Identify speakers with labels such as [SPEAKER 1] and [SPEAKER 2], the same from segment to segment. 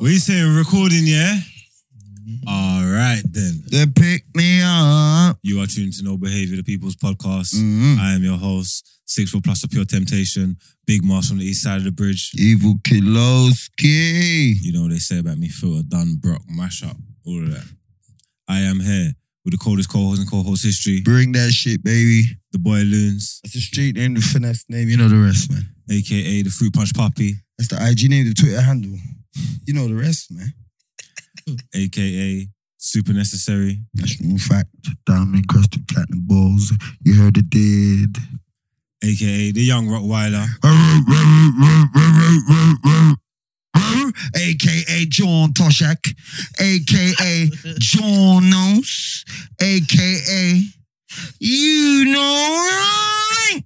[SPEAKER 1] We saying recording, yeah? All right then.
[SPEAKER 2] They pick me up.
[SPEAKER 1] You are tuned to No Behavior, the People's Podcast.
[SPEAKER 2] Mhm.
[SPEAKER 1] I am your host, Six Foot Plus of Pure Temptation, Big Mars from the East Side of the Bridge.
[SPEAKER 2] Evil Kiloski.
[SPEAKER 1] You know what they say about me, Phil, Dunn, Brock, Mashup, all of that. I am here with the coldest co-host and co-host history,
[SPEAKER 2] Bring that shit, baby.
[SPEAKER 1] the boy Loons,
[SPEAKER 2] That's the street name, the finesse name. You know the rest, man.
[SPEAKER 1] aka the Fruit Punch Puppy,
[SPEAKER 2] That's the IG name, the Twitter handle. You know the rest, man.
[SPEAKER 1] aka Super Necessary,
[SPEAKER 2] National fact. Diamond encrusted platinum balls. You heard it did.
[SPEAKER 1] aka the Young Rottweiler,
[SPEAKER 2] AKA John Toshak. AKA John Knows. AKA You Know Right.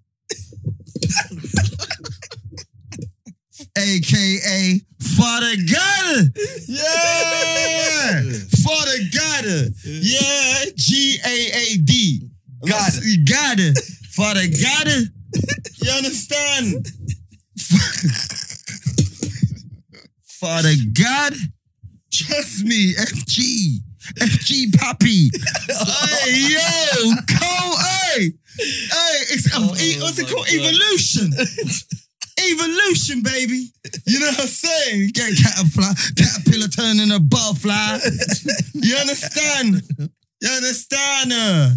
[SPEAKER 2] AKA For the Gutter. Yeah. For the Gutter. Yeah. G A A D. Gotta. Gotta. For the Gotta. You understand? Father God, trust me, FG, FG Papi. hey, yo, Cole, hey, hey, it's,
[SPEAKER 3] Oh,
[SPEAKER 2] e- what's it
[SPEAKER 3] my
[SPEAKER 2] called?
[SPEAKER 3] God.
[SPEAKER 2] Evolution. Evolution, baby. You know what I'm saying? You get caterpillar, caterpillar turning a butterfly. You understand? You understand? Uh,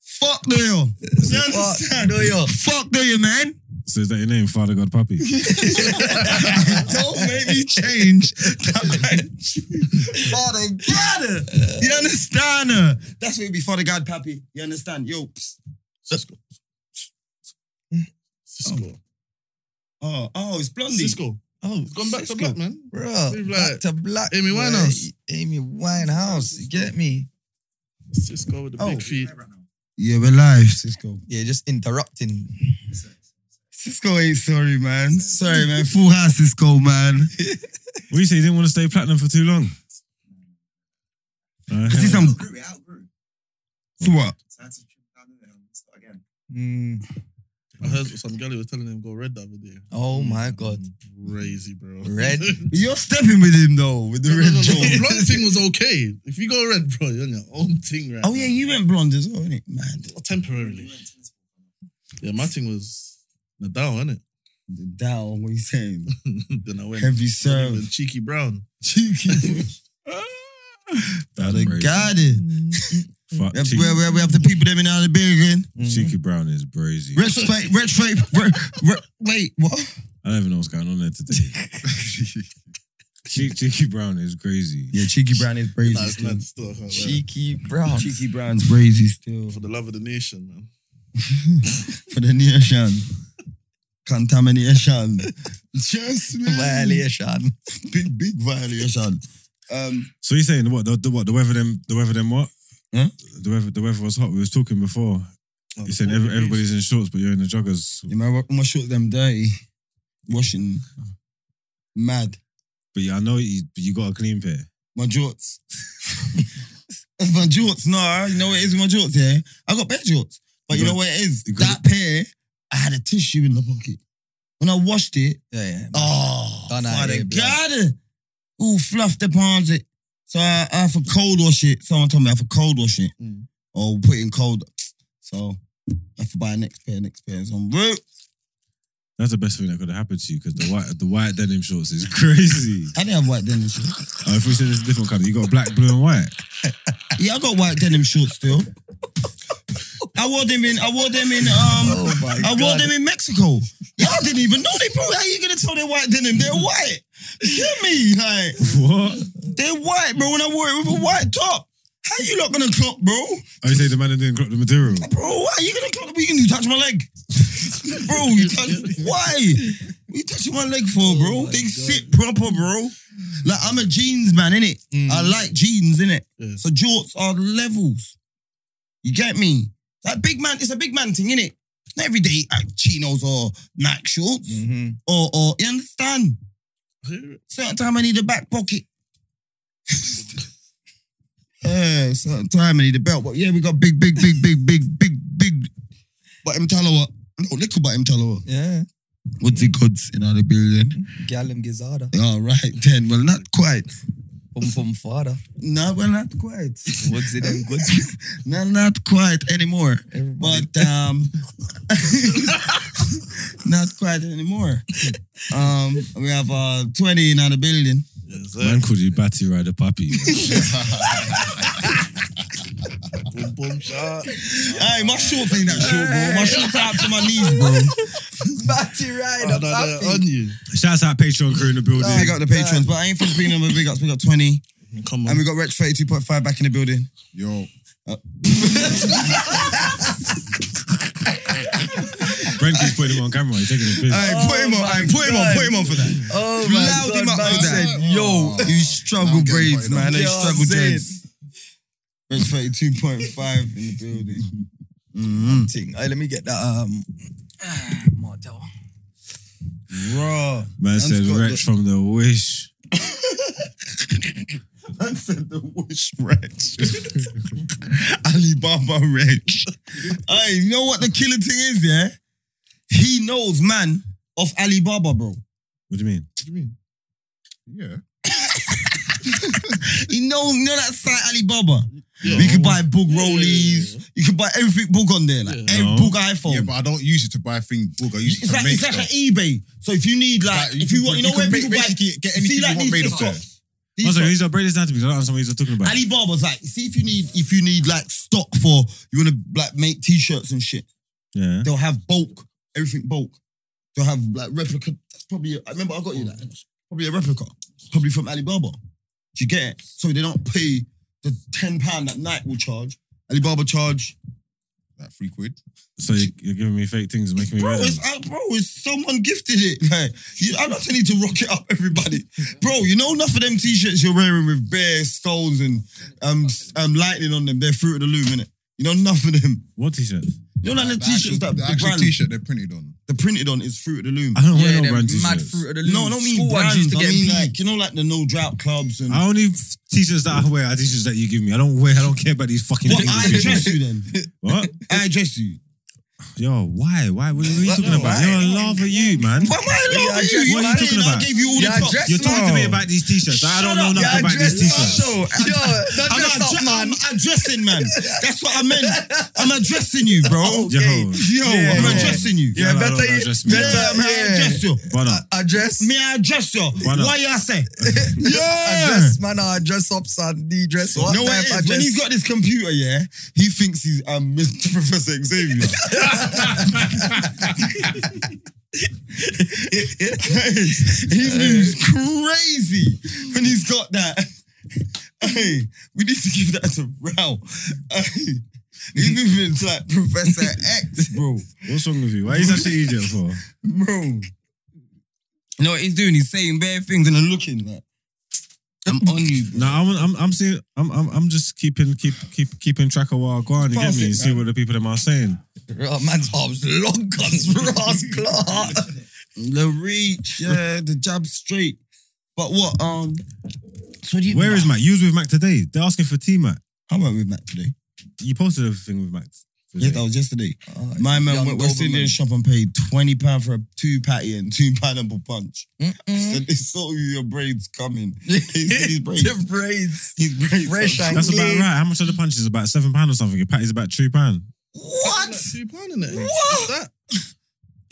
[SPEAKER 2] fuck do you? You understand?
[SPEAKER 3] do you.
[SPEAKER 2] Fuck do you, man?
[SPEAKER 1] so is that your name, Father God Puppy?
[SPEAKER 2] Don't make me change. Father God, you understand? uh? That's what it be, Father God, Pappy. You understand? Yo, psst.
[SPEAKER 3] Cisco. Cisco.
[SPEAKER 2] oh, oh, it's Blondie.
[SPEAKER 3] Cisco.
[SPEAKER 4] Oh,
[SPEAKER 3] It's gone back to
[SPEAKER 4] Cisco.
[SPEAKER 3] black, man.
[SPEAKER 4] bro.
[SPEAKER 3] We've
[SPEAKER 4] back
[SPEAKER 3] like-
[SPEAKER 4] to black.
[SPEAKER 3] Amy
[SPEAKER 4] bro.
[SPEAKER 3] Winehouse.
[SPEAKER 4] Amy Winehouse. You get me?
[SPEAKER 3] Cisco with the
[SPEAKER 4] Oh.
[SPEAKER 3] big feet.
[SPEAKER 2] Yeah, we're live, Cisco.
[SPEAKER 4] Yeah, just interrupting.
[SPEAKER 2] Cisco ain't sorry, man. Sorry, man. Full house, Cisco, man.
[SPEAKER 1] What you say? You didn't want to stay platinum for too long.
[SPEAKER 2] I see some. So what?
[SPEAKER 4] Mm.
[SPEAKER 3] I heard some girl was telling him go red the other day.
[SPEAKER 4] Oh my god.
[SPEAKER 3] Crazy, bro.
[SPEAKER 4] Red?
[SPEAKER 2] You're stepping with him though, with the
[SPEAKER 3] No, no,
[SPEAKER 2] red
[SPEAKER 3] no, no.
[SPEAKER 2] jaw.
[SPEAKER 3] The blonde thing was okay. If you go red, bro, you're on your own thing, right?
[SPEAKER 2] Oh yeah, you went blonde as well, innit? Mad.
[SPEAKER 3] now. temporarily. Yeah, my thing was Nadal, innit?
[SPEAKER 2] The down, what you saying?
[SPEAKER 3] then I went
[SPEAKER 2] Heavy
[SPEAKER 3] I
[SPEAKER 2] serve.
[SPEAKER 3] went cheeky brown.
[SPEAKER 2] Cheeky.
[SPEAKER 1] That's
[SPEAKER 2] Father God.
[SPEAKER 1] Fuck
[SPEAKER 2] We have,
[SPEAKER 1] cheeky,
[SPEAKER 2] we, have, we have the people that been out of the beer again.
[SPEAKER 1] Cheeky Brown is brazy.
[SPEAKER 2] Retrospect, retrospect, re, re, wait, what?
[SPEAKER 1] I don't even know what's going on there today. Cheek, Cheeky Brown is crazy.
[SPEAKER 2] Yeah, Cheeky Brown is brazy
[SPEAKER 3] Nah, it's not still her, man.
[SPEAKER 4] Cheeky brown.
[SPEAKER 2] Cheeky Brown's brazy still.
[SPEAKER 3] For the love of the nation, man.
[SPEAKER 2] For the nation. Contamination. Just me.
[SPEAKER 4] Violation.
[SPEAKER 2] Big, big violation. Um,
[SPEAKER 1] So you saying what the, the what the weather them the weather them what?
[SPEAKER 2] Huh?
[SPEAKER 1] The weather the weather was hot. We was talking before.
[SPEAKER 3] Oh,
[SPEAKER 1] You said
[SPEAKER 3] the
[SPEAKER 1] every,
[SPEAKER 3] beach.
[SPEAKER 1] everybody's in shorts, but you're in the joggers.
[SPEAKER 2] you know, I'm gonna shoot them dirty. Washing. Mad.
[SPEAKER 1] But yeah, I know you you got a clean pair.
[SPEAKER 2] My jorts. my jorts, nah. You know what it is with my jorts, yeah? I got bare jorts. But you
[SPEAKER 1] You
[SPEAKER 2] know what it is?
[SPEAKER 1] you got-
[SPEAKER 2] That pair, I had a tissue in the pocket. When I washed it,
[SPEAKER 4] Yeah, yeah.
[SPEAKER 2] oh,
[SPEAKER 4] Done out
[SPEAKER 2] Father
[SPEAKER 4] here, blood.
[SPEAKER 2] God. All fluffed up arms it. So I, I have a cold or shit. Someone told me I have a cold or shit.
[SPEAKER 3] Mm.
[SPEAKER 2] Or put in cold. So I have to buy next pair, next pair. So I'm root.
[SPEAKER 1] That's the best thing that could have happened to you because the white the white denim shorts is crazy.
[SPEAKER 2] I didn't have white denim shorts.
[SPEAKER 1] Uh, if we said it's a different color, you got black, blue, and white.
[SPEAKER 2] Yeah, I got white denim shorts still. I wore them in. I wore them in. Um,
[SPEAKER 4] Oh my
[SPEAKER 2] I wore
[SPEAKER 4] God.
[SPEAKER 2] them in Mexico. Y'all didn't even know they bro. How you gonna tell they're white denim? They're white. Hear me, like
[SPEAKER 1] What?
[SPEAKER 2] they're white, bro. When I wore it with a white top, how you not gonna clock, bro?
[SPEAKER 1] Oh, you say the man that didn't clock the material?
[SPEAKER 2] Bro, why you gonna clock? You you touch my leg, bro. You touch why? What you touching my leg for, bro?
[SPEAKER 4] Oh my
[SPEAKER 2] they
[SPEAKER 4] God.
[SPEAKER 2] sit proper, bro. Like I'm a jeans man, innit?
[SPEAKER 4] Mm.
[SPEAKER 2] I like jeans, innit?
[SPEAKER 3] Yeah.
[SPEAKER 2] So jorts are levels. You get me? That big man, it's a big man thing, innit? Not every day uh, chinos or Nike shorts
[SPEAKER 4] Mhm.
[SPEAKER 2] or or you understand?
[SPEAKER 3] Who-
[SPEAKER 2] Certain time I need a back pocket. yeah, certain time I need a belt. But yeah, we got big, big, big, big, big, big, big. But him tell her what? No, little but him tell her what?
[SPEAKER 4] Yeah.
[SPEAKER 2] What's the goods in other building?
[SPEAKER 4] Gallum Gizada.
[SPEAKER 2] All right, then. Well, not quite.
[SPEAKER 4] Pum Pum Fada.
[SPEAKER 2] No, well, not quite.
[SPEAKER 4] Woods it and goods.
[SPEAKER 2] No, not quite anymore.
[SPEAKER 4] Everybody.
[SPEAKER 2] But um, not quite anymore. Um, we have uh twenty in other building.
[SPEAKER 3] Yes, sir.
[SPEAKER 1] Man called you Batty Rider Puppy.
[SPEAKER 3] Boom, boom, shot.
[SPEAKER 2] Hey, my shorts ain't that short, bro. My shorts are up to my knees, bro.
[SPEAKER 4] Batty
[SPEAKER 3] Oh,
[SPEAKER 4] Rider.
[SPEAKER 3] no, they're
[SPEAKER 4] Papi.
[SPEAKER 3] on you.
[SPEAKER 1] Shouts out Patreon crew in the building.
[SPEAKER 2] Big up the patrons, but Oh, I ain't finished being on my big ups. We got twenty,
[SPEAKER 3] Come
[SPEAKER 2] and
[SPEAKER 3] on.
[SPEAKER 2] we got Reg thirty two point five back in the building.
[SPEAKER 5] Yo,
[SPEAKER 1] Brent keeps putting him on camera. He's taking a piss.
[SPEAKER 2] Hey, put him on.
[SPEAKER 4] my
[SPEAKER 2] Hey, put him on.
[SPEAKER 4] God.
[SPEAKER 2] Put him on for that.
[SPEAKER 4] Oh, my
[SPEAKER 2] Loud
[SPEAKER 4] God,
[SPEAKER 2] him up
[SPEAKER 4] man.
[SPEAKER 2] for that. Yo,
[SPEAKER 5] Oh.
[SPEAKER 2] you struggle
[SPEAKER 5] I'm getting
[SPEAKER 2] braids,
[SPEAKER 5] fired up.
[SPEAKER 2] man. They
[SPEAKER 4] Yeah,
[SPEAKER 2] struggle
[SPEAKER 4] I'm saying.
[SPEAKER 2] dreads. Reg thirty two point five in the building.
[SPEAKER 4] Thing. Hey, let me get that. Um, Martel.
[SPEAKER 2] Raw.
[SPEAKER 1] Man says
[SPEAKER 2] got
[SPEAKER 1] Rex from the Wish.
[SPEAKER 2] I said the wish wretch. Alibaba wretch. Hey, you know what the killer thing is, yeah? He knows man of Alibaba, bro.
[SPEAKER 1] What do you mean?
[SPEAKER 5] yeah.
[SPEAKER 2] He knows, you know that site Alibaba?
[SPEAKER 3] Yeah.
[SPEAKER 2] you can buy book
[SPEAKER 3] Yeah, yeah,
[SPEAKER 2] rollies,
[SPEAKER 3] yeah,
[SPEAKER 2] you can buy everything book on there, like
[SPEAKER 3] Yeah.
[SPEAKER 2] every
[SPEAKER 1] No.
[SPEAKER 2] book
[SPEAKER 5] Yeah,
[SPEAKER 2] iPhone.
[SPEAKER 5] but I don't use it to buy things. Book. I use it
[SPEAKER 2] it's
[SPEAKER 5] to
[SPEAKER 2] like
[SPEAKER 5] make
[SPEAKER 2] it's like
[SPEAKER 5] stuff.
[SPEAKER 2] an eBay. So if you need like
[SPEAKER 5] Like,
[SPEAKER 2] if you,
[SPEAKER 5] can-
[SPEAKER 2] want, you know
[SPEAKER 5] can
[SPEAKER 2] where
[SPEAKER 5] ba-
[SPEAKER 2] people buy
[SPEAKER 5] basically get, get anything
[SPEAKER 2] see like
[SPEAKER 5] you want made
[SPEAKER 2] these
[SPEAKER 5] up there.
[SPEAKER 2] shops.
[SPEAKER 1] Oh,
[SPEAKER 2] These
[SPEAKER 1] sorry,
[SPEAKER 2] shops.
[SPEAKER 1] he's upgraded down to me. 'cause I don't understand what he's talking about.
[SPEAKER 2] Alibaba's like, see if you need if you need like stock for you want to like make t-shirts and shit.
[SPEAKER 1] Yeah.
[SPEAKER 2] They'll have bulk, everything bulk. They'll have like replica. That's probably. I remember I got you that.
[SPEAKER 5] Mm.
[SPEAKER 2] Probably a replica. Probably from Alibaba. Do you get it? So they don't pay the ten pound that Nike will charge. Alibaba charge.
[SPEAKER 5] Like three quid.
[SPEAKER 1] So you- you're giving me fake things and making me
[SPEAKER 2] Bro,
[SPEAKER 1] wear them.
[SPEAKER 2] it's uh, bro. It's someone gifted it. Like, you, I'm not telling you to rock it up, everybody. Bro, you know enough of them t-shirts you're wearing with bear skulls and um s- um lightning on them. They're fruit of the loom, innit? You know enough of them.
[SPEAKER 1] What t-shirts?
[SPEAKER 2] You know like,
[SPEAKER 5] Like,
[SPEAKER 2] the
[SPEAKER 5] the
[SPEAKER 2] t-shirts
[SPEAKER 5] actual-
[SPEAKER 2] that
[SPEAKER 5] the
[SPEAKER 2] the,
[SPEAKER 5] actual
[SPEAKER 2] brand,
[SPEAKER 5] t-shirt they're printed on.
[SPEAKER 2] the printed on is fruit of the loom.
[SPEAKER 1] I don't
[SPEAKER 4] Yeah,
[SPEAKER 1] wear no
[SPEAKER 4] them
[SPEAKER 1] brand
[SPEAKER 4] mad
[SPEAKER 1] t-shirts.
[SPEAKER 4] fruit of the loom.
[SPEAKER 2] No, I don't mean
[SPEAKER 4] School ones
[SPEAKER 2] brands.
[SPEAKER 4] used to
[SPEAKER 2] I
[SPEAKER 4] get
[SPEAKER 2] mean
[SPEAKER 4] beat.
[SPEAKER 2] like you know, like the no drought clubs and.
[SPEAKER 1] I only f- t-shirts that I wear are t-shirts that you give me. I don't wear. I don't care about these fucking
[SPEAKER 2] What I
[SPEAKER 1] things.
[SPEAKER 2] dress you then?
[SPEAKER 1] what?
[SPEAKER 2] I dress you.
[SPEAKER 1] Yo, why? Why? What are you talking about? Yo, I love you, man.
[SPEAKER 2] But my
[SPEAKER 4] Yeah,
[SPEAKER 2] love
[SPEAKER 4] I
[SPEAKER 2] you.
[SPEAKER 4] dress
[SPEAKER 2] you
[SPEAKER 1] you. What are you
[SPEAKER 2] lying.
[SPEAKER 1] talking
[SPEAKER 2] I
[SPEAKER 1] about?
[SPEAKER 2] gave you all
[SPEAKER 4] Yeah, I
[SPEAKER 2] the
[SPEAKER 4] dress
[SPEAKER 2] top.
[SPEAKER 1] You're talking to me about these t-shirts. I
[SPEAKER 2] Shut
[SPEAKER 1] don't know
[SPEAKER 2] up.
[SPEAKER 1] nothing
[SPEAKER 4] Yeah, I
[SPEAKER 1] about
[SPEAKER 4] dress
[SPEAKER 1] these t-shirts.
[SPEAKER 4] up. Yo, not
[SPEAKER 2] I'm
[SPEAKER 4] dress up,
[SPEAKER 2] addre-
[SPEAKER 4] man.
[SPEAKER 2] I'm addressing, man. That's what I meant. I'm addressing you, bro.
[SPEAKER 1] Yo,
[SPEAKER 2] Yo,
[SPEAKER 4] Yeah.
[SPEAKER 2] I'm addressing you.
[SPEAKER 1] Oh, Yeah,
[SPEAKER 4] Yeah,
[SPEAKER 1] no,
[SPEAKER 4] better
[SPEAKER 1] don't
[SPEAKER 4] you-
[SPEAKER 1] address me.
[SPEAKER 2] Yeah,
[SPEAKER 4] better-
[SPEAKER 2] man, I
[SPEAKER 4] Yeah.
[SPEAKER 2] address you.
[SPEAKER 1] why not?
[SPEAKER 4] I dress.
[SPEAKER 2] Me, I address you.
[SPEAKER 1] Why not?
[SPEAKER 2] Why you say?
[SPEAKER 4] I
[SPEAKER 2] Yeah.
[SPEAKER 4] dress, man. I dress up, son. D dress. What
[SPEAKER 2] No, what
[SPEAKER 4] type
[SPEAKER 2] it
[SPEAKER 4] I
[SPEAKER 2] is? When
[SPEAKER 4] dress?
[SPEAKER 2] he's got this computer, yeah, he thinks he's um, Mr. Professor Xavier. he moves crazy when he's got that. Hey, we need to give that to Rao. Hey, he's moving to like Professor X, bro.
[SPEAKER 1] What's wrong with you? Why are you such an idiot for?
[SPEAKER 2] Bro. You know what he's doing? He's saying bare things and I'm looking like, I'm on you, bro.
[SPEAKER 1] No, I'm I'm I'm seeing I'm I'm, I'm just keeping keep keep keeping track of what I go on. You get me? And see what the people them are saying.
[SPEAKER 4] Bro, man's arms long guns, Ross Clark.
[SPEAKER 2] The reach, yeah, the jab straight. But what? Um, so do you,
[SPEAKER 1] Where is Mac? You was with Mac today. They're asking for T Mac.
[SPEAKER 2] I went with Matt today.
[SPEAKER 1] You posted everything with Mac.
[SPEAKER 2] Yes, that
[SPEAKER 1] today.
[SPEAKER 2] was yesterday.
[SPEAKER 4] Oh,
[SPEAKER 2] My man
[SPEAKER 4] young
[SPEAKER 2] went West
[SPEAKER 4] Doberman.
[SPEAKER 2] Indian shop and paid twenty pound for a two patty and two pineapple punch.
[SPEAKER 4] Mm-mm.
[SPEAKER 2] Said they saw you, your braids coming. He said his braids,
[SPEAKER 4] The braids.
[SPEAKER 2] his braids.
[SPEAKER 4] Fresh
[SPEAKER 2] are-
[SPEAKER 4] and
[SPEAKER 1] That's about
[SPEAKER 4] clean.
[SPEAKER 1] right. How much are the punches? About seven pound or something. A patty's about three pound.
[SPEAKER 2] What?
[SPEAKER 3] That's like two pound in it.
[SPEAKER 2] What?
[SPEAKER 3] That?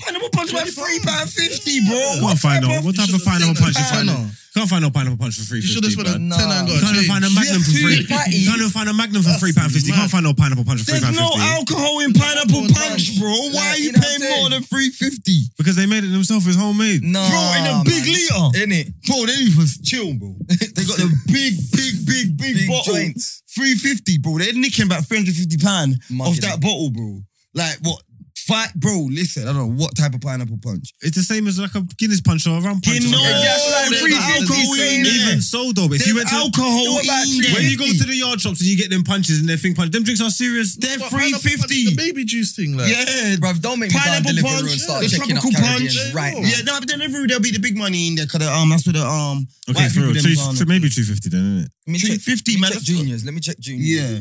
[SPEAKER 2] Pineapple punch went three pound fifty, bro.
[SPEAKER 1] Can't find no. What type of pineapple punch you
[SPEAKER 3] You
[SPEAKER 1] find?
[SPEAKER 3] should've-
[SPEAKER 1] Can't find no pineapple punch for free
[SPEAKER 3] You should have
[SPEAKER 1] fifty.
[SPEAKER 3] spent a
[SPEAKER 1] man.
[SPEAKER 4] Nah.
[SPEAKER 3] tenner and
[SPEAKER 1] You
[SPEAKER 3] got
[SPEAKER 1] can't
[SPEAKER 3] a
[SPEAKER 1] even find a
[SPEAKER 3] change.
[SPEAKER 1] magnum for
[SPEAKER 4] Two
[SPEAKER 1] free. You
[SPEAKER 4] patty.
[SPEAKER 1] can't even find a magnum for
[SPEAKER 3] That's
[SPEAKER 1] three pound fifty. You
[SPEAKER 3] mad.
[SPEAKER 1] Can't find no pineapple punch for three
[SPEAKER 2] There's
[SPEAKER 1] pound
[SPEAKER 2] no
[SPEAKER 1] fifty.
[SPEAKER 2] alcohol in pineapple
[SPEAKER 3] Pineapple
[SPEAKER 2] punch, bro. Why
[SPEAKER 4] Like,
[SPEAKER 2] are you
[SPEAKER 4] you know what I'm
[SPEAKER 2] paying
[SPEAKER 4] saying?
[SPEAKER 2] more than three fifty?
[SPEAKER 1] Because they made it themselves. It's homemade.
[SPEAKER 4] No,
[SPEAKER 2] Bro, in a big liter.
[SPEAKER 4] In it,
[SPEAKER 2] Bro, they even chill, bro. They got the big, big, big, big,
[SPEAKER 4] big
[SPEAKER 2] bottle.
[SPEAKER 4] joints.
[SPEAKER 2] 350, bro. They're nicking about 350 pounds off
[SPEAKER 4] Mugging
[SPEAKER 2] that
[SPEAKER 4] it.
[SPEAKER 2] bottle, bro. Like what? Fight, bro. Listen, I don't know what type of pineapple punch.
[SPEAKER 1] It's the same as like a Guinness punch or a rum punch. or
[SPEAKER 2] Guinness.
[SPEAKER 1] something.
[SPEAKER 4] Yeah, that's like
[SPEAKER 2] There's
[SPEAKER 4] 350
[SPEAKER 2] alcohol in
[SPEAKER 4] saying
[SPEAKER 2] there.
[SPEAKER 1] Even so, though, but if you went
[SPEAKER 2] There's
[SPEAKER 1] to
[SPEAKER 2] alcohol
[SPEAKER 4] What about
[SPEAKER 2] in there.
[SPEAKER 1] when you go to the yard shops and you get them punches and their thing punch, them drinks are serious.
[SPEAKER 2] they're
[SPEAKER 3] What,
[SPEAKER 2] three
[SPEAKER 3] pineapple punch,
[SPEAKER 2] fifty.
[SPEAKER 3] The baby juice thing, like.
[SPEAKER 2] Yeah, bro.
[SPEAKER 4] Bruv, don't make me go on
[SPEAKER 2] Pineapple
[SPEAKER 4] Deliveroo
[SPEAKER 2] punch,
[SPEAKER 4] and start
[SPEAKER 2] the
[SPEAKER 4] checking out
[SPEAKER 2] tropical
[SPEAKER 4] Caribbean
[SPEAKER 2] punch. eh?
[SPEAKER 4] right now.
[SPEAKER 2] Yeah, no, but delivery there'll be the big money in there because um that's where the um
[SPEAKER 1] Okay,
[SPEAKER 2] white
[SPEAKER 1] for
[SPEAKER 2] people
[SPEAKER 1] real.
[SPEAKER 2] them
[SPEAKER 1] Two,
[SPEAKER 2] gone.
[SPEAKER 1] so maybe two fifty then, isn't it?
[SPEAKER 4] Let me check-
[SPEAKER 2] 350,
[SPEAKER 4] let me
[SPEAKER 2] man.
[SPEAKER 4] check
[SPEAKER 2] That's-
[SPEAKER 4] juniors. Let me check juniors.
[SPEAKER 2] Yeah,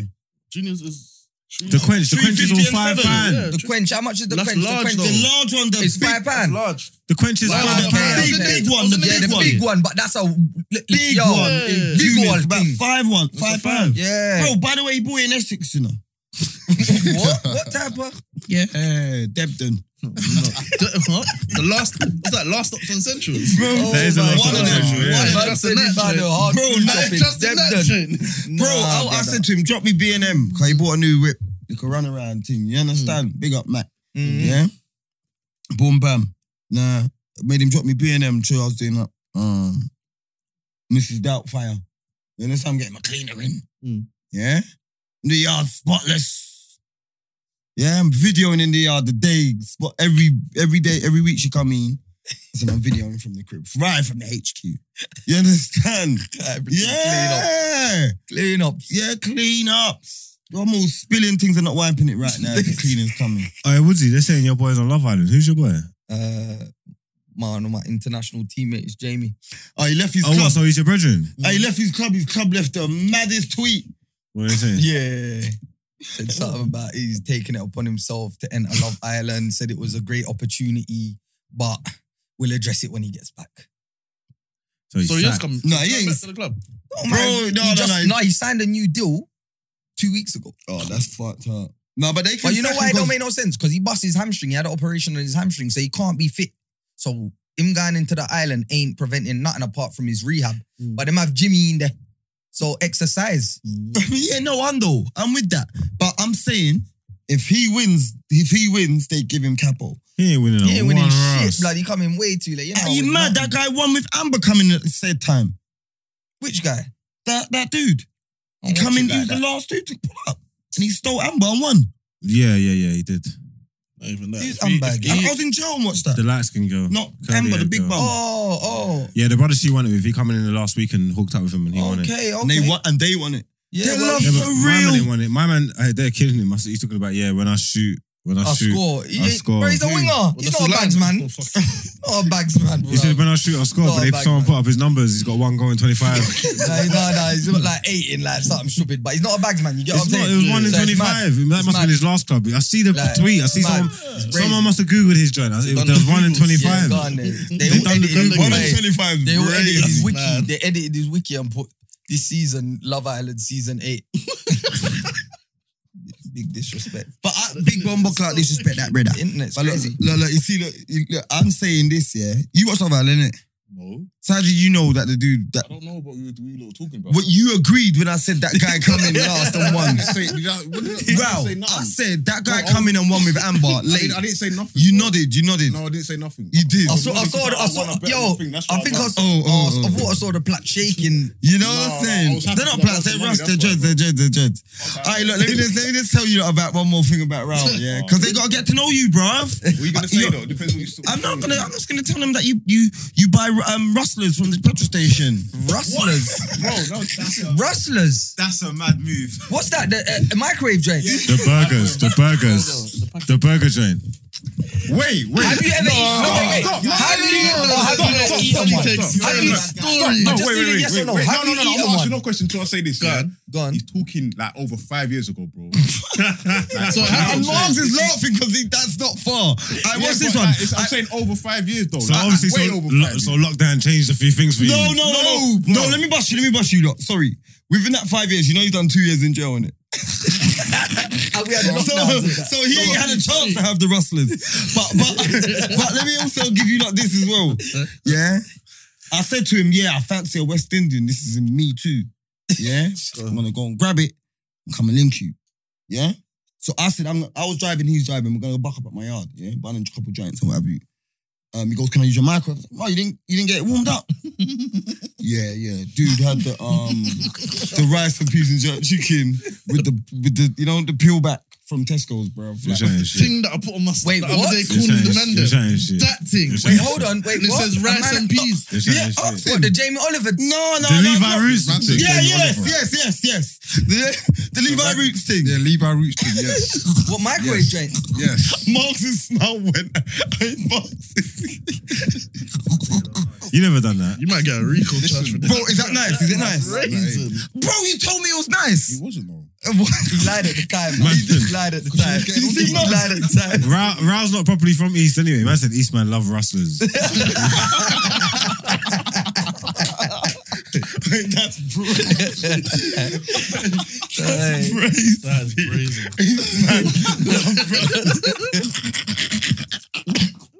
[SPEAKER 3] Juniors is
[SPEAKER 1] The quench, the quench is all
[SPEAKER 3] 350 and
[SPEAKER 1] five
[SPEAKER 3] seven,
[SPEAKER 1] pound.
[SPEAKER 3] yeah.
[SPEAKER 4] The quench, how much is the
[SPEAKER 3] That's
[SPEAKER 4] quench?
[SPEAKER 3] large,
[SPEAKER 4] the
[SPEAKER 3] though.
[SPEAKER 4] quench
[SPEAKER 2] The large one, the
[SPEAKER 4] is
[SPEAKER 2] big
[SPEAKER 4] five pound.
[SPEAKER 3] Large.
[SPEAKER 1] The quench is
[SPEAKER 3] Wow,
[SPEAKER 1] five
[SPEAKER 4] okay,
[SPEAKER 1] pound.
[SPEAKER 4] okay.
[SPEAKER 2] big, big one, the
[SPEAKER 4] Yeah,
[SPEAKER 2] big
[SPEAKER 4] the
[SPEAKER 2] one.
[SPEAKER 4] big one, but that's a
[SPEAKER 2] Big
[SPEAKER 4] yo,
[SPEAKER 2] one.
[SPEAKER 3] Yeah.
[SPEAKER 4] big
[SPEAKER 2] unit,
[SPEAKER 4] one
[SPEAKER 2] it's about
[SPEAKER 4] thing.
[SPEAKER 2] five one,
[SPEAKER 3] a
[SPEAKER 2] five
[SPEAKER 3] five.
[SPEAKER 2] pounds.
[SPEAKER 4] Yeah.
[SPEAKER 2] Bro, by the way, he bought it in Essex, you know.
[SPEAKER 4] what? What type of?
[SPEAKER 2] Yeah, Debden.
[SPEAKER 3] The, what? the last, what's that last stop on Central?
[SPEAKER 2] Bro,
[SPEAKER 1] That is a
[SPEAKER 2] one
[SPEAKER 1] lot
[SPEAKER 2] of
[SPEAKER 1] of
[SPEAKER 2] them.
[SPEAKER 1] central, yeah.
[SPEAKER 3] One of them.
[SPEAKER 4] Man
[SPEAKER 3] Just a
[SPEAKER 4] said he's
[SPEAKER 3] natural.
[SPEAKER 4] had a hard
[SPEAKER 2] Bro,
[SPEAKER 4] food
[SPEAKER 2] not
[SPEAKER 4] job in
[SPEAKER 3] Just in that
[SPEAKER 4] Debden.
[SPEAKER 3] train.
[SPEAKER 2] Bro, I,
[SPEAKER 4] Nah,
[SPEAKER 2] I
[SPEAKER 4] brother.
[SPEAKER 2] said to him, drop me B and M because he bought a new whip, the runaround thing.
[SPEAKER 4] Hmm.
[SPEAKER 2] You understand? Big up, Matt. Yeah. Boom, bam. Nah, made him drop me B and M. True, I was doing that. Um, Mrs. Doubtfire. You understand? I'm getting my cleaner in.
[SPEAKER 4] Hmm.
[SPEAKER 3] Mm.
[SPEAKER 2] Yeah. In the yard, spotless. Yeah, I'm videoing in the yard the day. Spot every every day, every week she come in. So I'm videoing from the crib, right from the HQ. You understand?
[SPEAKER 4] Everything
[SPEAKER 2] Yeah.
[SPEAKER 4] Clean up.
[SPEAKER 2] Yeah, clean up. I'm all spilling things and not wiping it right now. The cleaning's coming.
[SPEAKER 1] Hey, Oh, Woodsy, they're saying your boy's on Love Island. Who's your boy?
[SPEAKER 4] Uh, man, my international teammate is Jamie.
[SPEAKER 2] Oh, he left his
[SPEAKER 1] Oh, what,
[SPEAKER 2] club.
[SPEAKER 1] so he's your brethren?
[SPEAKER 2] Oh, he left his club. His club left the maddest tweet.
[SPEAKER 1] What are they saying?
[SPEAKER 4] Yeah. Said something about he's taking it upon himself to enter Love Island. Said it was a great opportunity, but we'll address it when he gets back.
[SPEAKER 1] So he's
[SPEAKER 3] So he has
[SPEAKER 1] sacked.
[SPEAKER 3] come.
[SPEAKER 2] No, he
[SPEAKER 3] come
[SPEAKER 2] ain't-
[SPEAKER 3] back to the club.
[SPEAKER 4] Oh,
[SPEAKER 2] Bro,
[SPEAKER 4] man,
[SPEAKER 2] no,
[SPEAKER 4] he
[SPEAKER 2] no,
[SPEAKER 4] just,
[SPEAKER 2] no.
[SPEAKER 4] he signed a new deal two weeks ago.
[SPEAKER 2] Oh, that's fucked up. No, but they can.
[SPEAKER 4] But you know
[SPEAKER 2] sack
[SPEAKER 4] why
[SPEAKER 2] him
[SPEAKER 4] it don't
[SPEAKER 2] 'cause-
[SPEAKER 4] make no sense? Because he bust his hamstring. He had an operation on his hamstring, so he can't be fit. So him going into the island ain't preventing nothing apart from his rehab.
[SPEAKER 3] Mm.
[SPEAKER 4] But them have Jimmy in there. So exercise.
[SPEAKER 2] yeah, no, I'm though. I'm with that. But I'm saying, if he wins, if he wins, they give him capo.
[SPEAKER 1] He ain't winning
[SPEAKER 4] He ain't
[SPEAKER 1] a
[SPEAKER 4] winning
[SPEAKER 1] one
[SPEAKER 4] shit,
[SPEAKER 1] round.
[SPEAKER 4] blood. He come in way too late. You know,
[SPEAKER 2] Are you
[SPEAKER 4] with
[SPEAKER 2] mad?
[SPEAKER 4] nothing.
[SPEAKER 2] That guy won with Amber coming at the said time.
[SPEAKER 4] Which guy?
[SPEAKER 2] That that dude. He
[SPEAKER 4] Don't
[SPEAKER 2] come
[SPEAKER 4] watch
[SPEAKER 2] in,
[SPEAKER 4] it
[SPEAKER 2] he
[SPEAKER 4] like
[SPEAKER 2] was the
[SPEAKER 4] that.
[SPEAKER 2] last dude to pull up. And he stole Amber and won.
[SPEAKER 1] Yeah, yeah, yeah, he did.
[SPEAKER 3] Not even that.
[SPEAKER 4] He's
[SPEAKER 3] If he- if
[SPEAKER 4] unbagged.
[SPEAKER 3] he-
[SPEAKER 2] I I was in jail and watched that.
[SPEAKER 1] The light skin girl.
[SPEAKER 2] Not
[SPEAKER 1] Curly
[SPEAKER 2] Amber, the
[SPEAKER 1] head
[SPEAKER 2] big
[SPEAKER 1] girl.
[SPEAKER 2] bum.
[SPEAKER 4] Oh, oh.
[SPEAKER 1] Yeah, the brother she won it with. He coming in the last week and hooked up with him and he won it.
[SPEAKER 4] okay, okay.
[SPEAKER 2] And they won, and they won it.
[SPEAKER 4] yeah,
[SPEAKER 2] They
[SPEAKER 4] well,
[SPEAKER 2] love
[SPEAKER 1] Yeah, but
[SPEAKER 2] For
[SPEAKER 1] my
[SPEAKER 2] real?
[SPEAKER 1] man ain't won it. My man, uh, they're killing him. I see- He's talking about, yeah, when I shoot, when I
[SPEAKER 4] I
[SPEAKER 1] shoot.
[SPEAKER 4] score. He
[SPEAKER 1] I
[SPEAKER 4] ain't-
[SPEAKER 1] score.
[SPEAKER 4] Bro, he's a
[SPEAKER 1] Hmm.
[SPEAKER 4] winger.
[SPEAKER 3] Well,
[SPEAKER 4] he's
[SPEAKER 3] that's
[SPEAKER 4] not a
[SPEAKER 3] the
[SPEAKER 4] bags
[SPEAKER 3] line.
[SPEAKER 4] man. Not a bags man.
[SPEAKER 1] He said, when I shoot, I score.
[SPEAKER 4] Not
[SPEAKER 1] But
[SPEAKER 4] a
[SPEAKER 1] if
[SPEAKER 4] bag,
[SPEAKER 1] someone
[SPEAKER 4] man.
[SPEAKER 1] put up his numbers, he's got one goal in 25.
[SPEAKER 4] Nah, nah, nah. He's got like eight in like something stupid, but he's not a bags man. You get what
[SPEAKER 1] it's
[SPEAKER 4] I'm
[SPEAKER 1] not, it
[SPEAKER 4] saying?
[SPEAKER 1] was one in
[SPEAKER 4] So it's mad.
[SPEAKER 1] 25. That
[SPEAKER 4] It's
[SPEAKER 1] must have
[SPEAKER 4] mad.
[SPEAKER 1] been his last club. I see the
[SPEAKER 4] Like,
[SPEAKER 1] tweet. I see
[SPEAKER 4] it's mad.
[SPEAKER 1] someone.
[SPEAKER 4] It's brazy.
[SPEAKER 1] Someone must have Googled his joint. I- It,
[SPEAKER 3] done
[SPEAKER 1] there was
[SPEAKER 3] the
[SPEAKER 1] one in
[SPEAKER 3] Googles.
[SPEAKER 4] Yeah,
[SPEAKER 1] 25.
[SPEAKER 4] go on there. They,
[SPEAKER 1] They've
[SPEAKER 4] all
[SPEAKER 1] done the
[SPEAKER 4] edited his
[SPEAKER 1] Google.
[SPEAKER 2] One
[SPEAKER 1] Mate.
[SPEAKER 2] in
[SPEAKER 4] wiki.
[SPEAKER 2] twenty five.
[SPEAKER 4] They all edited his wiki.
[SPEAKER 3] man.
[SPEAKER 4] They edited his wiki and put this season Love Island season eight. Big disrespect.
[SPEAKER 2] But I, Big Bumbo Clark disrespect that brother.
[SPEAKER 4] The internet's
[SPEAKER 2] But look,
[SPEAKER 4] crazy.
[SPEAKER 2] look, look, you see, look, you- look, I'm saying this, yeah. You watch Love Island, innit?
[SPEAKER 5] No.
[SPEAKER 2] So how did you know that the dude that
[SPEAKER 5] I don't know what you we were talking about.
[SPEAKER 2] what you agreed when I said that guy come in last and
[SPEAKER 5] I
[SPEAKER 2] won?
[SPEAKER 5] didn't say, I, what did I- I didn't
[SPEAKER 2] Wow,
[SPEAKER 5] say
[SPEAKER 2] I
[SPEAKER 5] nothing.
[SPEAKER 2] said that guy
[SPEAKER 5] No,
[SPEAKER 2] come in and won with Amber
[SPEAKER 5] I,
[SPEAKER 2] late.
[SPEAKER 5] didn't, I didn't say nothing.
[SPEAKER 2] You
[SPEAKER 5] bro.
[SPEAKER 2] nodded, you nodded,
[SPEAKER 5] No, I didn't say nothing.
[SPEAKER 2] you did.
[SPEAKER 4] I saw, I saw, I
[SPEAKER 5] I
[SPEAKER 4] saw,
[SPEAKER 5] wanna bet
[SPEAKER 4] yo,
[SPEAKER 5] the thing, that's
[SPEAKER 4] I
[SPEAKER 5] why
[SPEAKER 4] think
[SPEAKER 5] I'm
[SPEAKER 4] I
[SPEAKER 5] like-
[SPEAKER 4] saw,
[SPEAKER 2] Oh, oh,
[SPEAKER 4] I
[SPEAKER 2] oh.
[SPEAKER 4] thought I saw the plat shaking.
[SPEAKER 2] You know what
[SPEAKER 5] No,
[SPEAKER 2] I'm
[SPEAKER 5] no, I
[SPEAKER 2] saying?
[SPEAKER 5] was happy
[SPEAKER 2] They're not
[SPEAKER 5] about
[SPEAKER 2] plants,
[SPEAKER 5] that
[SPEAKER 2] they're rust,
[SPEAKER 5] money,
[SPEAKER 2] they're
[SPEAKER 5] that's why.
[SPEAKER 2] dreads, they're dreads, they're dreads.
[SPEAKER 5] Okay.
[SPEAKER 2] All right, look, let me just let me just tell you about one more thing about Raul, yeah, because they gotta get to know you, bruv.
[SPEAKER 5] What are you gonna say
[SPEAKER 2] Yo,
[SPEAKER 5] though? Depends what you.
[SPEAKER 2] I'm not gonna. I'm just gonna tell them that you you you buy um rustlers from the petrol station.
[SPEAKER 4] Rustlers,
[SPEAKER 5] Bro, no, that's it.
[SPEAKER 4] rustlers.
[SPEAKER 6] That's a mad move.
[SPEAKER 4] What's that? The uh, microwave drink.
[SPEAKER 1] The burgers, the burgers, the burger joint.
[SPEAKER 5] Wait, wait.
[SPEAKER 4] Have you ever eaten? No, wait, wait.
[SPEAKER 5] stop, no,
[SPEAKER 4] How do you eat? no, How do you ever eat someone? How do you? I
[SPEAKER 5] No,
[SPEAKER 4] just
[SPEAKER 5] wait,
[SPEAKER 4] need a
[SPEAKER 5] wait, wait,
[SPEAKER 4] yes
[SPEAKER 5] wait,
[SPEAKER 4] or no.
[SPEAKER 5] wait.
[SPEAKER 4] How
[SPEAKER 5] No,
[SPEAKER 4] do
[SPEAKER 5] no,
[SPEAKER 4] you eat
[SPEAKER 5] no, no. I'm
[SPEAKER 4] one?
[SPEAKER 5] asking no question until I say this.
[SPEAKER 3] Go
[SPEAKER 5] yeah?
[SPEAKER 3] on.
[SPEAKER 4] Go on.
[SPEAKER 5] He's talking like over five years ago, bro.
[SPEAKER 3] So how-
[SPEAKER 2] And Marks is laughing because that's not far. I
[SPEAKER 5] Yeah,
[SPEAKER 2] watch this
[SPEAKER 5] but,
[SPEAKER 2] one.
[SPEAKER 5] like, it's- I'm saying over five years
[SPEAKER 4] Oh,
[SPEAKER 5] though.
[SPEAKER 1] So
[SPEAKER 5] Like,
[SPEAKER 1] obviously,
[SPEAKER 5] way
[SPEAKER 1] so,
[SPEAKER 5] over
[SPEAKER 1] lo-
[SPEAKER 5] five
[SPEAKER 1] so
[SPEAKER 5] years.
[SPEAKER 1] lockdown changed a few things for you.
[SPEAKER 2] No, no, no,
[SPEAKER 5] No,
[SPEAKER 2] no,
[SPEAKER 5] no.
[SPEAKER 2] Let me bust you. Let me bust you. Lot. Sorry. Within that five years, you know he's done two years in jail, innit?
[SPEAKER 4] And we had a
[SPEAKER 2] So,
[SPEAKER 4] lockdown.
[SPEAKER 2] so he ain't had a chance to have the rustlers. But but but let me also give you like this as well. Yeah. I said to him, yeah, I fancy a West Indian. This is in me too. Yeah. I'm gonna go and grab it and come and link you. Yeah. So I said, I'm, I was driving, he's driving. We're gonna buck up at my yard, yeah, bunning a couple joints and what have you. Um, he goes, "Can I use your microwave?" I was like, oh, you didn't, you didn't get it warmed up. yeah, yeah, dude had the um, the rice and peas and jerk chicken with the with the you know the peel back from Tesco's, bro.
[SPEAKER 1] You're saying shit.
[SPEAKER 3] thing that I put on my
[SPEAKER 4] Wait,
[SPEAKER 3] the other
[SPEAKER 4] what?
[SPEAKER 3] day,
[SPEAKER 1] You're
[SPEAKER 3] calling
[SPEAKER 1] saying shit.
[SPEAKER 3] the
[SPEAKER 1] You're
[SPEAKER 3] Nando's.
[SPEAKER 1] saying shit.
[SPEAKER 3] That thing.
[SPEAKER 1] You're
[SPEAKER 4] Wait,
[SPEAKER 1] saying
[SPEAKER 4] hold on. Wait,
[SPEAKER 3] And it
[SPEAKER 4] what?
[SPEAKER 3] says
[SPEAKER 4] A
[SPEAKER 3] rice
[SPEAKER 4] man-
[SPEAKER 3] and peas.
[SPEAKER 1] You're
[SPEAKER 2] Yeah,
[SPEAKER 1] saying
[SPEAKER 2] ask
[SPEAKER 1] shit.
[SPEAKER 4] What, the Jamie Oliver?
[SPEAKER 2] No, no,
[SPEAKER 1] The
[SPEAKER 2] no,
[SPEAKER 1] Levi
[SPEAKER 2] no.
[SPEAKER 1] Roots.
[SPEAKER 5] That's it.
[SPEAKER 2] Yeah,
[SPEAKER 5] Jamie
[SPEAKER 2] yes,
[SPEAKER 5] Oliver.
[SPEAKER 2] yes, yes, yes. The, the Levi Roots thing.
[SPEAKER 5] Yeah, Levi Roots. thing, Yes,
[SPEAKER 4] What microwave drink?
[SPEAKER 5] yes.
[SPEAKER 2] Marks and smell went. Marks.
[SPEAKER 1] You never done that.
[SPEAKER 3] You might get a recall charge for
[SPEAKER 5] Listen,
[SPEAKER 3] that.
[SPEAKER 2] Bro, is that nice? Is it nice?
[SPEAKER 3] Raisin.
[SPEAKER 2] Bro, you told me it was nice.
[SPEAKER 5] He wasn't though.
[SPEAKER 4] uh, he lied at the time. man. He just lied at the time.
[SPEAKER 2] was getting
[SPEAKER 4] He
[SPEAKER 2] on
[SPEAKER 4] lied at the time.
[SPEAKER 1] Ra- Ra's not properly from East anyway. Man said East man love rustlers.
[SPEAKER 2] That's brilliant.
[SPEAKER 4] Aye.
[SPEAKER 2] Praise.
[SPEAKER 3] That's crazy.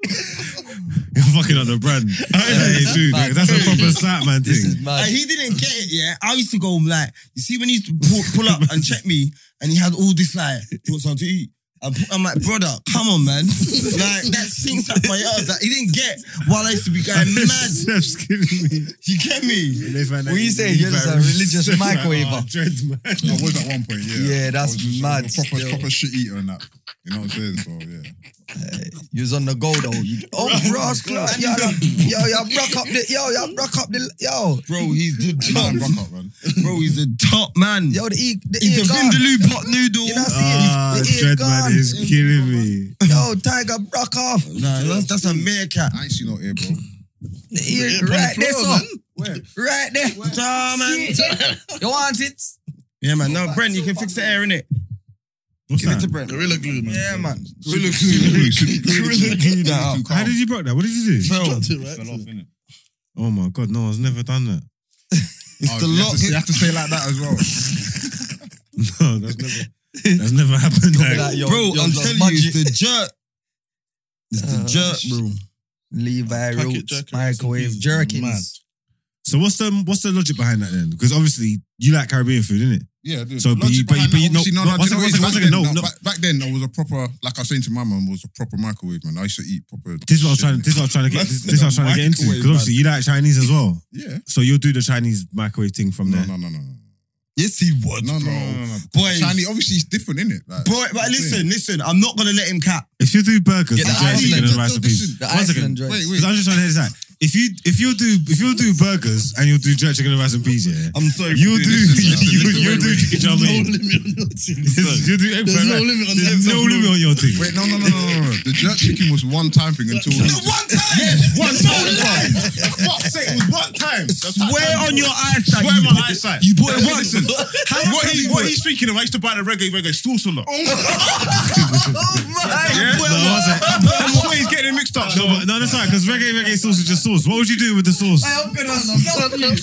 [SPEAKER 1] You're fucking up the brand. Hey,
[SPEAKER 4] that's
[SPEAKER 1] dude,
[SPEAKER 4] bad.
[SPEAKER 1] that's a proper slap man
[SPEAKER 4] This
[SPEAKER 1] thing.
[SPEAKER 4] is mad.
[SPEAKER 2] Like, he didn't get it, yeah. I used to go home like, you see when he used to pull, pull up and check me, and he had all this like, what's on to eat? I'm, I'm like, brother, come on, man. like that stinks up my ass. Like, he didn't get while I used to be going mad.
[SPEAKER 1] Chef's killing me.
[SPEAKER 2] You get me?
[SPEAKER 1] They find that
[SPEAKER 4] What you
[SPEAKER 1] easy
[SPEAKER 4] saying? You're just a
[SPEAKER 1] virus.
[SPEAKER 4] religious
[SPEAKER 1] Like, ah,
[SPEAKER 4] microwaver.
[SPEAKER 1] dreads, man.
[SPEAKER 5] I was at one point, yeah.
[SPEAKER 4] Yeah, that's
[SPEAKER 5] I was just-
[SPEAKER 4] mad
[SPEAKER 5] I was a Proper,
[SPEAKER 4] still.
[SPEAKER 5] proper shit eater and that. You know what I'm saying? So yeah.
[SPEAKER 4] You was on the go though. You, oh, Ross, yo, yo, yo, yo, broke up the, yo, yo, broke up the, yo,
[SPEAKER 2] Bro, he's the
[SPEAKER 5] Man,
[SPEAKER 2] top.
[SPEAKER 5] rock up, man.
[SPEAKER 2] Bro, he's the top man.
[SPEAKER 4] yo, the e, the
[SPEAKER 2] he's
[SPEAKER 4] ear
[SPEAKER 2] the
[SPEAKER 4] gone.
[SPEAKER 2] Vindaloo pot noodle.
[SPEAKER 4] You know what
[SPEAKER 1] Ah,
[SPEAKER 4] I'm saying?
[SPEAKER 1] dread
[SPEAKER 4] The ear
[SPEAKER 1] man
[SPEAKER 4] gone.
[SPEAKER 1] is killing me.
[SPEAKER 4] Yo, Tiger, broke off.
[SPEAKER 2] Nah, that's, that's a meerkat.
[SPEAKER 5] I ain't seen no ear, bro.
[SPEAKER 4] The ear, right there,
[SPEAKER 3] floor,
[SPEAKER 4] so. Right there.
[SPEAKER 2] Nah, man.
[SPEAKER 4] You want it?
[SPEAKER 2] Yeah, man. No, Brent, you can fix the air in it.
[SPEAKER 1] What's
[SPEAKER 2] Give it to
[SPEAKER 1] that?
[SPEAKER 2] Brent.
[SPEAKER 3] Gorilla glue, man.
[SPEAKER 4] Yeah, man.
[SPEAKER 5] Gorilla glue, gorilla glue,
[SPEAKER 2] now.
[SPEAKER 5] glue,
[SPEAKER 1] How did you broke that? What did you do?
[SPEAKER 2] Bro,
[SPEAKER 3] Dropped it, right?
[SPEAKER 5] innit?
[SPEAKER 1] Oh my god, no, I've never done that.
[SPEAKER 2] it's
[SPEAKER 5] Oh,
[SPEAKER 2] the
[SPEAKER 5] you have
[SPEAKER 2] lock.
[SPEAKER 5] to say- You have to say it like that as well.
[SPEAKER 1] No, that's never. That's never happened. Like,
[SPEAKER 4] Yo,
[SPEAKER 2] bro,
[SPEAKER 4] yo,
[SPEAKER 2] I'm
[SPEAKER 4] yo,
[SPEAKER 2] telling you,
[SPEAKER 4] budget.
[SPEAKER 2] it's the jerk. It's the
[SPEAKER 4] Oh,
[SPEAKER 2] jerk,
[SPEAKER 4] shit.
[SPEAKER 2] bro.
[SPEAKER 4] Levi
[SPEAKER 3] Packet
[SPEAKER 4] Roots,
[SPEAKER 3] jerkins,
[SPEAKER 4] microwave
[SPEAKER 3] some peas,
[SPEAKER 4] jerkins.
[SPEAKER 1] so what's the what's the logic behind that then? Because obviously you like Caribbean food, innit?
[SPEAKER 5] Yeah, dude.
[SPEAKER 1] So, but you-
[SPEAKER 5] Logic
[SPEAKER 1] but you-
[SPEAKER 5] behind
[SPEAKER 1] but you-
[SPEAKER 5] that, obviously,
[SPEAKER 1] no,
[SPEAKER 5] no, no,
[SPEAKER 1] one
[SPEAKER 5] do you know
[SPEAKER 1] second,
[SPEAKER 5] what
[SPEAKER 1] one
[SPEAKER 5] it is?
[SPEAKER 1] second,
[SPEAKER 5] Back
[SPEAKER 1] no,
[SPEAKER 5] then,
[SPEAKER 1] no.
[SPEAKER 5] Back, back then, I was a proper, like I was saying to my mum, was a proper microwave man. I used to eat proper.
[SPEAKER 1] This is what I was
[SPEAKER 5] shit.
[SPEAKER 1] trying. This is what I was trying to get. This, this is
[SPEAKER 5] That's
[SPEAKER 1] what I was trying to get into. Because
[SPEAKER 5] microwave,
[SPEAKER 1] obviously you like Chinese as well.
[SPEAKER 5] Yeah.
[SPEAKER 1] So you'll do the Chinese microwave thing from
[SPEAKER 5] No,
[SPEAKER 1] there.
[SPEAKER 5] no, no, no, no.
[SPEAKER 2] Yes, he was,
[SPEAKER 5] No, no,
[SPEAKER 2] bro.
[SPEAKER 5] no, no, no.
[SPEAKER 2] Boy,
[SPEAKER 5] Chinese, obviously, it's different, isn't it? Like,
[SPEAKER 2] boy, but listen, listen. I'm not gonna let him cap.
[SPEAKER 1] If you do burgers,
[SPEAKER 4] Get
[SPEAKER 1] and
[SPEAKER 4] the
[SPEAKER 1] jerk
[SPEAKER 4] Iceland
[SPEAKER 1] chicken and
[SPEAKER 5] jerk
[SPEAKER 1] rice and
[SPEAKER 5] chicken.
[SPEAKER 1] peas.
[SPEAKER 4] The
[SPEAKER 1] One
[SPEAKER 4] Iceland
[SPEAKER 1] second.
[SPEAKER 4] joint.
[SPEAKER 5] Wait,
[SPEAKER 1] Because I'm just trying to hear this out. If you if you do if you do burgers and you do jerk chicken and rice and peas, yeah,
[SPEAKER 2] I'm sorry.
[SPEAKER 1] you do
[SPEAKER 5] listen,
[SPEAKER 1] you
[SPEAKER 5] listen,
[SPEAKER 1] you
[SPEAKER 5] wait,
[SPEAKER 1] do
[SPEAKER 5] wait.
[SPEAKER 1] chicken
[SPEAKER 3] No
[SPEAKER 1] chomin.
[SPEAKER 3] limit on your team.
[SPEAKER 1] You do egg
[SPEAKER 3] There's
[SPEAKER 1] fried
[SPEAKER 3] no
[SPEAKER 1] rice.
[SPEAKER 3] limit on
[SPEAKER 1] There's
[SPEAKER 3] that.
[SPEAKER 1] no limit on your thing.
[SPEAKER 5] Wait, no, no, no, no, no, no. The jerk chicken was one time thing until.
[SPEAKER 2] The one time. Yes, one time.
[SPEAKER 5] Fuck's sake, it was one time. That's how-
[SPEAKER 2] Swear on your eyesight.
[SPEAKER 5] Swear on
[SPEAKER 2] you
[SPEAKER 5] my
[SPEAKER 2] bought-
[SPEAKER 5] eyesight.
[SPEAKER 2] You bought it
[SPEAKER 5] Listen,
[SPEAKER 2] once.
[SPEAKER 5] listen.
[SPEAKER 2] How
[SPEAKER 5] What,
[SPEAKER 2] can
[SPEAKER 5] he,
[SPEAKER 2] you
[SPEAKER 5] what
[SPEAKER 2] bought- Oh
[SPEAKER 5] he's speaking of, I used to buy the reggae reggae sauce a lot.
[SPEAKER 4] Oh,
[SPEAKER 2] You
[SPEAKER 1] No,
[SPEAKER 2] bought it
[SPEAKER 1] I
[SPEAKER 2] once.
[SPEAKER 1] was like,
[SPEAKER 5] That's why he's getting it mixed up.
[SPEAKER 1] No, but, no, that's right. Because reggae, reggae sauce is just sauce. What would you do with the sauce? I,
[SPEAKER 4] I'm gonna slap you.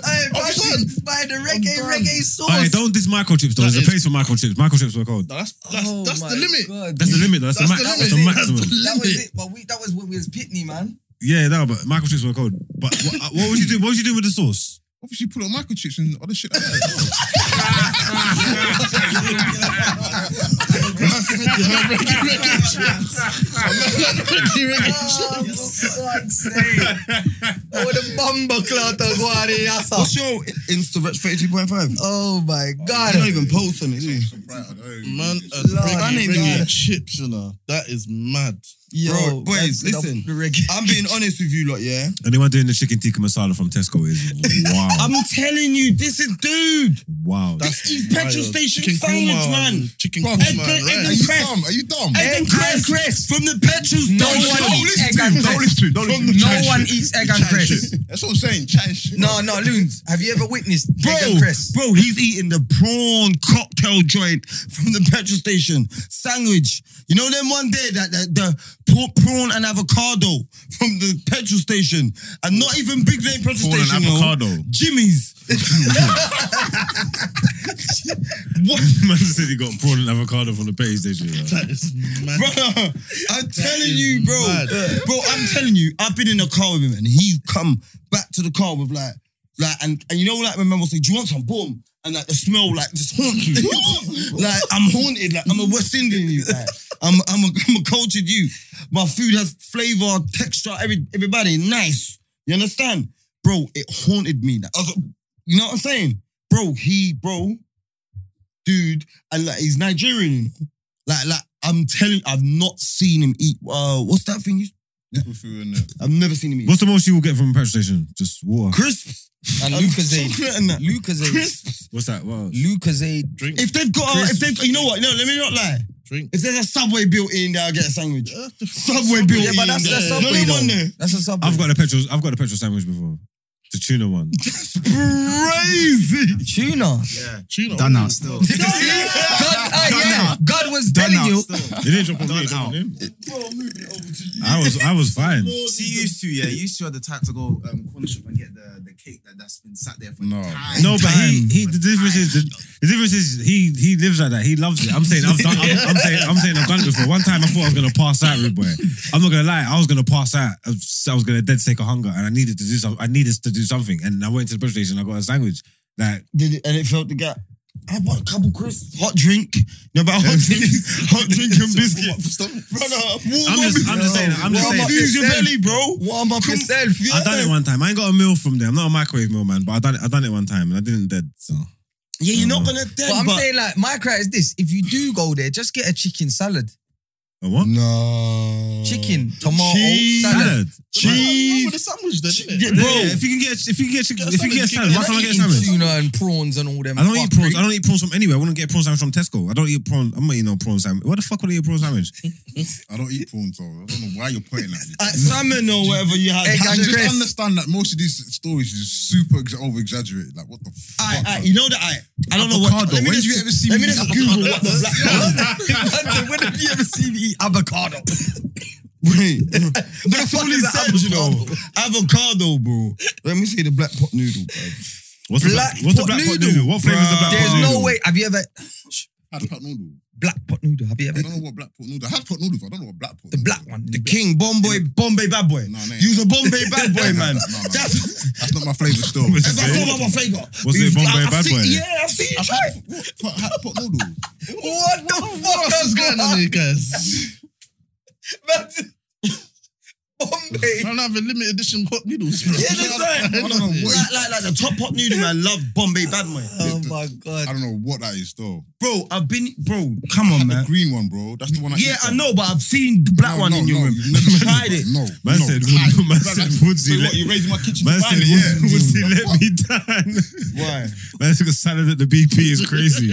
[SPEAKER 4] Hey, budget by the reggae, reggae sauce.
[SPEAKER 1] don't diss microchips though. There's a
[SPEAKER 3] That
[SPEAKER 1] place for microchips. Microchips were cold.
[SPEAKER 3] No, that's that's,
[SPEAKER 4] Oh
[SPEAKER 3] that's
[SPEAKER 4] my
[SPEAKER 3] the limit.
[SPEAKER 4] God.
[SPEAKER 1] That's the limit. Though. That's,
[SPEAKER 3] That's
[SPEAKER 1] the, max,
[SPEAKER 3] the
[SPEAKER 1] that's the
[SPEAKER 3] limit. That's the
[SPEAKER 1] maximum.
[SPEAKER 4] That was it, but we, that was when we was Pitney, man.
[SPEAKER 1] yeah, no, but microchips were cold. But what, uh, what would you do? What would you do with the sauce?
[SPEAKER 5] Obviously, put on microchips and other shit like that.
[SPEAKER 4] Oh, for God's sake. Oh, the bumper clout of Guari Yasa.
[SPEAKER 2] What's your Insta Rich 32.5?
[SPEAKER 4] Oh my God.
[SPEAKER 2] You don't even post on it, do you?
[SPEAKER 3] Man, uh,
[SPEAKER 4] Lord,
[SPEAKER 2] I
[SPEAKER 3] reggae,
[SPEAKER 2] need
[SPEAKER 3] reggae
[SPEAKER 2] that.
[SPEAKER 3] chips, you know. That is mad.
[SPEAKER 4] Yo,
[SPEAKER 2] Bro, boys,
[SPEAKER 4] that's the-
[SPEAKER 2] listen.
[SPEAKER 4] The reggae.
[SPEAKER 2] I'm being honest with you, lot, yeah?
[SPEAKER 1] Anyone doing the chicken tikka masala from Tesco is wow,
[SPEAKER 2] I'm telling you, this is dude.
[SPEAKER 1] wow.
[SPEAKER 3] That's
[SPEAKER 2] East petrol
[SPEAKER 3] wild.
[SPEAKER 2] station
[SPEAKER 3] Chicken
[SPEAKER 2] sandwich,
[SPEAKER 3] kurma,
[SPEAKER 2] man.
[SPEAKER 3] Chicken
[SPEAKER 2] Bro,
[SPEAKER 3] kurma,
[SPEAKER 2] egg-
[SPEAKER 3] rice.
[SPEAKER 2] egg-
[SPEAKER 5] Are you dumb? Are you dumb?
[SPEAKER 2] Egg and cress. From the petrol
[SPEAKER 4] No
[SPEAKER 2] station.
[SPEAKER 4] one
[SPEAKER 5] Don't
[SPEAKER 4] eats
[SPEAKER 5] listen
[SPEAKER 4] egg
[SPEAKER 5] to
[SPEAKER 4] and
[SPEAKER 5] him, don't
[SPEAKER 4] cress.
[SPEAKER 5] listen to him, don't listen to him.
[SPEAKER 4] No
[SPEAKER 5] Chinese
[SPEAKER 4] one
[SPEAKER 5] shit.
[SPEAKER 4] eats egg and
[SPEAKER 5] Chinese
[SPEAKER 4] cress.
[SPEAKER 5] shit. That's what I'm saying. Chinese shit.
[SPEAKER 4] No, no, Loons. Have you ever witnessed egg and cress?
[SPEAKER 2] bro, he's eating the prawn cocktail joint from the petrol station sandwich. You know them one day that that- the, pra- prawn and avocado from the petrol station, and not even big name petrol
[SPEAKER 1] Prawn and
[SPEAKER 2] station. no.
[SPEAKER 1] avocado.
[SPEAKER 2] Jimmy's.
[SPEAKER 1] What? Man said he got prawn and avocado from the pay station. Bro.
[SPEAKER 3] That is mad.
[SPEAKER 2] Bro, I'm telling
[SPEAKER 3] is
[SPEAKER 2] you, bro.
[SPEAKER 3] mad.
[SPEAKER 2] Bro, I'm telling you, I've been in a car with him and he come back to the car with like, like, and, and you know, like, when man will say, Do you want some? Boom. And like the smell, like, just haunts you. like, I'm haunted. Like, I'm a West Indian, you. Like, I'm, I'm, a, I'm a cultured you. My food has flavor, texture, every, everybody nice. You understand? Bro, it haunted me. Like, I was, you know what I'm saying? Bro, he, bro, dude, and like, he's Nigerian, you know? Like, like I'm telling, I've not seen him eat. Uh, what's that thing? You,
[SPEAKER 5] With you in there.
[SPEAKER 2] I've never seen him eat
[SPEAKER 1] What's the most you will get from a petrol station? Just water.
[SPEAKER 2] crisps
[SPEAKER 4] And
[SPEAKER 2] and
[SPEAKER 4] Lucasade.
[SPEAKER 2] chocolate and that.
[SPEAKER 4] Lucasade.
[SPEAKER 2] Crisps.
[SPEAKER 1] What's that? Wow.
[SPEAKER 4] Lucasade.
[SPEAKER 3] Drink,
[SPEAKER 2] If they've got, a, if
[SPEAKER 3] Crisps.
[SPEAKER 2] they've, you know what? No, let me not lie.
[SPEAKER 3] drink.
[SPEAKER 2] If there's a subway built in, there, I'll get a sandwich.
[SPEAKER 3] Uh, the f-
[SPEAKER 2] Subway built
[SPEAKER 4] Yeah,
[SPEAKER 2] in.
[SPEAKER 4] but that's
[SPEAKER 2] there.
[SPEAKER 4] the
[SPEAKER 2] You know
[SPEAKER 4] subway
[SPEAKER 2] the one
[SPEAKER 4] though.
[SPEAKER 2] there.
[SPEAKER 4] That's a subway.
[SPEAKER 1] I've got a petrol. I've got a petrol sandwich before. The tuna one.
[SPEAKER 2] Crazy.
[SPEAKER 4] Tuna.
[SPEAKER 3] Tuna.
[SPEAKER 6] Done out still.
[SPEAKER 4] God, ah,
[SPEAKER 6] Done
[SPEAKER 4] yeah.
[SPEAKER 6] out.
[SPEAKER 4] God was
[SPEAKER 6] Done
[SPEAKER 4] telling
[SPEAKER 6] out
[SPEAKER 4] you.
[SPEAKER 6] still.
[SPEAKER 1] It didn't drop on me.
[SPEAKER 6] Done
[SPEAKER 1] It dropped on
[SPEAKER 6] out.
[SPEAKER 1] him. I was I was fine.
[SPEAKER 6] See, you used to, yeah. You used to have the type to go um, corner shop and get the, the cake that, that's been sat there for
[SPEAKER 5] No.
[SPEAKER 6] time.
[SPEAKER 1] No, but he,
[SPEAKER 4] Time.
[SPEAKER 1] he the difference is the, the difference is he he lives like that. He loves it. I'm saying I've done I'm, I'm saying I'm saying I've done it before. One time I thought I was gonna pass out, rude boy. I'm not gonna lie, I was gonna pass out. I was I was gonna dead sick of hunger, and I needed to do some, I needed to do something, and I went to the petrol station. I got a sandwich. Like
[SPEAKER 2] Did it, and it felt the gap. I bought a couple crisps, hot drink. No, but hot drink, hot drink and biscuits. Brother, warm
[SPEAKER 1] I'm
[SPEAKER 2] up
[SPEAKER 1] just- I'm just
[SPEAKER 2] yourself.
[SPEAKER 1] saying, I'm just
[SPEAKER 2] Warm
[SPEAKER 1] saying.
[SPEAKER 2] up Use your belly, bro.
[SPEAKER 4] Warm up yourself. Yeah.
[SPEAKER 1] I done it one time. I ain't got a meal from there. I'm not a microwave meal man, but I done it. I done it one time, and I didn't dead. So
[SPEAKER 2] Yeah, you're not
[SPEAKER 1] Mm.
[SPEAKER 2] gonna dead.
[SPEAKER 4] But I'm
[SPEAKER 2] but-
[SPEAKER 4] saying, like, my cry is this: if you do go there, just get a chicken salad,
[SPEAKER 1] a what?
[SPEAKER 2] no
[SPEAKER 4] chicken, tomato,
[SPEAKER 2] Cheese.
[SPEAKER 4] salad.
[SPEAKER 1] Salad.
[SPEAKER 3] Cheese.
[SPEAKER 2] cheese.
[SPEAKER 3] the sandwich then, innit?
[SPEAKER 2] Yeah,
[SPEAKER 1] Bro,
[SPEAKER 2] Bro.
[SPEAKER 1] if you can get if you can get chicken-
[SPEAKER 3] Get a
[SPEAKER 1] if you can get salad,
[SPEAKER 3] sandwich, chicken.
[SPEAKER 1] why can't I get a
[SPEAKER 4] You're not
[SPEAKER 1] sandwich?
[SPEAKER 4] eating Tuna and prawns and all them.
[SPEAKER 1] I don't eat
[SPEAKER 4] fuckery.
[SPEAKER 1] prawns. I don't eat prawns from anywhere. I wouldn't get a prawn sandwich from Tesco. I don't eat prawns. I'm not eating no prawn sandwich. What the fuck would I eat a prawn sandwich?
[SPEAKER 5] I don't eat prawns, though. I don't know why you're pointing at me.
[SPEAKER 2] Like salmon or whatever you had.
[SPEAKER 4] Egg
[SPEAKER 5] I
[SPEAKER 4] and
[SPEAKER 5] just
[SPEAKER 4] Chris.
[SPEAKER 5] understand that most of these stories is super ex- over exaggerated. Like, what the fuck?
[SPEAKER 2] Aye, aye,
[SPEAKER 5] man?
[SPEAKER 2] you know that I. I don't know what.
[SPEAKER 5] Avocado.
[SPEAKER 2] Let me
[SPEAKER 5] When
[SPEAKER 2] just,
[SPEAKER 5] did you ever see
[SPEAKER 2] let
[SPEAKER 5] me
[SPEAKER 2] me
[SPEAKER 5] eat
[SPEAKER 2] just Google what the black.
[SPEAKER 4] when have you ever seen me eat avocado?
[SPEAKER 2] Wait, that's all
[SPEAKER 4] fuck
[SPEAKER 2] he
[SPEAKER 4] is an
[SPEAKER 2] said, you know. Avocado, bro. Let me see the black pot noodle, bro.
[SPEAKER 1] What's
[SPEAKER 4] Black
[SPEAKER 1] the black, what's the
[SPEAKER 4] pot
[SPEAKER 1] black pot
[SPEAKER 4] noodle,
[SPEAKER 1] noodle? What flavor is the black
[SPEAKER 4] There's
[SPEAKER 1] pot noodle?
[SPEAKER 4] no way. Have you ever
[SPEAKER 5] Had pot noodle.
[SPEAKER 4] black pot noodle? Have you
[SPEAKER 5] I
[SPEAKER 4] ever
[SPEAKER 5] don't know what black pot noodle. I had pot noodles. I don't know what black pot.
[SPEAKER 4] the
[SPEAKER 5] noodle
[SPEAKER 4] black
[SPEAKER 5] is.
[SPEAKER 4] one?
[SPEAKER 2] The king, Bombay, Bombay bad boy.
[SPEAKER 5] No, no.
[SPEAKER 2] Use a Bombay bad boy, man.
[SPEAKER 5] No, no, no.
[SPEAKER 2] That's
[SPEAKER 5] That's not my flavour still.
[SPEAKER 1] What's it,
[SPEAKER 2] that's all about my favour.
[SPEAKER 1] What's it, Bombay
[SPEAKER 2] I've
[SPEAKER 1] bad
[SPEAKER 2] seen-
[SPEAKER 1] boy?
[SPEAKER 2] Yeah, I've seen you
[SPEAKER 5] I've
[SPEAKER 2] try.
[SPEAKER 5] had what, pot, had pot noodle.
[SPEAKER 4] What the fuck
[SPEAKER 3] What's
[SPEAKER 4] is
[SPEAKER 3] going on here, guys?
[SPEAKER 4] Bombay.
[SPEAKER 3] I'm not having limited edition pot noodles. Bro.
[SPEAKER 2] Yeah, that's right.
[SPEAKER 3] I don't know what.
[SPEAKER 2] Like, like, like the top pot noodle man love Bombay bad boy.
[SPEAKER 4] Oh
[SPEAKER 5] Um,
[SPEAKER 4] my god.
[SPEAKER 5] I don't know what that is though.
[SPEAKER 2] Bro, I've been bro, come on, man.
[SPEAKER 5] The green one, bro. That's the one. I
[SPEAKER 2] Yeah,
[SPEAKER 5] eat
[SPEAKER 2] I
[SPEAKER 5] from.
[SPEAKER 2] know, but I've seen the black one
[SPEAKER 5] No,
[SPEAKER 2] in
[SPEAKER 5] no,
[SPEAKER 2] your
[SPEAKER 5] no,
[SPEAKER 2] room.
[SPEAKER 5] you've never seen
[SPEAKER 2] Tried
[SPEAKER 5] it.
[SPEAKER 2] it.
[SPEAKER 5] No,
[SPEAKER 1] Man
[SPEAKER 5] no.
[SPEAKER 1] said, would, man said, would
[SPEAKER 5] So
[SPEAKER 1] you
[SPEAKER 5] what,
[SPEAKER 1] let,
[SPEAKER 5] you raised my kitchen
[SPEAKER 1] man
[SPEAKER 5] to
[SPEAKER 1] said,
[SPEAKER 5] buy it?
[SPEAKER 1] would, would you let me down?
[SPEAKER 2] Why?
[SPEAKER 1] Man said, 'cause salad at the BP is crazy.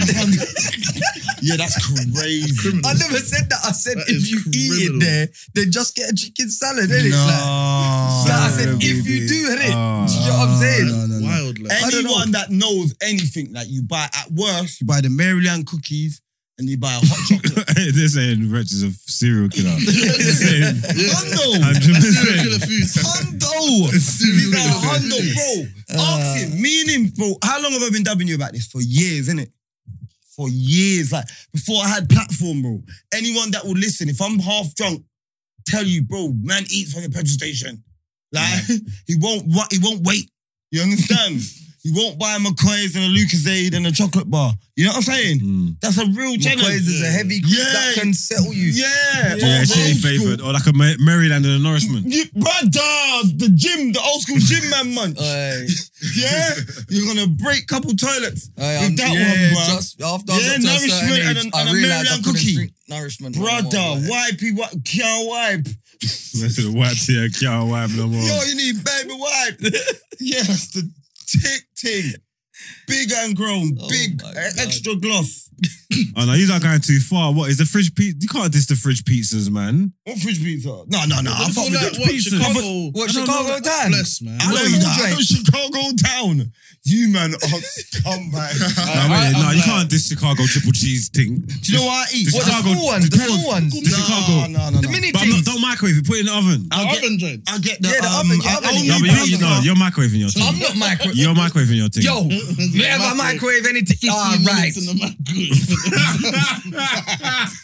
[SPEAKER 2] Yeah, that's crazy.
[SPEAKER 4] I never said that. I said
[SPEAKER 3] That
[SPEAKER 4] if
[SPEAKER 3] is
[SPEAKER 4] you eat
[SPEAKER 3] criminal.
[SPEAKER 4] it there, then just get a chicken salad. innit? Like,
[SPEAKER 2] No.
[SPEAKER 4] so I said
[SPEAKER 1] Salad,
[SPEAKER 4] if you
[SPEAKER 1] baby.
[SPEAKER 4] do, innit? Do you
[SPEAKER 1] Ah.
[SPEAKER 4] know what I'm saying?
[SPEAKER 3] Wild, like.
[SPEAKER 4] I don't know.
[SPEAKER 2] Anyone that knows anything, like you buy at worst, you buy the Maryland cookies and you buy a hot chocolate.
[SPEAKER 1] They're saying wretches of serial killer. They're saying,
[SPEAKER 2] Hondo!
[SPEAKER 1] I'm just
[SPEAKER 3] Serial
[SPEAKER 1] saying.
[SPEAKER 3] killer food.
[SPEAKER 2] Hondo! These are Hondo, bro.
[SPEAKER 4] Uh.
[SPEAKER 2] Ask him, me and him, bro. How long have I been dubbing you about this? For years, innit? For years. Like, before I had platform, bro. Anyone that will listen, if I'm half drunk, tell you, bro, man eats from the petrol station. Like, he won't wa- he won't wait. You understand? he won't buy McCoy's and a Lucasade and a chocolate bar. You know what I'm saying?
[SPEAKER 1] Mm.
[SPEAKER 2] That's a real challenge.
[SPEAKER 4] McCoy's is a heavy
[SPEAKER 2] yeah.
[SPEAKER 4] that can settle you.
[SPEAKER 2] Yeah.
[SPEAKER 1] Yeah,
[SPEAKER 2] Old
[SPEAKER 1] shitty
[SPEAKER 2] school.
[SPEAKER 1] favoured. Or like a Ma- Maryland and a Norrisman.
[SPEAKER 2] You, brothers, the gym, the old school gym man munch.
[SPEAKER 4] Aye.
[SPEAKER 2] yeah, you're gonna break couple toilets
[SPEAKER 4] Aye, I'm-
[SPEAKER 2] with that
[SPEAKER 4] yeah,
[SPEAKER 2] one, bro.
[SPEAKER 4] Just after
[SPEAKER 2] Yeah,
[SPEAKER 4] I got to a certain
[SPEAKER 2] nourishment and
[SPEAKER 4] age,
[SPEAKER 2] an-
[SPEAKER 4] I
[SPEAKER 2] and a
[SPEAKER 4] realised I
[SPEAKER 2] Maryland
[SPEAKER 4] couldn't
[SPEAKER 2] cookie.
[SPEAKER 4] drink nourishment. no more,
[SPEAKER 2] Brother,
[SPEAKER 4] like.
[SPEAKER 2] wipey, what? Can't wipe.
[SPEAKER 1] Man said, white here, can't wipe no more.
[SPEAKER 2] Yo, you need baby wipe. yeah, that's the tick thing. Big and grown,
[SPEAKER 4] Oh
[SPEAKER 2] big,
[SPEAKER 4] my
[SPEAKER 2] e-
[SPEAKER 4] God.
[SPEAKER 2] extra gloss.
[SPEAKER 1] Oh no, you're not going too far. What is the fridge pizza? You can't diss the fridge pizzas, man.
[SPEAKER 2] What fridge pizza? No, no, no. I
[SPEAKER 3] It's
[SPEAKER 2] fuck
[SPEAKER 3] all
[SPEAKER 2] with
[SPEAKER 3] like
[SPEAKER 2] it.
[SPEAKER 3] what
[SPEAKER 1] pizza.
[SPEAKER 3] Chicago.
[SPEAKER 4] What,
[SPEAKER 1] I don't
[SPEAKER 4] Chicago
[SPEAKER 1] know.
[SPEAKER 4] time?
[SPEAKER 3] Bless man.
[SPEAKER 2] I
[SPEAKER 4] What
[SPEAKER 2] know
[SPEAKER 4] are
[SPEAKER 2] you
[SPEAKER 4] you
[SPEAKER 2] that. I
[SPEAKER 4] doing?
[SPEAKER 2] know Chicago town. You man are scumbag.
[SPEAKER 1] No, wait,
[SPEAKER 3] I-
[SPEAKER 1] no
[SPEAKER 3] I'm
[SPEAKER 1] you
[SPEAKER 3] like-
[SPEAKER 1] can't diss Chicago triple cheese thing.
[SPEAKER 2] Do you know what I eat?
[SPEAKER 1] The
[SPEAKER 4] What, the
[SPEAKER 1] Chicago-
[SPEAKER 4] small ones?
[SPEAKER 1] the
[SPEAKER 4] The
[SPEAKER 1] tall-
[SPEAKER 4] small ones?
[SPEAKER 1] the Chicago.
[SPEAKER 2] No, no, no.
[SPEAKER 4] The
[SPEAKER 2] no.
[SPEAKER 4] mini
[SPEAKER 1] But I'm not,
[SPEAKER 4] things?
[SPEAKER 1] don't microwave it. Put it in the oven.
[SPEAKER 2] I get,
[SPEAKER 3] Oven joint.
[SPEAKER 2] I get the,
[SPEAKER 4] Yeah, the
[SPEAKER 2] um,
[SPEAKER 4] oven, yeah,
[SPEAKER 2] I
[SPEAKER 4] oven,
[SPEAKER 2] only
[SPEAKER 4] yeah.
[SPEAKER 1] No, but you,
[SPEAKER 2] buy-
[SPEAKER 1] you, no, you're microwaving your
[SPEAKER 4] I'm
[SPEAKER 1] thing.
[SPEAKER 4] not micro.
[SPEAKER 1] You're microwaving your thing.
[SPEAKER 4] Yo, whenever microwave anything.
[SPEAKER 3] Ah,
[SPEAKER 4] All right.
[SPEAKER 3] In the microwave.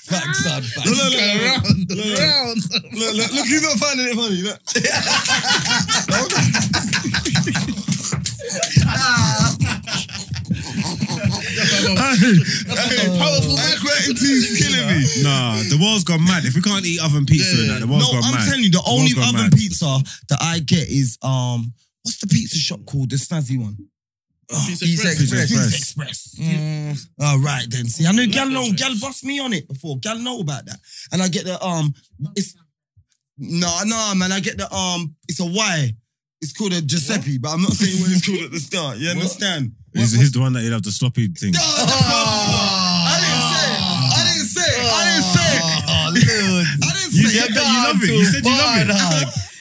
[SPEAKER 4] Facts on facts.
[SPEAKER 2] Look, look, look, look.
[SPEAKER 3] Round, round.
[SPEAKER 2] Look, look, look, he's not finding it funny. Look.
[SPEAKER 3] Powerful.
[SPEAKER 2] Microwave tea's killing me.
[SPEAKER 1] Nah, the world's gone mad. If we can't eat oven pizza
[SPEAKER 3] Yeah,
[SPEAKER 1] and
[SPEAKER 3] yeah.
[SPEAKER 1] that, the world's
[SPEAKER 2] no,
[SPEAKER 1] gone
[SPEAKER 2] I'm
[SPEAKER 1] mad.
[SPEAKER 2] telling you, the
[SPEAKER 1] world's
[SPEAKER 2] only
[SPEAKER 1] gone
[SPEAKER 2] other
[SPEAKER 1] mad.
[SPEAKER 2] pizza that I get is um, what's the pizza shop called? The snazzy one.
[SPEAKER 3] Pizza
[SPEAKER 4] Pizza
[SPEAKER 3] Express.
[SPEAKER 1] Pizza
[SPEAKER 4] Express.
[SPEAKER 1] Express. Mm.
[SPEAKER 2] Pizza Express. All right then. See, I know Gal know, Gal bust me on it before. Gal know about that. And I get the um, it's no, no, man. I get the um, it's a Y. It's called a Giuseppe, but I'm not saying what it's called at the start. You understand?
[SPEAKER 1] He's, he's the one that ate up the sloppy thing.
[SPEAKER 2] No, that's not I didn't say. it. I didn't say. it. I didn't say. it. I didn't say.
[SPEAKER 1] You
[SPEAKER 2] it.
[SPEAKER 1] said that you love it. You said you love it.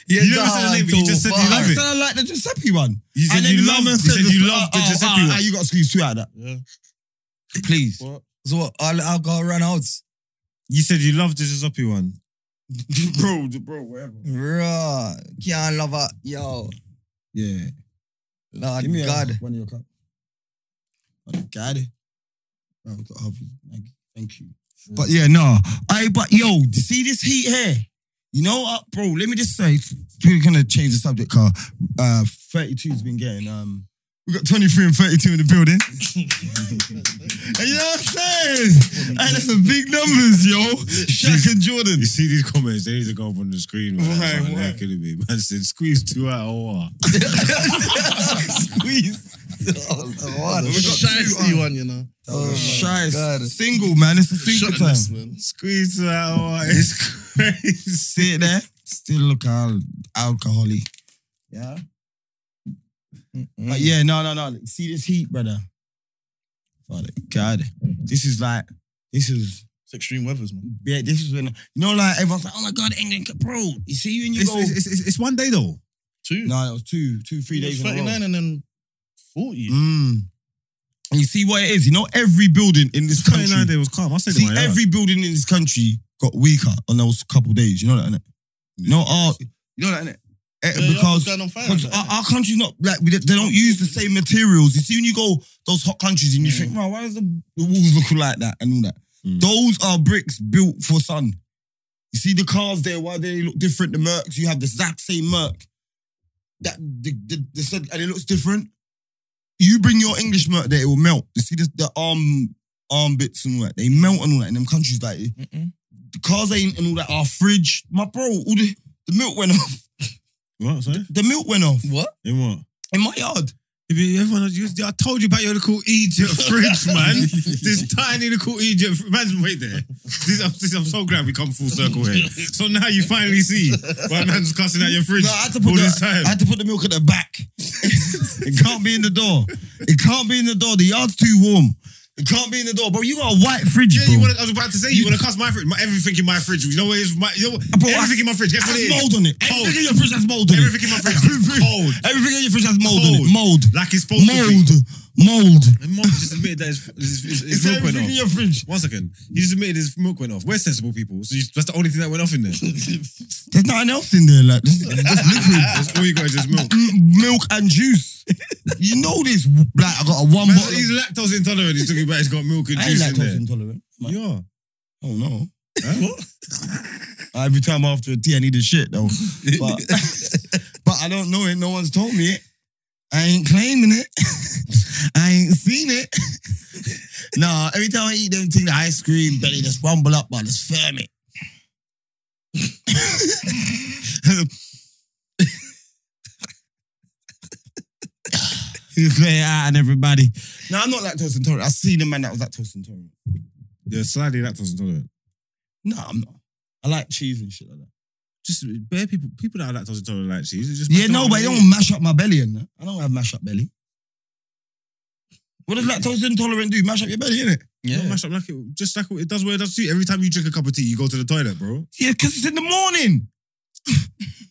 [SPEAKER 4] He
[SPEAKER 1] You never said the name, but you just said you love
[SPEAKER 2] I
[SPEAKER 1] it.
[SPEAKER 2] said I like the Giuseppe one.
[SPEAKER 1] You said
[SPEAKER 2] and then
[SPEAKER 1] you
[SPEAKER 2] the
[SPEAKER 1] love.
[SPEAKER 2] man
[SPEAKER 1] You
[SPEAKER 2] said
[SPEAKER 1] said
[SPEAKER 2] this-
[SPEAKER 1] you love the
[SPEAKER 2] oh,
[SPEAKER 1] Giuseppe
[SPEAKER 2] oh,
[SPEAKER 1] one.
[SPEAKER 2] ah, You got to squeeze two out of that.
[SPEAKER 3] Yeah.
[SPEAKER 2] Please.
[SPEAKER 3] What?
[SPEAKER 4] So what? I'll, I'll go run out.
[SPEAKER 1] You said you loved the Giuseppe one.
[SPEAKER 2] bro, bro, whatever.
[SPEAKER 4] Bruh. Can't love her. Yo.
[SPEAKER 2] Yeah.
[SPEAKER 4] Lord
[SPEAKER 2] Give me
[SPEAKER 4] God.
[SPEAKER 2] A, one of your cup. Oh, God. Bro, I've got half of it. Thank you. Thank you. But yeah, no. I but yo, see this heat here. You know what, bro? Let me just say, we're gonna change the subject. Car, uh, thirty-two's been getting um, we got twenty-three and thirty-two in the building. and you know what I'm saying? Hey, that's some big numbers, yo. Shaq and Jordan.
[SPEAKER 1] You see these comments, they need to go up on the screen. Man.
[SPEAKER 2] Why,
[SPEAKER 1] That's what
[SPEAKER 2] why?
[SPEAKER 1] they're killing me. Man said, squeeze two out of one.
[SPEAKER 4] Squeeze. Oh,
[SPEAKER 3] We got
[SPEAKER 4] Lord.
[SPEAKER 3] shiesty one, you know.
[SPEAKER 4] Oh, my
[SPEAKER 2] Shy,
[SPEAKER 4] God.
[SPEAKER 2] single man. It's a single time.
[SPEAKER 3] Shotness, man.
[SPEAKER 1] Squeeze two out of one. It's crazy.
[SPEAKER 2] Sit there, still look al- alcoholic.
[SPEAKER 4] Yeah.
[SPEAKER 2] But yeah, no, no, no. See this heat, brother. Father God, this is like this is
[SPEAKER 3] It's extreme weathers, man.
[SPEAKER 2] yeah, this is when you know, like everyone's like, oh my God, England, bro. You see you and you
[SPEAKER 1] It's,
[SPEAKER 2] go.
[SPEAKER 1] it's, it's, it's one day though.
[SPEAKER 3] Two.
[SPEAKER 2] no, it was two, two, three
[SPEAKER 3] It
[SPEAKER 2] days
[SPEAKER 3] was
[SPEAKER 2] in a row.
[SPEAKER 3] 39 and then 40.
[SPEAKER 2] Mm. And you see what it is. You know, every building in this country,
[SPEAKER 1] 29 day was calm. I said,
[SPEAKER 2] see
[SPEAKER 1] in my every-
[SPEAKER 2] every building in this country got weaker on those couple days. You know that, innit? You know, our, you know that, innit? Eh,
[SPEAKER 3] Yeah, your
[SPEAKER 2] because
[SPEAKER 3] house going on fire.
[SPEAKER 2] Because our, our country's not like we, they don't use the same materials. You see, when you go those hot countries and you think, man, why does the, the walls look like that and all that?
[SPEAKER 1] Mm.
[SPEAKER 2] Those are bricks built for sun. You see the cars there, why they look different? The Mercs, you have the exact same Merc. That the, the, the said, and it looks different. You bring your English Merc there, it will melt. You see the, the arm arm bits and all that, they melt and all that in them countries like the cars ain't and all that. Our fridge, my bro, all the, the milk went off.
[SPEAKER 1] what? Sorry?
[SPEAKER 2] The milk went off
[SPEAKER 4] What?
[SPEAKER 1] In what?
[SPEAKER 2] in my yard.
[SPEAKER 1] If you- Everyone, else used- I told you about your little Egypt fridge, man. this tiny little Egypt. fr- Imagine, wait there. This, I'm, this- I'm so glad we come full circle here. So now you finally see why man's cussing out your fridge
[SPEAKER 2] No, I had to
[SPEAKER 1] all
[SPEAKER 2] put
[SPEAKER 1] this
[SPEAKER 2] the,
[SPEAKER 1] time.
[SPEAKER 2] I had to put the milk at the back. it can't be in the door. It can't be in the door. The yard's too warm. It can't be in the door, bro. You got a white fridge,
[SPEAKER 1] yeah,
[SPEAKER 2] bro.
[SPEAKER 1] you wanna, I was about to say you, want to cuss my fridge. My, everything in my fridge. You know what it is? My, you know, what-
[SPEAKER 2] Bro, I-
[SPEAKER 1] everything in my fridge. Guess what it
[SPEAKER 2] has
[SPEAKER 1] is?
[SPEAKER 2] mold on it.
[SPEAKER 1] Cold.
[SPEAKER 2] Everything in your fridge has mold on
[SPEAKER 1] Everything in my fridge.
[SPEAKER 2] Everything.
[SPEAKER 1] Cold.
[SPEAKER 2] it. Everything in your fridge has mold on
[SPEAKER 1] Cold.
[SPEAKER 2] it. Mold.
[SPEAKER 1] Like it's supposed to be.
[SPEAKER 2] Mold. Mold.
[SPEAKER 1] And Mom just admitted that his, his, his, his milk went off.
[SPEAKER 2] your fridge.
[SPEAKER 1] One second. He just admitted his milk went off. We're sensible people. So you, that's the only thing that went off in there.
[SPEAKER 2] There's nothing else in there. Like this, this liquid.
[SPEAKER 1] That's all you got is just milk.
[SPEAKER 2] M- milk and juice. You know this. Like I got a one
[SPEAKER 1] Man,
[SPEAKER 2] bottle.
[SPEAKER 1] he's lactose intolerant. He's talking about he's got milk and
[SPEAKER 2] I ain't
[SPEAKER 1] juice in
[SPEAKER 2] lactose
[SPEAKER 1] there.
[SPEAKER 2] intolerant. man.
[SPEAKER 1] You are.
[SPEAKER 2] Oh no.
[SPEAKER 1] Huh?
[SPEAKER 2] Every time after a tea, I need a E shit though. But, but I don't know it. No one's told me it. I ain't claiming it. I ain't seen it. nah, every time I eat them thing, the ice cream belly just rumble up, but it's firm it. You play it out and everybody. No, I'm not lactose intolerant. I seen a man that was lactose intolerant.
[SPEAKER 1] You're slightly lactose intolerant.
[SPEAKER 2] No, I'm not. I like cheese and shit like that.
[SPEAKER 1] Just bare people, people that are lactose intolerant like cheese. it's Just
[SPEAKER 2] Yeah, no, but it don't mash up my belly. And I don't have mash up belly. What does lactose intolerant do? Mash up your belly, innit?
[SPEAKER 1] Yeah. Mash up like it, just like it does what it does to you. Every time you drink a cup of tea, you go to the toilet, bro.
[SPEAKER 2] Yeah, because it's in the morning.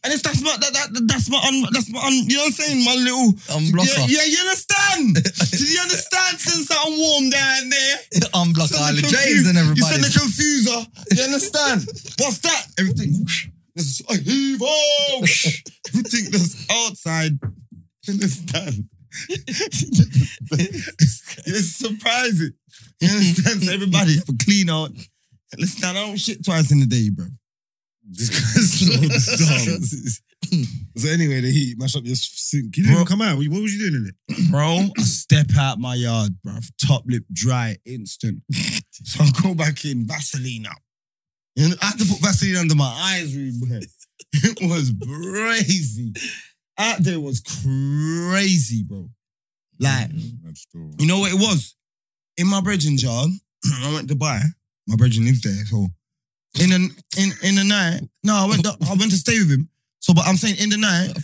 [SPEAKER 2] and it's that's my that, that that's my un, that's my un, you know what I'm saying? My little yeah,
[SPEAKER 4] Unblocker.
[SPEAKER 2] yeah, you understand? Did you understand since that I'm warm down there?
[SPEAKER 4] Unblocker.
[SPEAKER 2] Send
[SPEAKER 4] Isla
[SPEAKER 2] the
[SPEAKER 4] James and
[SPEAKER 2] confu-
[SPEAKER 4] everybody.
[SPEAKER 2] You send the confuser. You understand? What's that? Everything. There's a heave. Oh, everything that's outside. You understand? it's surprising. You understand? So everybody have a clean out. Understand? I don't shit twice in a day, bro.
[SPEAKER 1] This guy's so dumb.
[SPEAKER 2] So anyway, the heat mash up your sink.
[SPEAKER 1] You didn't even come out. What was you doing in it?
[SPEAKER 2] Bro, I step out my yard, bro. Top lip dry, instant. so I go back in, Vaseline up. You know, I had to put Vaseline under my eyes, really, bro. It was crazy. Out there was crazy, bro. Like,
[SPEAKER 5] That's true.
[SPEAKER 2] you know what it was? In my brethren jar, I went to buy. My brethren lives there, so in the in in the night. No, I went to, I went to stay with him. So, but I'm saying in the night,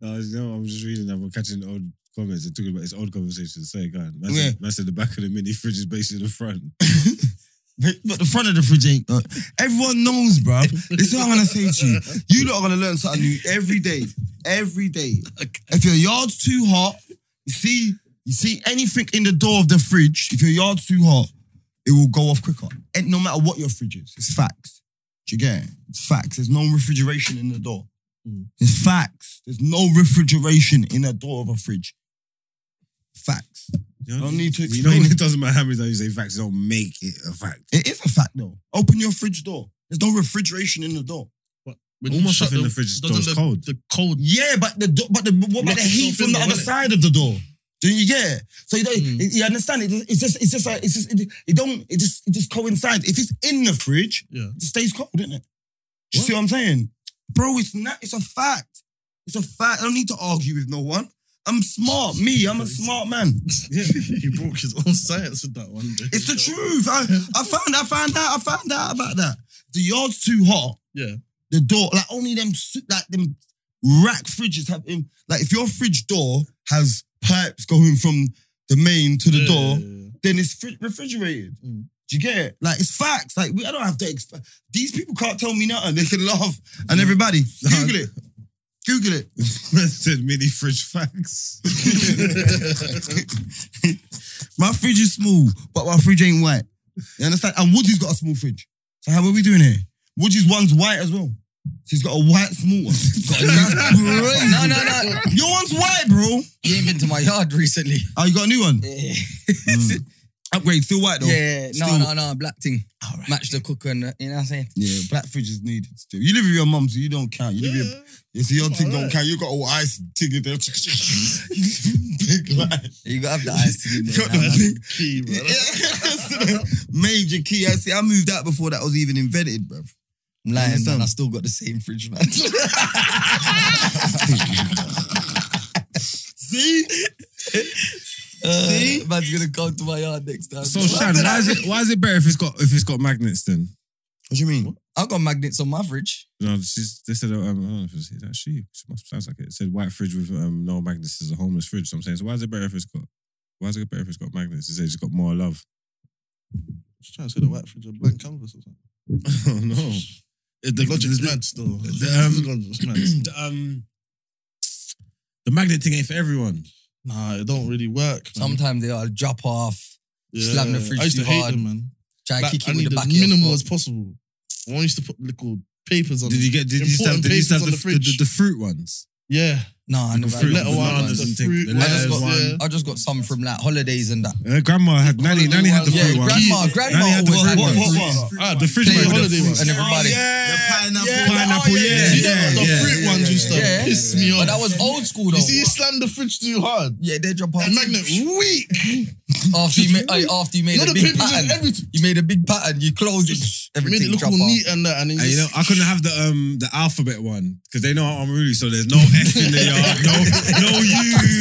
[SPEAKER 1] No, I was- no, I'm just reading. I'm catching old comments and talking about it's old conversations. Sorry, God. Man,
[SPEAKER 2] Yeah.
[SPEAKER 1] said, man said the back of the mini fridge is basically the front.
[SPEAKER 2] But the front of the fridge ain't. uh, everyone knows, bruv. This is what I'm gonna say to you. You lot are gonna learn something new every day. Every day. If your yard's too hot, you see, you see anything in the door of the fridge. If your yard's too hot, it will go off quicker. And no matter what your fridge is, it's facts. Do you get it? It's facts. There's no refrigeration in the door. It's facts. There's no refrigeration in the door of a fridge. Facts.
[SPEAKER 1] You
[SPEAKER 2] Don't need to
[SPEAKER 1] You know,
[SPEAKER 2] explain it.
[SPEAKER 1] it doesn't matter how many times you say facts, don't make it a fact.
[SPEAKER 2] It is a fact though. Open your fridge door. There's no refrigeration in the door.
[SPEAKER 1] All
[SPEAKER 3] When you
[SPEAKER 1] my
[SPEAKER 3] shut
[SPEAKER 1] stuff in the fridge is-
[SPEAKER 3] doesn't
[SPEAKER 1] it's
[SPEAKER 3] the,
[SPEAKER 1] cold.
[SPEAKER 3] The cold.
[SPEAKER 2] Yeah, but the do- but the what about
[SPEAKER 3] Lock
[SPEAKER 2] the heat
[SPEAKER 3] yourself
[SPEAKER 2] from
[SPEAKER 3] in
[SPEAKER 2] the
[SPEAKER 3] there,
[SPEAKER 2] other
[SPEAKER 3] innit?
[SPEAKER 2] side of the door? Do you yeah? So you, don't,
[SPEAKER 3] Mm.
[SPEAKER 2] you understand it? It's just it's just like it's just it, it don't it just it just coincides. If it's in the fridge,
[SPEAKER 3] Yeah.
[SPEAKER 2] it stays cold, isn't it? Do you
[SPEAKER 3] What?
[SPEAKER 2] see what I'm saying, bro? It's not. It's a fact. It's a fact. I don't need to argue with no one. I'm smart. Me, I'm a smart man.
[SPEAKER 3] Yeah. he broke his own science with that one.
[SPEAKER 2] It's the truth. I, I found I found out I found out about that. The yard's too hot.
[SPEAKER 3] Yeah.
[SPEAKER 2] The door, like only them su- like them rack fridges have in like if your fridge door has pipes going from the main to the door, then it's fri- refrigerated.
[SPEAKER 3] Mm.
[SPEAKER 2] Do you get it? Like it's facts. Like we, I don't have to explain. These people can't tell me nothing. They can laugh and everybody Google it. Google it.
[SPEAKER 1] Man said mini fridge facts.
[SPEAKER 2] My fridge is small, but my fridge ain't white. You understand? And Woody's got a small fridge. So how are we doing here? Woody's one's white as well. She's got a white small one. That's crazy.
[SPEAKER 4] No, no, no.
[SPEAKER 2] Your one's white, bro.
[SPEAKER 4] You ain't been to my yard recently.
[SPEAKER 2] Oh, you got a new one? Mm.
[SPEAKER 4] Yeah,
[SPEAKER 2] Upgrade, still white though.
[SPEAKER 4] yeah.
[SPEAKER 2] Still-
[SPEAKER 4] no, no, no. Black thing. Match the cooker and uh, you know what I'm saying.
[SPEAKER 2] Yeah, black fridge is needed still. You live with your mum, so you don't count. You live with your, you see, your thing don't
[SPEAKER 3] Alright.
[SPEAKER 2] count. You got all ice thing in there. Big light.
[SPEAKER 4] You gotta have the eyes to do
[SPEAKER 2] Got the
[SPEAKER 4] that.
[SPEAKER 2] big
[SPEAKER 3] Key, bro.
[SPEAKER 2] Yeah. Major key. I see. I moved out before that was even invented, bruv.
[SPEAKER 4] I'm lying, man.
[SPEAKER 2] Understand?
[SPEAKER 4] I still got the same fridge, man.
[SPEAKER 2] See,
[SPEAKER 4] See, Uh, man's gonna come to my yard next time.
[SPEAKER 1] So Shan, why is it why is it better if it's got if it's got magnets then?
[SPEAKER 2] what do you mean?
[SPEAKER 4] I got magnets on my fridge.
[SPEAKER 1] No, this is, they said um, I don't know if it's actually it must sounds like it. It said white fridge with um, no magnets is a homeless fridge. So I'm saying, so why is it better if it's got why is it better if it's got magnets? Is it just got more love?
[SPEAKER 3] Just trying to say the white fridge, a blank canvas or something.
[SPEAKER 1] oh no.
[SPEAKER 3] The logic's mad still.
[SPEAKER 1] the,
[SPEAKER 3] The logic's mad.
[SPEAKER 1] the, um, the magnet thing ain't for everyone.
[SPEAKER 3] Nah, it don't really work. Man.
[SPEAKER 4] Sometimes they are drop off,
[SPEAKER 3] yeah.
[SPEAKER 4] slam the fridge
[SPEAKER 3] I used to
[SPEAKER 4] too
[SPEAKER 3] hate
[SPEAKER 4] hard.
[SPEAKER 3] them, man.
[SPEAKER 4] try
[SPEAKER 3] Like,
[SPEAKER 4] kick it
[SPEAKER 3] I
[SPEAKER 4] with
[SPEAKER 3] need
[SPEAKER 4] the back
[SPEAKER 3] as
[SPEAKER 4] of your
[SPEAKER 3] minimal
[SPEAKER 4] foot.
[SPEAKER 3] as possible. I used to put little papers on.
[SPEAKER 1] Did you get? Did you used to have,
[SPEAKER 3] Important
[SPEAKER 1] did you used to have the,
[SPEAKER 3] papers on the
[SPEAKER 1] the, the,
[SPEAKER 3] fridge.
[SPEAKER 1] the fruit ones?
[SPEAKER 3] Yeah,
[SPEAKER 4] No, I never.
[SPEAKER 1] The
[SPEAKER 4] had
[SPEAKER 1] fruit
[SPEAKER 4] those.
[SPEAKER 3] letter
[SPEAKER 1] the
[SPEAKER 3] one,
[SPEAKER 1] ones
[SPEAKER 3] the
[SPEAKER 1] and thing.
[SPEAKER 3] fruit
[SPEAKER 1] The
[SPEAKER 3] one.
[SPEAKER 1] letters
[SPEAKER 4] I just got
[SPEAKER 1] one.
[SPEAKER 3] Yeah.
[SPEAKER 4] I just got some from like holidays and that.
[SPEAKER 1] Uh, grandma had nanny. Nanny had the
[SPEAKER 4] Yeah,
[SPEAKER 1] fruit one.
[SPEAKER 4] grandma, grandma
[SPEAKER 1] nanny had the
[SPEAKER 4] always
[SPEAKER 1] fruit
[SPEAKER 4] had
[SPEAKER 1] one.
[SPEAKER 4] the
[SPEAKER 2] What,
[SPEAKER 4] fruit.
[SPEAKER 2] what,
[SPEAKER 1] Ah,
[SPEAKER 2] what?
[SPEAKER 1] the fridge
[SPEAKER 4] Play
[SPEAKER 1] one. The
[SPEAKER 3] holiday
[SPEAKER 4] with the fruit
[SPEAKER 3] ones.
[SPEAKER 4] and everybody.
[SPEAKER 2] pineapple.
[SPEAKER 4] oh,
[SPEAKER 1] Pineapple, yeah,
[SPEAKER 3] you know
[SPEAKER 1] yeah,
[SPEAKER 3] the
[SPEAKER 1] yeah.
[SPEAKER 3] fruit
[SPEAKER 4] yeah,
[SPEAKER 3] ones
[SPEAKER 4] yeah,
[SPEAKER 3] used to
[SPEAKER 4] yeah.
[SPEAKER 3] piss me off.
[SPEAKER 4] But that was old school
[SPEAKER 3] you
[SPEAKER 4] though.
[SPEAKER 3] see, you slam the fridge too hard.
[SPEAKER 4] yeah, they drop off.
[SPEAKER 3] That magnet weak.
[SPEAKER 4] After you made, after you made
[SPEAKER 3] You know
[SPEAKER 4] a
[SPEAKER 3] the
[SPEAKER 4] big
[SPEAKER 3] papers
[SPEAKER 4] pattern,
[SPEAKER 3] and everything.
[SPEAKER 4] you made a big pattern. You closed it.
[SPEAKER 3] You made
[SPEAKER 4] Everything
[SPEAKER 3] it look
[SPEAKER 4] drop
[SPEAKER 3] all
[SPEAKER 4] off.
[SPEAKER 3] neat and that, and then
[SPEAKER 1] And Uh, you know, I couldn't have the um the alphabet one because they know I'm really so there's no F in the yard, no no U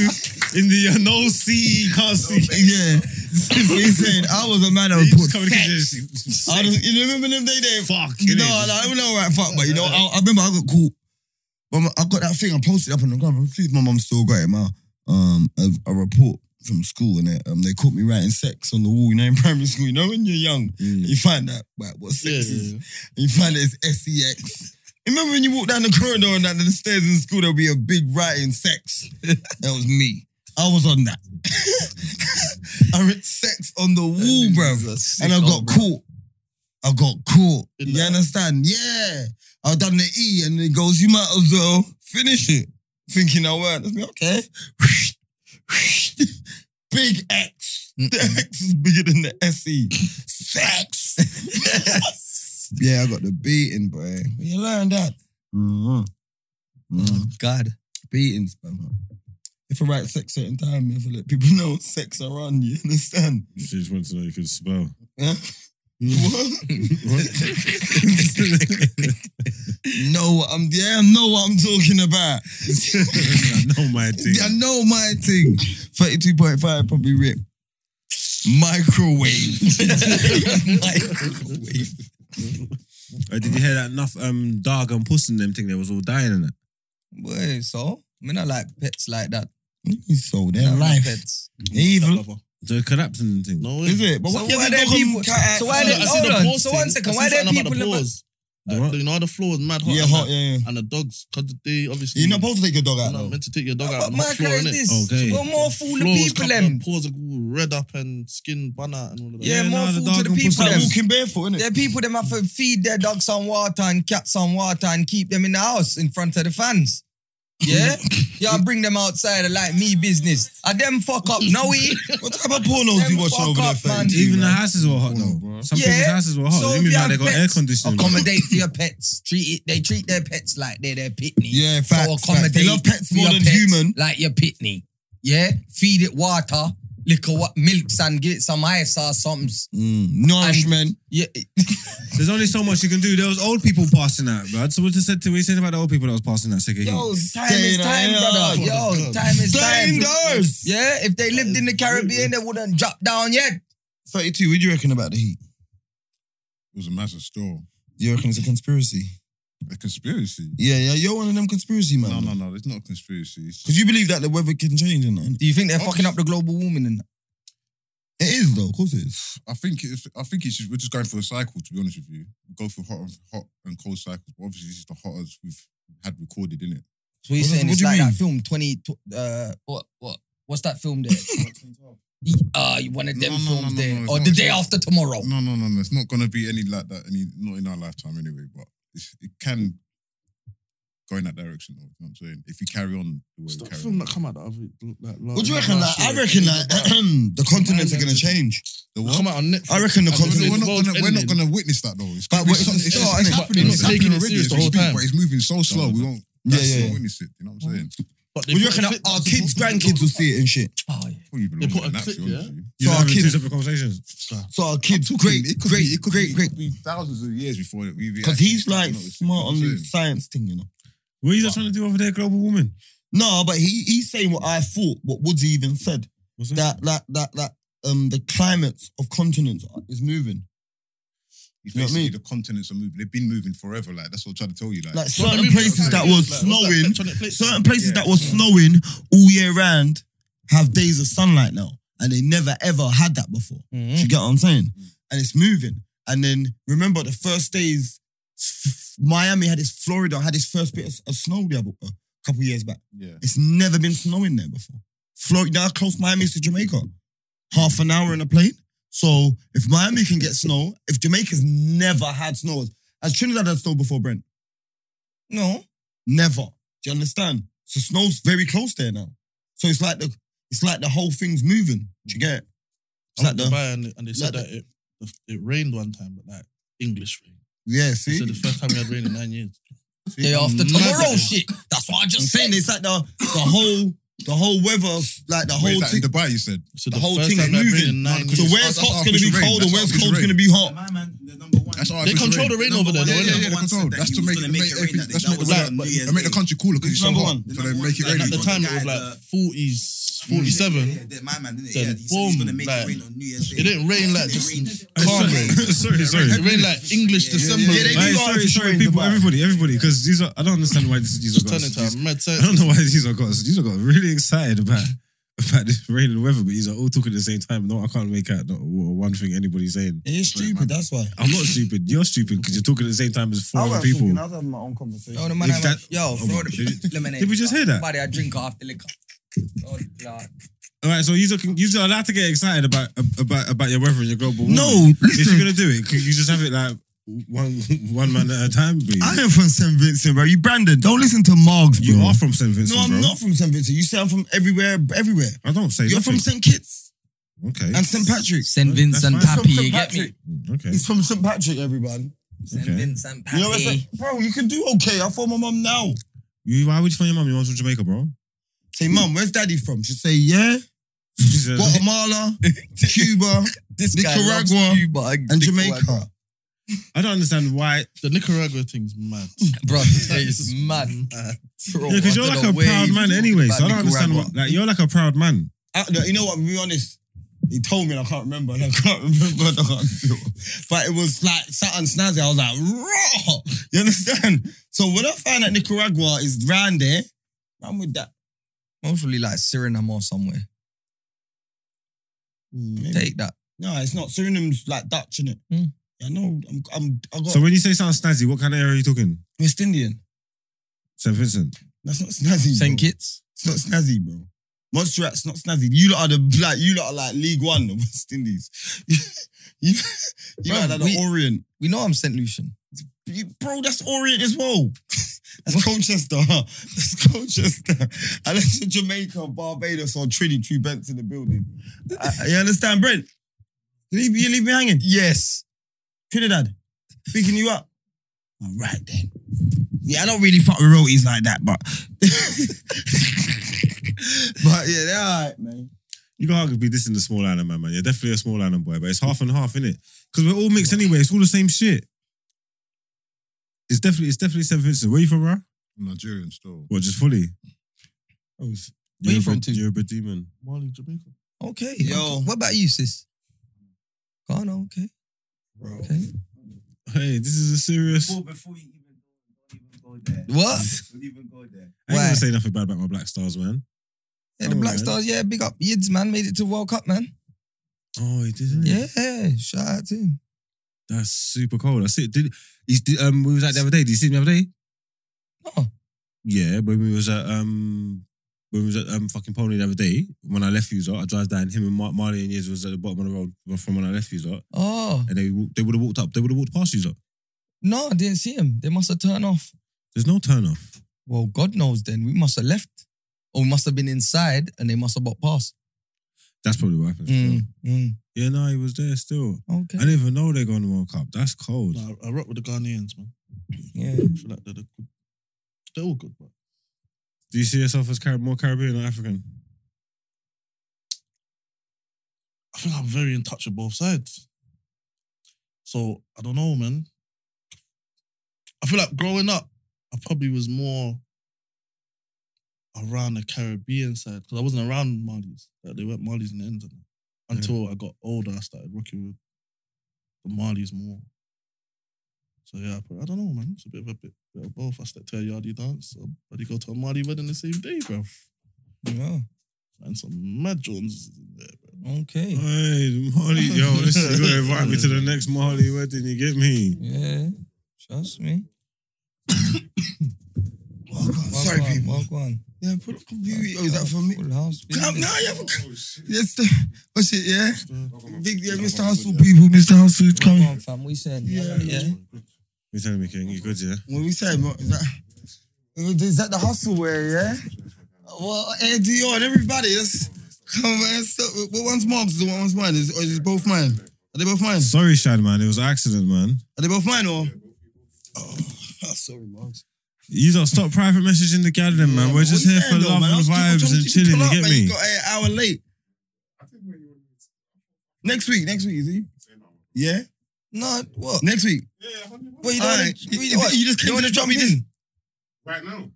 [SPEAKER 1] in the yard, no C, can't see.
[SPEAKER 2] Yeah, he's saying I was a man that would
[SPEAKER 1] Just
[SPEAKER 2] put
[SPEAKER 1] come in the kitchen
[SPEAKER 2] sex.
[SPEAKER 1] and just-
[SPEAKER 2] I was, you remember them day day?
[SPEAKER 1] Fuck.
[SPEAKER 2] No,
[SPEAKER 1] innit?
[SPEAKER 2] no, I don't know right fuck, but you know, I, I remember I got caught. But my- I got that thing I posted up on the ground. I'm pleased my mum still got it. My um a, a report from school and they, um they caught me writing sex on the wall. You know, in primary school. You know, when you're young,
[SPEAKER 1] Mm.
[SPEAKER 2] you find that like, what sex
[SPEAKER 3] Yeah,
[SPEAKER 2] is.
[SPEAKER 3] yeah,
[SPEAKER 2] And you find that it's sex. Remember when you walk down the corridor and down the stairs in school, there'll be a big writing sex. that was me. I was on that. I read sex on the wall, bro. And I got caught. I got caught.
[SPEAKER 3] Did
[SPEAKER 2] You
[SPEAKER 3] that?
[SPEAKER 2] understand? Yeah. I done the E and it goes, you might as well finish it. Thinking I weren't. I was like, okay. Big X. The X is bigger than the E. SE. Sex. yeah, I got the beating, bro. You learned that. Mm.
[SPEAKER 4] Oh, God,
[SPEAKER 2] Beatings, bro. If I write sex certain time, if I let people know what sex I run, you understand?
[SPEAKER 1] She just wanted to know you could spell.
[SPEAKER 2] Huh?
[SPEAKER 1] What?
[SPEAKER 2] No, what I'm yeah, I know what I'm talking about.
[SPEAKER 1] I know my thing.
[SPEAKER 2] I know my thing. 32.5 probably rip. Microwave. Microwave.
[SPEAKER 1] Uh, did you hear that enough um dog and puss and them thing they was all dying in it?
[SPEAKER 4] boy. So I mean, I like pets like that.
[SPEAKER 2] So
[SPEAKER 4] I
[SPEAKER 2] their
[SPEAKER 4] like
[SPEAKER 2] life.
[SPEAKER 4] pets.
[SPEAKER 2] Evil.
[SPEAKER 1] The collapsing thing.
[SPEAKER 3] No way.
[SPEAKER 2] Is it? But
[SPEAKER 4] So
[SPEAKER 2] what
[SPEAKER 4] why
[SPEAKER 2] has it
[SPEAKER 4] there
[SPEAKER 2] got
[SPEAKER 4] people-
[SPEAKER 2] com- cat-
[SPEAKER 4] so why
[SPEAKER 3] No,
[SPEAKER 4] there-
[SPEAKER 3] I
[SPEAKER 4] hold
[SPEAKER 3] see the
[SPEAKER 4] on.
[SPEAKER 3] pause
[SPEAKER 4] So
[SPEAKER 3] thing.
[SPEAKER 4] one second,
[SPEAKER 3] I see
[SPEAKER 4] why there
[SPEAKER 3] something about
[SPEAKER 4] people
[SPEAKER 3] the
[SPEAKER 4] in the-
[SPEAKER 3] paws?
[SPEAKER 1] The
[SPEAKER 3] Like,
[SPEAKER 1] what?
[SPEAKER 3] you know how the floor is mad hot.
[SPEAKER 2] Yeah,
[SPEAKER 3] and
[SPEAKER 2] hot,
[SPEAKER 3] that?
[SPEAKER 2] yeah. yeah.
[SPEAKER 3] And the dogs, cause they obviously
[SPEAKER 2] You're not supposed to take your dog
[SPEAKER 3] you're
[SPEAKER 2] out
[SPEAKER 3] not
[SPEAKER 2] though.
[SPEAKER 3] meant to take your dog out
[SPEAKER 4] But
[SPEAKER 3] on the
[SPEAKER 4] my
[SPEAKER 3] floor,
[SPEAKER 4] car is
[SPEAKER 3] innit?
[SPEAKER 4] this.
[SPEAKER 1] Okay.
[SPEAKER 4] Well, more fool the
[SPEAKER 3] Floors
[SPEAKER 4] people
[SPEAKER 3] covered,
[SPEAKER 4] them.
[SPEAKER 3] Paws are all red up and skin bun out and all of that.
[SPEAKER 4] Yeah,
[SPEAKER 1] Yeah,
[SPEAKER 4] more
[SPEAKER 1] nah, the
[SPEAKER 4] fool to
[SPEAKER 1] dog
[SPEAKER 4] the
[SPEAKER 1] and
[SPEAKER 4] people
[SPEAKER 1] pussy
[SPEAKER 4] them.
[SPEAKER 1] them.
[SPEAKER 2] Walking barefoot, innit?
[SPEAKER 4] Their people them have to feed their dogs on water and cats on water and keep them in the house in front of the fans. Yeah? Y'all bring them outside and like me business. I them fuck up, no we.
[SPEAKER 2] What type of pornos you
[SPEAKER 4] Them
[SPEAKER 2] watching
[SPEAKER 4] fuck
[SPEAKER 2] over there,
[SPEAKER 4] up, man.
[SPEAKER 2] fam?
[SPEAKER 1] Even the houses were hot
[SPEAKER 5] Come on,
[SPEAKER 1] though.
[SPEAKER 5] bro.
[SPEAKER 1] Some
[SPEAKER 4] Yeah.
[SPEAKER 1] people's houses were hot.
[SPEAKER 4] So
[SPEAKER 1] So
[SPEAKER 4] if
[SPEAKER 1] mean
[SPEAKER 4] you
[SPEAKER 1] like
[SPEAKER 4] have
[SPEAKER 1] they got
[SPEAKER 4] pets, Oh,
[SPEAKER 1] air conditioning. bro.
[SPEAKER 4] Accommodate for your pets. Treat it. They treat their pets like they're their pitney.
[SPEAKER 2] Yeah,
[SPEAKER 4] So
[SPEAKER 2] facts. facts.
[SPEAKER 4] accommodate.
[SPEAKER 2] They love pets
[SPEAKER 4] for
[SPEAKER 2] more
[SPEAKER 4] your
[SPEAKER 2] than
[SPEAKER 4] pets
[SPEAKER 2] human.
[SPEAKER 4] Like your pitney. Yeah? Feed it water, liquor, what milks, and give it some ice or something.
[SPEAKER 2] Mm, nourishment.
[SPEAKER 4] Yeah.
[SPEAKER 1] There's only so much you can do. There was old people passing out, bro. So what you said to me, saying about the old people that was passing out sick of
[SPEAKER 4] Yo,
[SPEAKER 1] heat.
[SPEAKER 4] time is
[SPEAKER 2] Stay
[SPEAKER 4] time,
[SPEAKER 2] there.
[SPEAKER 4] brother. Yo, time is
[SPEAKER 2] Stay
[SPEAKER 4] time.
[SPEAKER 2] indoors.
[SPEAKER 4] Yeah, if they lived in the Caribbean, they wouldn't drop down yet.
[SPEAKER 2] 32, what do you reckon about the heat?
[SPEAKER 5] It was a massive storm.
[SPEAKER 2] You reckon it's a conspiracy?
[SPEAKER 5] A conspiracy.
[SPEAKER 2] Yeah, yeah, you're one of them conspiracy man.
[SPEAKER 5] No, no, no. It's not a conspiracy. It's
[SPEAKER 2] Because you believe that the weather can change and that.
[SPEAKER 4] Do you think they're fucking up the global warming? And
[SPEAKER 2] It is though, of course it is.
[SPEAKER 5] I think it's, I think it's just, we're just going for a cycle. To be honest with you, we go through hot and hot and cold cycles. But obviously, this is the hottest we've had recorded, in it?
[SPEAKER 4] so you're
[SPEAKER 2] What-
[SPEAKER 4] saying
[SPEAKER 2] what
[SPEAKER 4] it's
[SPEAKER 2] do you
[SPEAKER 4] like
[SPEAKER 2] mean?
[SPEAKER 4] that film twenty. tw- Uh, what what what's that film there? uh, one of them
[SPEAKER 5] No, no,
[SPEAKER 4] films
[SPEAKER 5] no, no,
[SPEAKER 4] there,
[SPEAKER 5] no, it's
[SPEAKER 4] or
[SPEAKER 5] not-
[SPEAKER 4] the
[SPEAKER 5] it's
[SPEAKER 4] day
[SPEAKER 5] not.
[SPEAKER 4] after tomorrow.
[SPEAKER 5] No, no, no, no. It's not gonna be any like that. Any not in our lifetime anyway. But it's, it can go in that direction. Though, you know what I'm saying? If you carry on the way
[SPEAKER 3] It's that
[SPEAKER 5] we carry
[SPEAKER 3] film
[SPEAKER 5] on,
[SPEAKER 3] that come out the other like,
[SPEAKER 2] What do you
[SPEAKER 3] like
[SPEAKER 2] reckon? Like,
[SPEAKER 3] last
[SPEAKER 2] I
[SPEAKER 3] year.
[SPEAKER 2] reckon like the continents are gonna change.
[SPEAKER 3] It
[SPEAKER 5] the what?
[SPEAKER 3] Come out on Netflix.
[SPEAKER 2] I reckon the
[SPEAKER 3] And
[SPEAKER 2] continent-
[SPEAKER 5] We're
[SPEAKER 3] it's
[SPEAKER 5] not,
[SPEAKER 3] world's
[SPEAKER 5] gonna, we're not
[SPEAKER 3] ending.
[SPEAKER 5] gonna witness that though. It's
[SPEAKER 2] But
[SPEAKER 5] gonna be
[SPEAKER 2] it's a
[SPEAKER 5] some- it's,
[SPEAKER 2] start,
[SPEAKER 5] it's
[SPEAKER 2] innit?
[SPEAKER 5] happening.
[SPEAKER 2] But
[SPEAKER 5] It's
[SPEAKER 2] not
[SPEAKER 3] taking it
[SPEAKER 5] happening already.
[SPEAKER 3] serious
[SPEAKER 5] It's
[SPEAKER 3] the whole
[SPEAKER 5] big,
[SPEAKER 3] time.
[SPEAKER 5] but it's moving so slow. We won't.
[SPEAKER 2] Yeah,
[SPEAKER 5] that's
[SPEAKER 2] yeah,
[SPEAKER 5] not
[SPEAKER 2] yeah.
[SPEAKER 5] witness it. You know what I'm saying?
[SPEAKER 3] But they
[SPEAKER 2] What do you
[SPEAKER 3] put
[SPEAKER 2] reckon
[SPEAKER 3] a
[SPEAKER 2] our
[SPEAKER 3] clip-
[SPEAKER 2] our kids, grandkids will see it and shit?
[SPEAKER 4] Oh, yeah.
[SPEAKER 5] Probably
[SPEAKER 3] They
[SPEAKER 5] belong
[SPEAKER 3] put
[SPEAKER 5] in
[SPEAKER 3] a
[SPEAKER 5] that,
[SPEAKER 3] clip,
[SPEAKER 5] to be
[SPEAKER 3] yeah?
[SPEAKER 5] honest with you.
[SPEAKER 1] You're
[SPEAKER 2] So our
[SPEAKER 1] having two
[SPEAKER 2] kids-
[SPEAKER 1] separate conversations.
[SPEAKER 2] So our kids, great,
[SPEAKER 5] It could be-
[SPEAKER 2] great,
[SPEAKER 5] it could be-
[SPEAKER 2] great,
[SPEAKER 5] it
[SPEAKER 2] great.
[SPEAKER 5] could be Thousands of years before we even
[SPEAKER 2] Because
[SPEAKER 5] actually
[SPEAKER 2] he's like
[SPEAKER 5] notice it, you know
[SPEAKER 2] smart
[SPEAKER 5] what I'm
[SPEAKER 2] on the
[SPEAKER 5] saying?
[SPEAKER 2] science thing, you know.
[SPEAKER 1] What are you just trying to do over there, global woman?
[SPEAKER 2] No, but he he's saying what I thought, what Woodsy even said.
[SPEAKER 1] What's that?
[SPEAKER 2] That that that that um the climates of continents are- is moving.
[SPEAKER 5] It's
[SPEAKER 2] You know what I
[SPEAKER 5] basically
[SPEAKER 2] mean?
[SPEAKER 5] the continents are moving. They've been moving forever. Like that's what I'm trying to tell you. Like,
[SPEAKER 2] Like
[SPEAKER 3] It's not
[SPEAKER 2] certain
[SPEAKER 3] moving,
[SPEAKER 2] places
[SPEAKER 3] it's
[SPEAKER 2] that
[SPEAKER 3] not
[SPEAKER 2] was
[SPEAKER 3] moving. Like, what's that
[SPEAKER 2] snowing,
[SPEAKER 3] tectonic plate?
[SPEAKER 2] certain places
[SPEAKER 1] Yeah.
[SPEAKER 2] that was snowing all year round have days of sunlight now. And they never ever had that before. Do you get what I'm saying? And it's moving. And then remember the first days, f- Miami had its Florida had its first bit of, of snow the other a couple years back.
[SPEAKER 5] yeah.
[SPEAKER 2] It's never been snowing there before. Florida, how close Miami is to Jamaica, half an hour in a plane. So if Miami can get snow, if Jamaica's never had snow, has Trinidad had snow before, Brent? No, never. Do you understand? So snow's very close there now. So it's like the it's like the whole thing's moving. Do you get it?
[SPEAKER 3] I
[SPEAKER 2] It's like
[SPEAKER 3] went to
[SPEAKER 2] the
[SPEAKER 3] Dubai and, and they said
[SPEAKER 2] like
[SPEAKER 3] that it, it rained one time, but like English rain.
[SPEAKER 2] yeah.
[SPEAKER 3] They
[SPEAKER 2] See,
[SPEAKER 3] said the first time we had rain in nine years.
[SPEAKER 4] Day after
[SPEAKER 2] Mad-
[SPEAKER 4] tomorrow, shit. That's what I
[SPEAKER 2] I'm
[SPEAKER 4] just
[SPEAKER 2] saying
[SPEAKER 4] said.
[SPEAKER 2] it's like the the whole the whole weather like the
[SPEAKER 5] Wait,
[SPEAKER 2] whole
[SPEAKER 5] is that
[SPEAKER 2] thing.
[SPEAKER 5] in Dubai, you said.
[SPEAKER 3] So
[SPEAKER 2] The
[SPEAKER 3] the,
[SPEAKER 2] whole
[SPEAKER 3] first
[SPEAKER 2] thing's
[SPEAKER 3] time we had rain
[SPEAKER 2] moving.
[SPEAKER 3] in nine
[SPEAKER 5] Nah, 'cause
[SPEAKER 3] years.
[SPEAKER 2] So
[SPEAKER 5] it's
[SPEAKER 6] Oh,
[SPEAKER 2] where's
[SPEAKER 5] that's
[SPEAKER 2] hot's gonna be
[SPEAKER 5] artificial rain,
[SPEAKER 2] cold and
[SPEAKER 5] that's
[SPEAKER 2] where's
[SPEAKER 5] artificial
[SPEAKER 2] cold's gonna
[SPEAKER 5] rain.
[SPEAKER 2] be hot?
[SPEAKER 6] My man, the number one.
[SPEAKER 5] That's
[SPEAKER 3] They
[SPEAKER 5] artificial
[SPEAKER 3] control
[SPEAKER 5] rain.
[SPEAKER 3] the rain over there. though,
[SPEAKER 5] Yeah,
[SPEAKER 3] innit?
[SPEAKER 5] yeah, yeah,
[SPEAKER 6] Number one
[SPEAKER 5] they control.
[SPEAKER 6] said that
[SPEAKER 5] That's
[SPEAKER 6] he
[SPEAKER 5] to
[SPEAKER 6] was
[SPEAKER 5] make,
[SPEAKER 6] gonna
[SPEAKER 5] make,
[SPEAKER 6] make it rain that
[SPEAKER 5] everything.
[SPEAKER 6] day.
[SPEAKER 5] That's
[SPEAKER 6] That
[SPEAKER 5] make the
[SPEAKER 6] was on
[SPEAKER 5] weather.
[SPEAKER 6] New
[SPEAKER 5] they
[SPEAKER 6] Year's
[SPEAKER 5] make the
[SPEAKER 6] Eve.
[SPEAKER 5] country cooler because
[SPEAKER 2] Who's
[SPEAKER 5] it's so
[SPEAKER 2] number
[SPEAKER 5] hot.
[SPEAKER 2] one?
[SPEAKER 5] So they
[SPEAKER 6] Number
[SPEAKER 5] make it
[SPEAKER 6] one,
[SPEAKER 5] rain.
[SPEAKER 6] like
[SPEAKER 3] At the
[SPEAKER 6] He's
[SPEAKER 3] time,
[SPEAKER 6] the
[SPEAKER 3] it was
[SPEAKER 6] guy,
[SPEAKER 3] like
[SPEAKER 6] the-
[SPEAKER 3] 40s,
[SPEAKER 6] Yeah,
[SPEAKER 3] 47.
[SPEAKER 6] yeah, yeah, my man, didn't it? Yeah, he
[SPEAKER 3] Then
[SPEAKER 6] said he's
[SPEAKER 3] boom,
[SPEAKER 6] gonna make it
[SPEAKER 3] like-
[SPEAKER 6] rain on New Year's Day.
[SPEAKER 3] It didn't rain like
[SPEAKER 6] It
[SPEAKER 3] just
[SPEAKER 6] rained.
[SPEAKER 3] calm rain.
[SPEAKER 1] sorry, sorry.
[SPEAKER 3] It rained like English
[SPEAKER 6] Yeah, yeah,
[SPEAKER 3] December.
[SPEAKER 2] yeah, they
[SPEAKER 1] Hey,
[SPEAKER 2] do
[SPEAKER 3] rain.
[SPEAKER 1] sorry,
[SPEAKER 2] artificial
[SPEAKER 1] sorry,
[SPEAKER 2] rain,
[SPEAKER 1] people,
[SPEAKER 2] Dubai.
[SPEAKER 1] everybody, everybody, because these are I don't understand why this, these are
[SPEAKER 3] Just turn into
[SPEAKER 1] got us.
[SPEAKER 3] a mad
[SPEAKER 1] I
[SPEAKER 3] circle.
[SPEAKER 1] don't know why these are got us. These are got really excited about about this rain and weather, but these are all talking at the same time. No, I can't make out not one thing anybody's saying.
[SPEAKER 2] It's stupid. That's why.
[SPEAKER 1] I'm not stupid. You're stupid because you're talking at the same time as four other people.
[SPEAKER 6] was having my own conversation.
[SPEAKER 4] Yo, the man,
[SPEAKER 1] If
[SPEAKER 4] I'm
[SPEAKER 1] that-
[SPEAKER 4] like, yo, throw the
[SPEAKER 1] Did-
[SPEAKER 4] lemonade.
[SPEAKER 1] did we just hear that?
[SPEAKER 4] Buddy, I drink after liquor. Oh, God.
[SPEAKER 1] All right, so you're talking, you're allowed to get excited about about about your weather and your global warming.
[SPEAKER 2] No,
[SPEAKER 1] if
[SPEAKER 2] listen.
[SPEAKER 1] you're gonna do it, could you just have it like one one man at a time, please?
[SPEAKER 2] I am from St. Vincent, bro. You Brandon, don't listen to Margs, bro.
[SPEAKER 1] you are from St Vincent,
[SPEAKER 2] no, I'm
[SPEAKER 1] bro.
[SPEAKER 2] not from St. Vincent. You say I'm from everywhere, everywhere.
[SPEAKER 1] I don't say
[SPEAKER 2] You're from
[SPEAKER 1] nothing.
[SPEAKER 2] St. Kitts
[SPEAKER 1] okay.
[SPEAKER 2] and St. Patrick.
[SPEAKER 4] St.
[SPEAKER 1] That's Vincent fine.
[SPEAKER 2] Pappy, you get me?
[SPEAKER 1] okay.
[SPEAKER 2] It's from St. Patrick, everyone.
[SPEAKER 4] St.
[SPEAKER 1] Okay.
[SPEAKER 4] Vincent
[SPEAKER 2] You know what I'm
[SPEAKER 4] Pappy.
[SPEAKER 2] saying? Bro, you can do okay. I phone my mum now.
[SPEAKER 1] You, why would you phone your mum? Your mum's from Jamaica, bro.
[SPEAKER 2] Say, mum, where's daddy from? She say, yeah.
[SPEAKER 1] She says,
[SPEAKER 2] Guatemala, Cuba,
[SPEAKER 4] This guy loves
[SPEAKER 2] Nicaragua
[SPEAKER 4] Cuba
[SPEAKER 2] and Jamaica.
[SPEAKER 1] I don't understand why.
[SPEAKER 3] The Nicaragua thing's mad.
[SPEAKER 4] Bro, it's mad. uh, Bro,
[SPEAKER 1] Yeah, because you're
[SPEAKER 4] I
[SPEAKER 1] like
[SPEAKER 4] don't
[SPEAKER 1] a
[SPEAKER 4] know where
[SPEAKER 1] proud
[SPEAKER 4] you
[SPEAKER 1] man
[SPEAKER 4] talking
[SPEAKER 1] anyway.
[SPEAKER 4] about
[SPEAKER 1] So I don't understand
[SPEAKER 4] Nicaragua.
[SPEAKER 1] what. Like you're like a proud man.
[SPEAKER 2] I, no, you know what? To be honest, he told me and I can't remember. And I can't remember. and I can't remember. But it was like something snazzy. I was like, raw. You understand? So when I find that Nicaragua is round there, I'm with that.
[SPEAKER 4] Mostly like Suriname or somewhere. Take that.
[SPEAKER 2] No, it's not. Suriname's like Dutch, innit?
[SPEAKER 4] Mm.
[SPEAKER 2] Yeah, no, I'm, I'm, I got
[SPEAKER 1] So when you say something snazzy, what kind of area are you talking?
[SPEAKER 2] West Indian.
[SPEAKER 1] St. Vincent.
[SPEAKER 2] That's not snazzy.
[SPEAKER 4] St.
[SPEAKER 2] bro.
[SPEAKER 4] Kitts.
[SPEAKER 2] It's not snazzy, bro. Montserrat's not snazzy. You lot are the like, you lot are like League One, the West Indies. you you
[SPEAKER 4] Bro,
[SPEAKER 2] lot are the
[SPEAKER 4] we-
[SPEAKER 2] Orient.
[SPEAKER 4] We know I'm St. Lucian.
[SPEAKER 2] You- bro, that's Orient as well. That's Colchester. That's Colchester. Unless you're Jamaica, Barbados, or Trinity, two bents in the building. Uh, you understand, Brent? You leave, you leave me hanging? Yes. Trinidad, picking you up. All right then. Yeah, I don't really fuck with royalties like that, but. but yeah, they're all right, man.
[SPEAKER 1] You can't argue be this in the small island, man, man. You're definitely a small island boy, but it's half and half, innit? Because we're all mixed anyway. It's all the same shit. It's definitely, it's definitely St. Vincent. Where you from, bro?
[SPEAKER 5] Nigerian still.
[SPEAKER 1] Well, just fully.
[SPEAKER 4] Oh,
[SPEAKER 1] You're
[SPEAKER 4] Where you
[SPEAKER 1] a
[SPEAKER 4] from
[SPEAKER 1] bit-
[SPEAKER 4] too?
[SPEAKER 1] You're a bit demon.
[SPEAKER 3] Marley, Jamaica.
[SPEAKER 4] Okay.
[SPEAKER 2] Yo.
[SPEAKER 4] What about you, sis? Ghana, okay. Okay.
[SPEAKER 1] Hey, this is a serious. I
[SPEAKER 6] Before, before you even go, don't even go there.
[SPEAKER 4] What?
[SPEAKER 6] Don't even go there.
[SPEAKER 1] ain't
[SPEAKER 4] Why?
[SPEAKER 1] gonna say nothing bad about my Black Stars, man.
[SPEAKER 4] Yeah, the
[SPEAKER 1] Oh,
[SPEAKER 4] Black
[SPEAKER 1] man.
[SPEAKER 4] Stars, yeah, big up Yids, man. Made it to World Cup, man.
[SPEAKER 1] Oh, he didn't.
[SPEAKER 4] Yeah, shout out to him.
[SPEAKER 1] That's super cold. That's it. Did he's did, um we was at the other day. Did you see him the other day?
[SPEAKER 4] Oh.
[SPEAKER 1] Yeah, when we was at um when we was at um fucking Pony the other day, when I left you lot, I drive down him and Mar- Marley and Years was at the bottom of the road from when I left you lot.
[SPEAKER 4] Oh,
[SPEAKER 1] And they wa- they would have walked up, they would have walked past you lot.
[SPEAKER 4] no, I didn't see him. They must have turned off.
[SPEAKER 1] There's no turn off.
[SPEAKER 4] Well, God knows then. We must have left. Or we must have been inside and they must have got past.
[SPEAKER 1] That's probably what happened.
[SPEAKER 4] Mm, mm,
[SPEAKER 1] Yeah, no, he was there still.
[SPEAKER 4] okay.
[SPEAKER 1] I didn't even know they're going to World Cup. That's cold.
[SPEAKER 3] Nah, I, I rock with the Ghanaians, man.
[SPEAKER 4] Yeah.
[SPEAKER 3] I feel like they're the good. They're all good, but
[SPEAKER 1] Do you see yourself as Car- more Caribbean or African?
[SPEAKER 3] I think I'm very in touch with both sides. So I don't know, man. I feel like growing up, I probably was more around the Caribbean side because I wasn't around Malis. Like they weren't Malis in the end. Until I got older, I started working with the Malis more. So yeah, but I don't know, man. It's a bit of a bit, bit of both. I stepped to a Yardi dance, so bloody go to a Mali wedding the same day, bro.
[SPEAKER 4] yeah.
[SPEAKER 3] And some mad Jones in there, bro.
[SPEAKER 4] Okay.
[SPEAKER 1] Hey, Marley, yo, this is gonna invite me to the next Marley wedding. You get me?
[SPEAKER 4] Yeah. Trust me.
[SPEAKER 2] Sorry,
[SPEAKER 4] Wagwan,
[SPEAKER 2] people.
[SPEAKER 4] Wagwan.
[SPEAKER 2] Yeah, put up Oh, is that for me?
[SPEAKER 4] Full house, baby.
[SPEAKER 2] Come now, you have a. Yes, the, what's it, yeah? Big, yeah, Mr. Hustle
[SPEAKER 5] Yeah.
[SPEAKER 2] people, Mr. Hustle is coming.
[SPEAKER 4] Wagwan, fam. We saying,
[SPEAKER 2] Yeah.
[SPEAKER 4] yeah. yeah.
[SPEAKER 1] You telling me, King? You good, yeah?
[SPEAKER 2] When we say, bro, is that, is that the hustle wear, yeah? Well, Air Dior and everybody is. Come on, so, what one's mom's? The one one's mine? Is, or is it both mine? Are they both mine?
[SPEAKER 1] Sorry, Shad, man. It was an accident, man.
[SPEAKER 2] Are they both mine or? Oh, sorry, moms.
[SPEAKER 1] You don't stop private messaging the gathering, man. We're
[SPEAKER 2] What
[SPEAKER 1] just
[SPEAKER 2] you
[SPEAKER 1] here
[SPEAKER 2] saying
[SPEAKER 1] for
[SPEAKER 2] though,
[SPEAKER 1] love
[SPEAKER 2] man? I
[SPEAKER 1] and
[SPEAKER 2] was just- I was
[SPEAKER 1] vibes
[SPEAKER 2] told
[SPEAKER 1] and
[SPEAKER 2] you to
[SPEAKER 1] chilling.
[SPEAKER 2] pull
[SPEAKER 1] You
[SPEAKER 2] up,
[SPEAKER 1] get
[SPEAKER 2] man. You
[SPEAKER 1] me?
[SPEAKER 2] got an hour late. Next week, next week, is he? Yeah,
[SPEAKER 4] No, what?
[SPEAKER 2] next week.
[SPEAKER 4] What you
[SPEAKER 2] Alright.
[SPEAKER 4] doing?
[SPEAKER 2] You- you just came to drop me this-
[SPEAKER 5] Right now.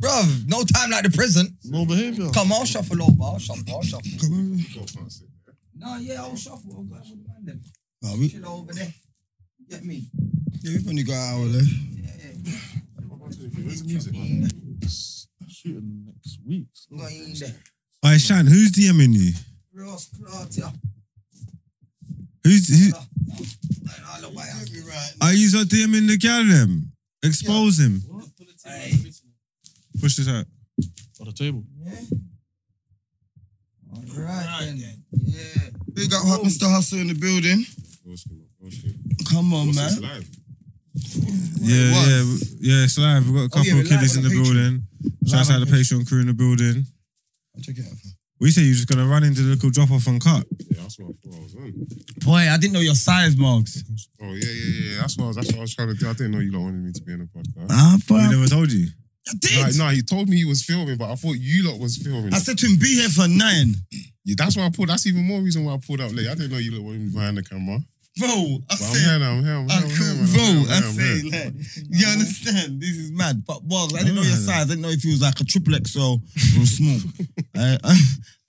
[SPEAKER 4] Bruv, no time like the present.
[SPEAKER 3] No
[SPEAKER 2] Oh.
[SPEAKER 3] behavior.
[SPEAKER 4] Come, I'll shuffle over. I'll shuffle. I'll shuffle.
[SPEAKER 5] Go past it.
[SPEAKER 4] No, yeah, I'll shuffle. I'll go with the man then.
[SPEAKER 2] Oh, we,
[SPEAKER 4] Chill over there. Get me.
[SPEAKER 2] yeah, we've only got an hour left.
[SPEAKER 5] Where's the music?
[SPEAKER 3] shooting next week.
[SPEAKER 4] I'm going in there.
[SPEAKER 1] Alright, Shan, who's DMing you?
[SPEAKER 4] Ross Clartia.
[SPEAKER 1] Who's who,
[SPEAKER 4] All the way out.
[SPEAKER 1] are you not DMing the gathering? Expose him.
[SPEAKER 4] Hey.
[SPEAKER 1] Push this out.
[SPEAKER 3] On the table.
[SPEAKER 4] All right, then. Yeah.
[SPEAKER 2] Big up Mr. Hustle in the building.
[SPEAKER 5] What's going on? What's going on?
[SPEAKER 2] Come on,
[SPEAKER 5] What's
[SPEAKER 2] Oh, man.
[SPEAKER 5] this live?
[SPEAKER 1] Yeah,
[SPEAKER 2] what?
[SPEAKER 1] yeah, w- yeah. It's live. We've got a
[SPEAKER 2] Oh, yeah,
[SPEAKER 1] couple
[SPEAKER 2] we're
[SPEAKER 1] of
[SPEAKER 2] live
[SPEAKER 1] kiddies in
[SPEAKER 2] on
[SPEAKER 1] the
[SPEAKER 2] the Patreon.
[SPEAKER 1] building. Shout out
[SPEAKER 2] on
[SPEAKER 1] to the Patreon crew in the building.
[SPEAKER 2] I'll check it out.
[SPEAKER 1] We say you're just gonna run into the local drop off and cut.
[SPEAKER 5] Yeah, that's what I thought I was on.
[SPEAKER 2] Boy, I didn't know your size, Marks.
[SPEAKER 5] Oh yeah, yeah, yeah. That's what I was. That's what I was trying to do. I didn't know you lot wanted me to be in the podcast.
[SPEAKER 2] Ah,
[SPEAKER 1] We
[SPEAKER 2] fam.
[SPEAKER 1] never told you.
[SPEAKER 2] I
[SPEAKER 5] Nah,
[SPEAKER 2] did.
[SPEAKER 5] nah, he told me he was filming, but I thought you lot was filming.
[SPEAKER 2] I said to him, be here for nine.
[SPEAKER 5] Yeah, that's why I pulled. That's even more reason why I pulled out late. I didn't know you lot wanted me behind the camera.
[SPEAKER 2] Bro, I
[SPEAKER 5] But I'm here
[SPEAKER 2] said,
[SPEAKER 5] now. I'm here. I'm here.
[SPEAKER 2] I
[SPEAKER 5] I'm here,
[SPEAKER 2] could,
[SPEAKER 5] man. I'm here, I'm
[SPEAKER 2] bro, I
[SPEAKER 5] here, I'm
[SPEAKER 2] say,
[SPEAKER 5] here.
[SPEAKER 2] like, you understand? This is mad. But, Marks, I didn't know
[SPEAKER 1] Oh.
[SPEAKER 2] your size. I didn't know if he was like a triple XL or small. I, I,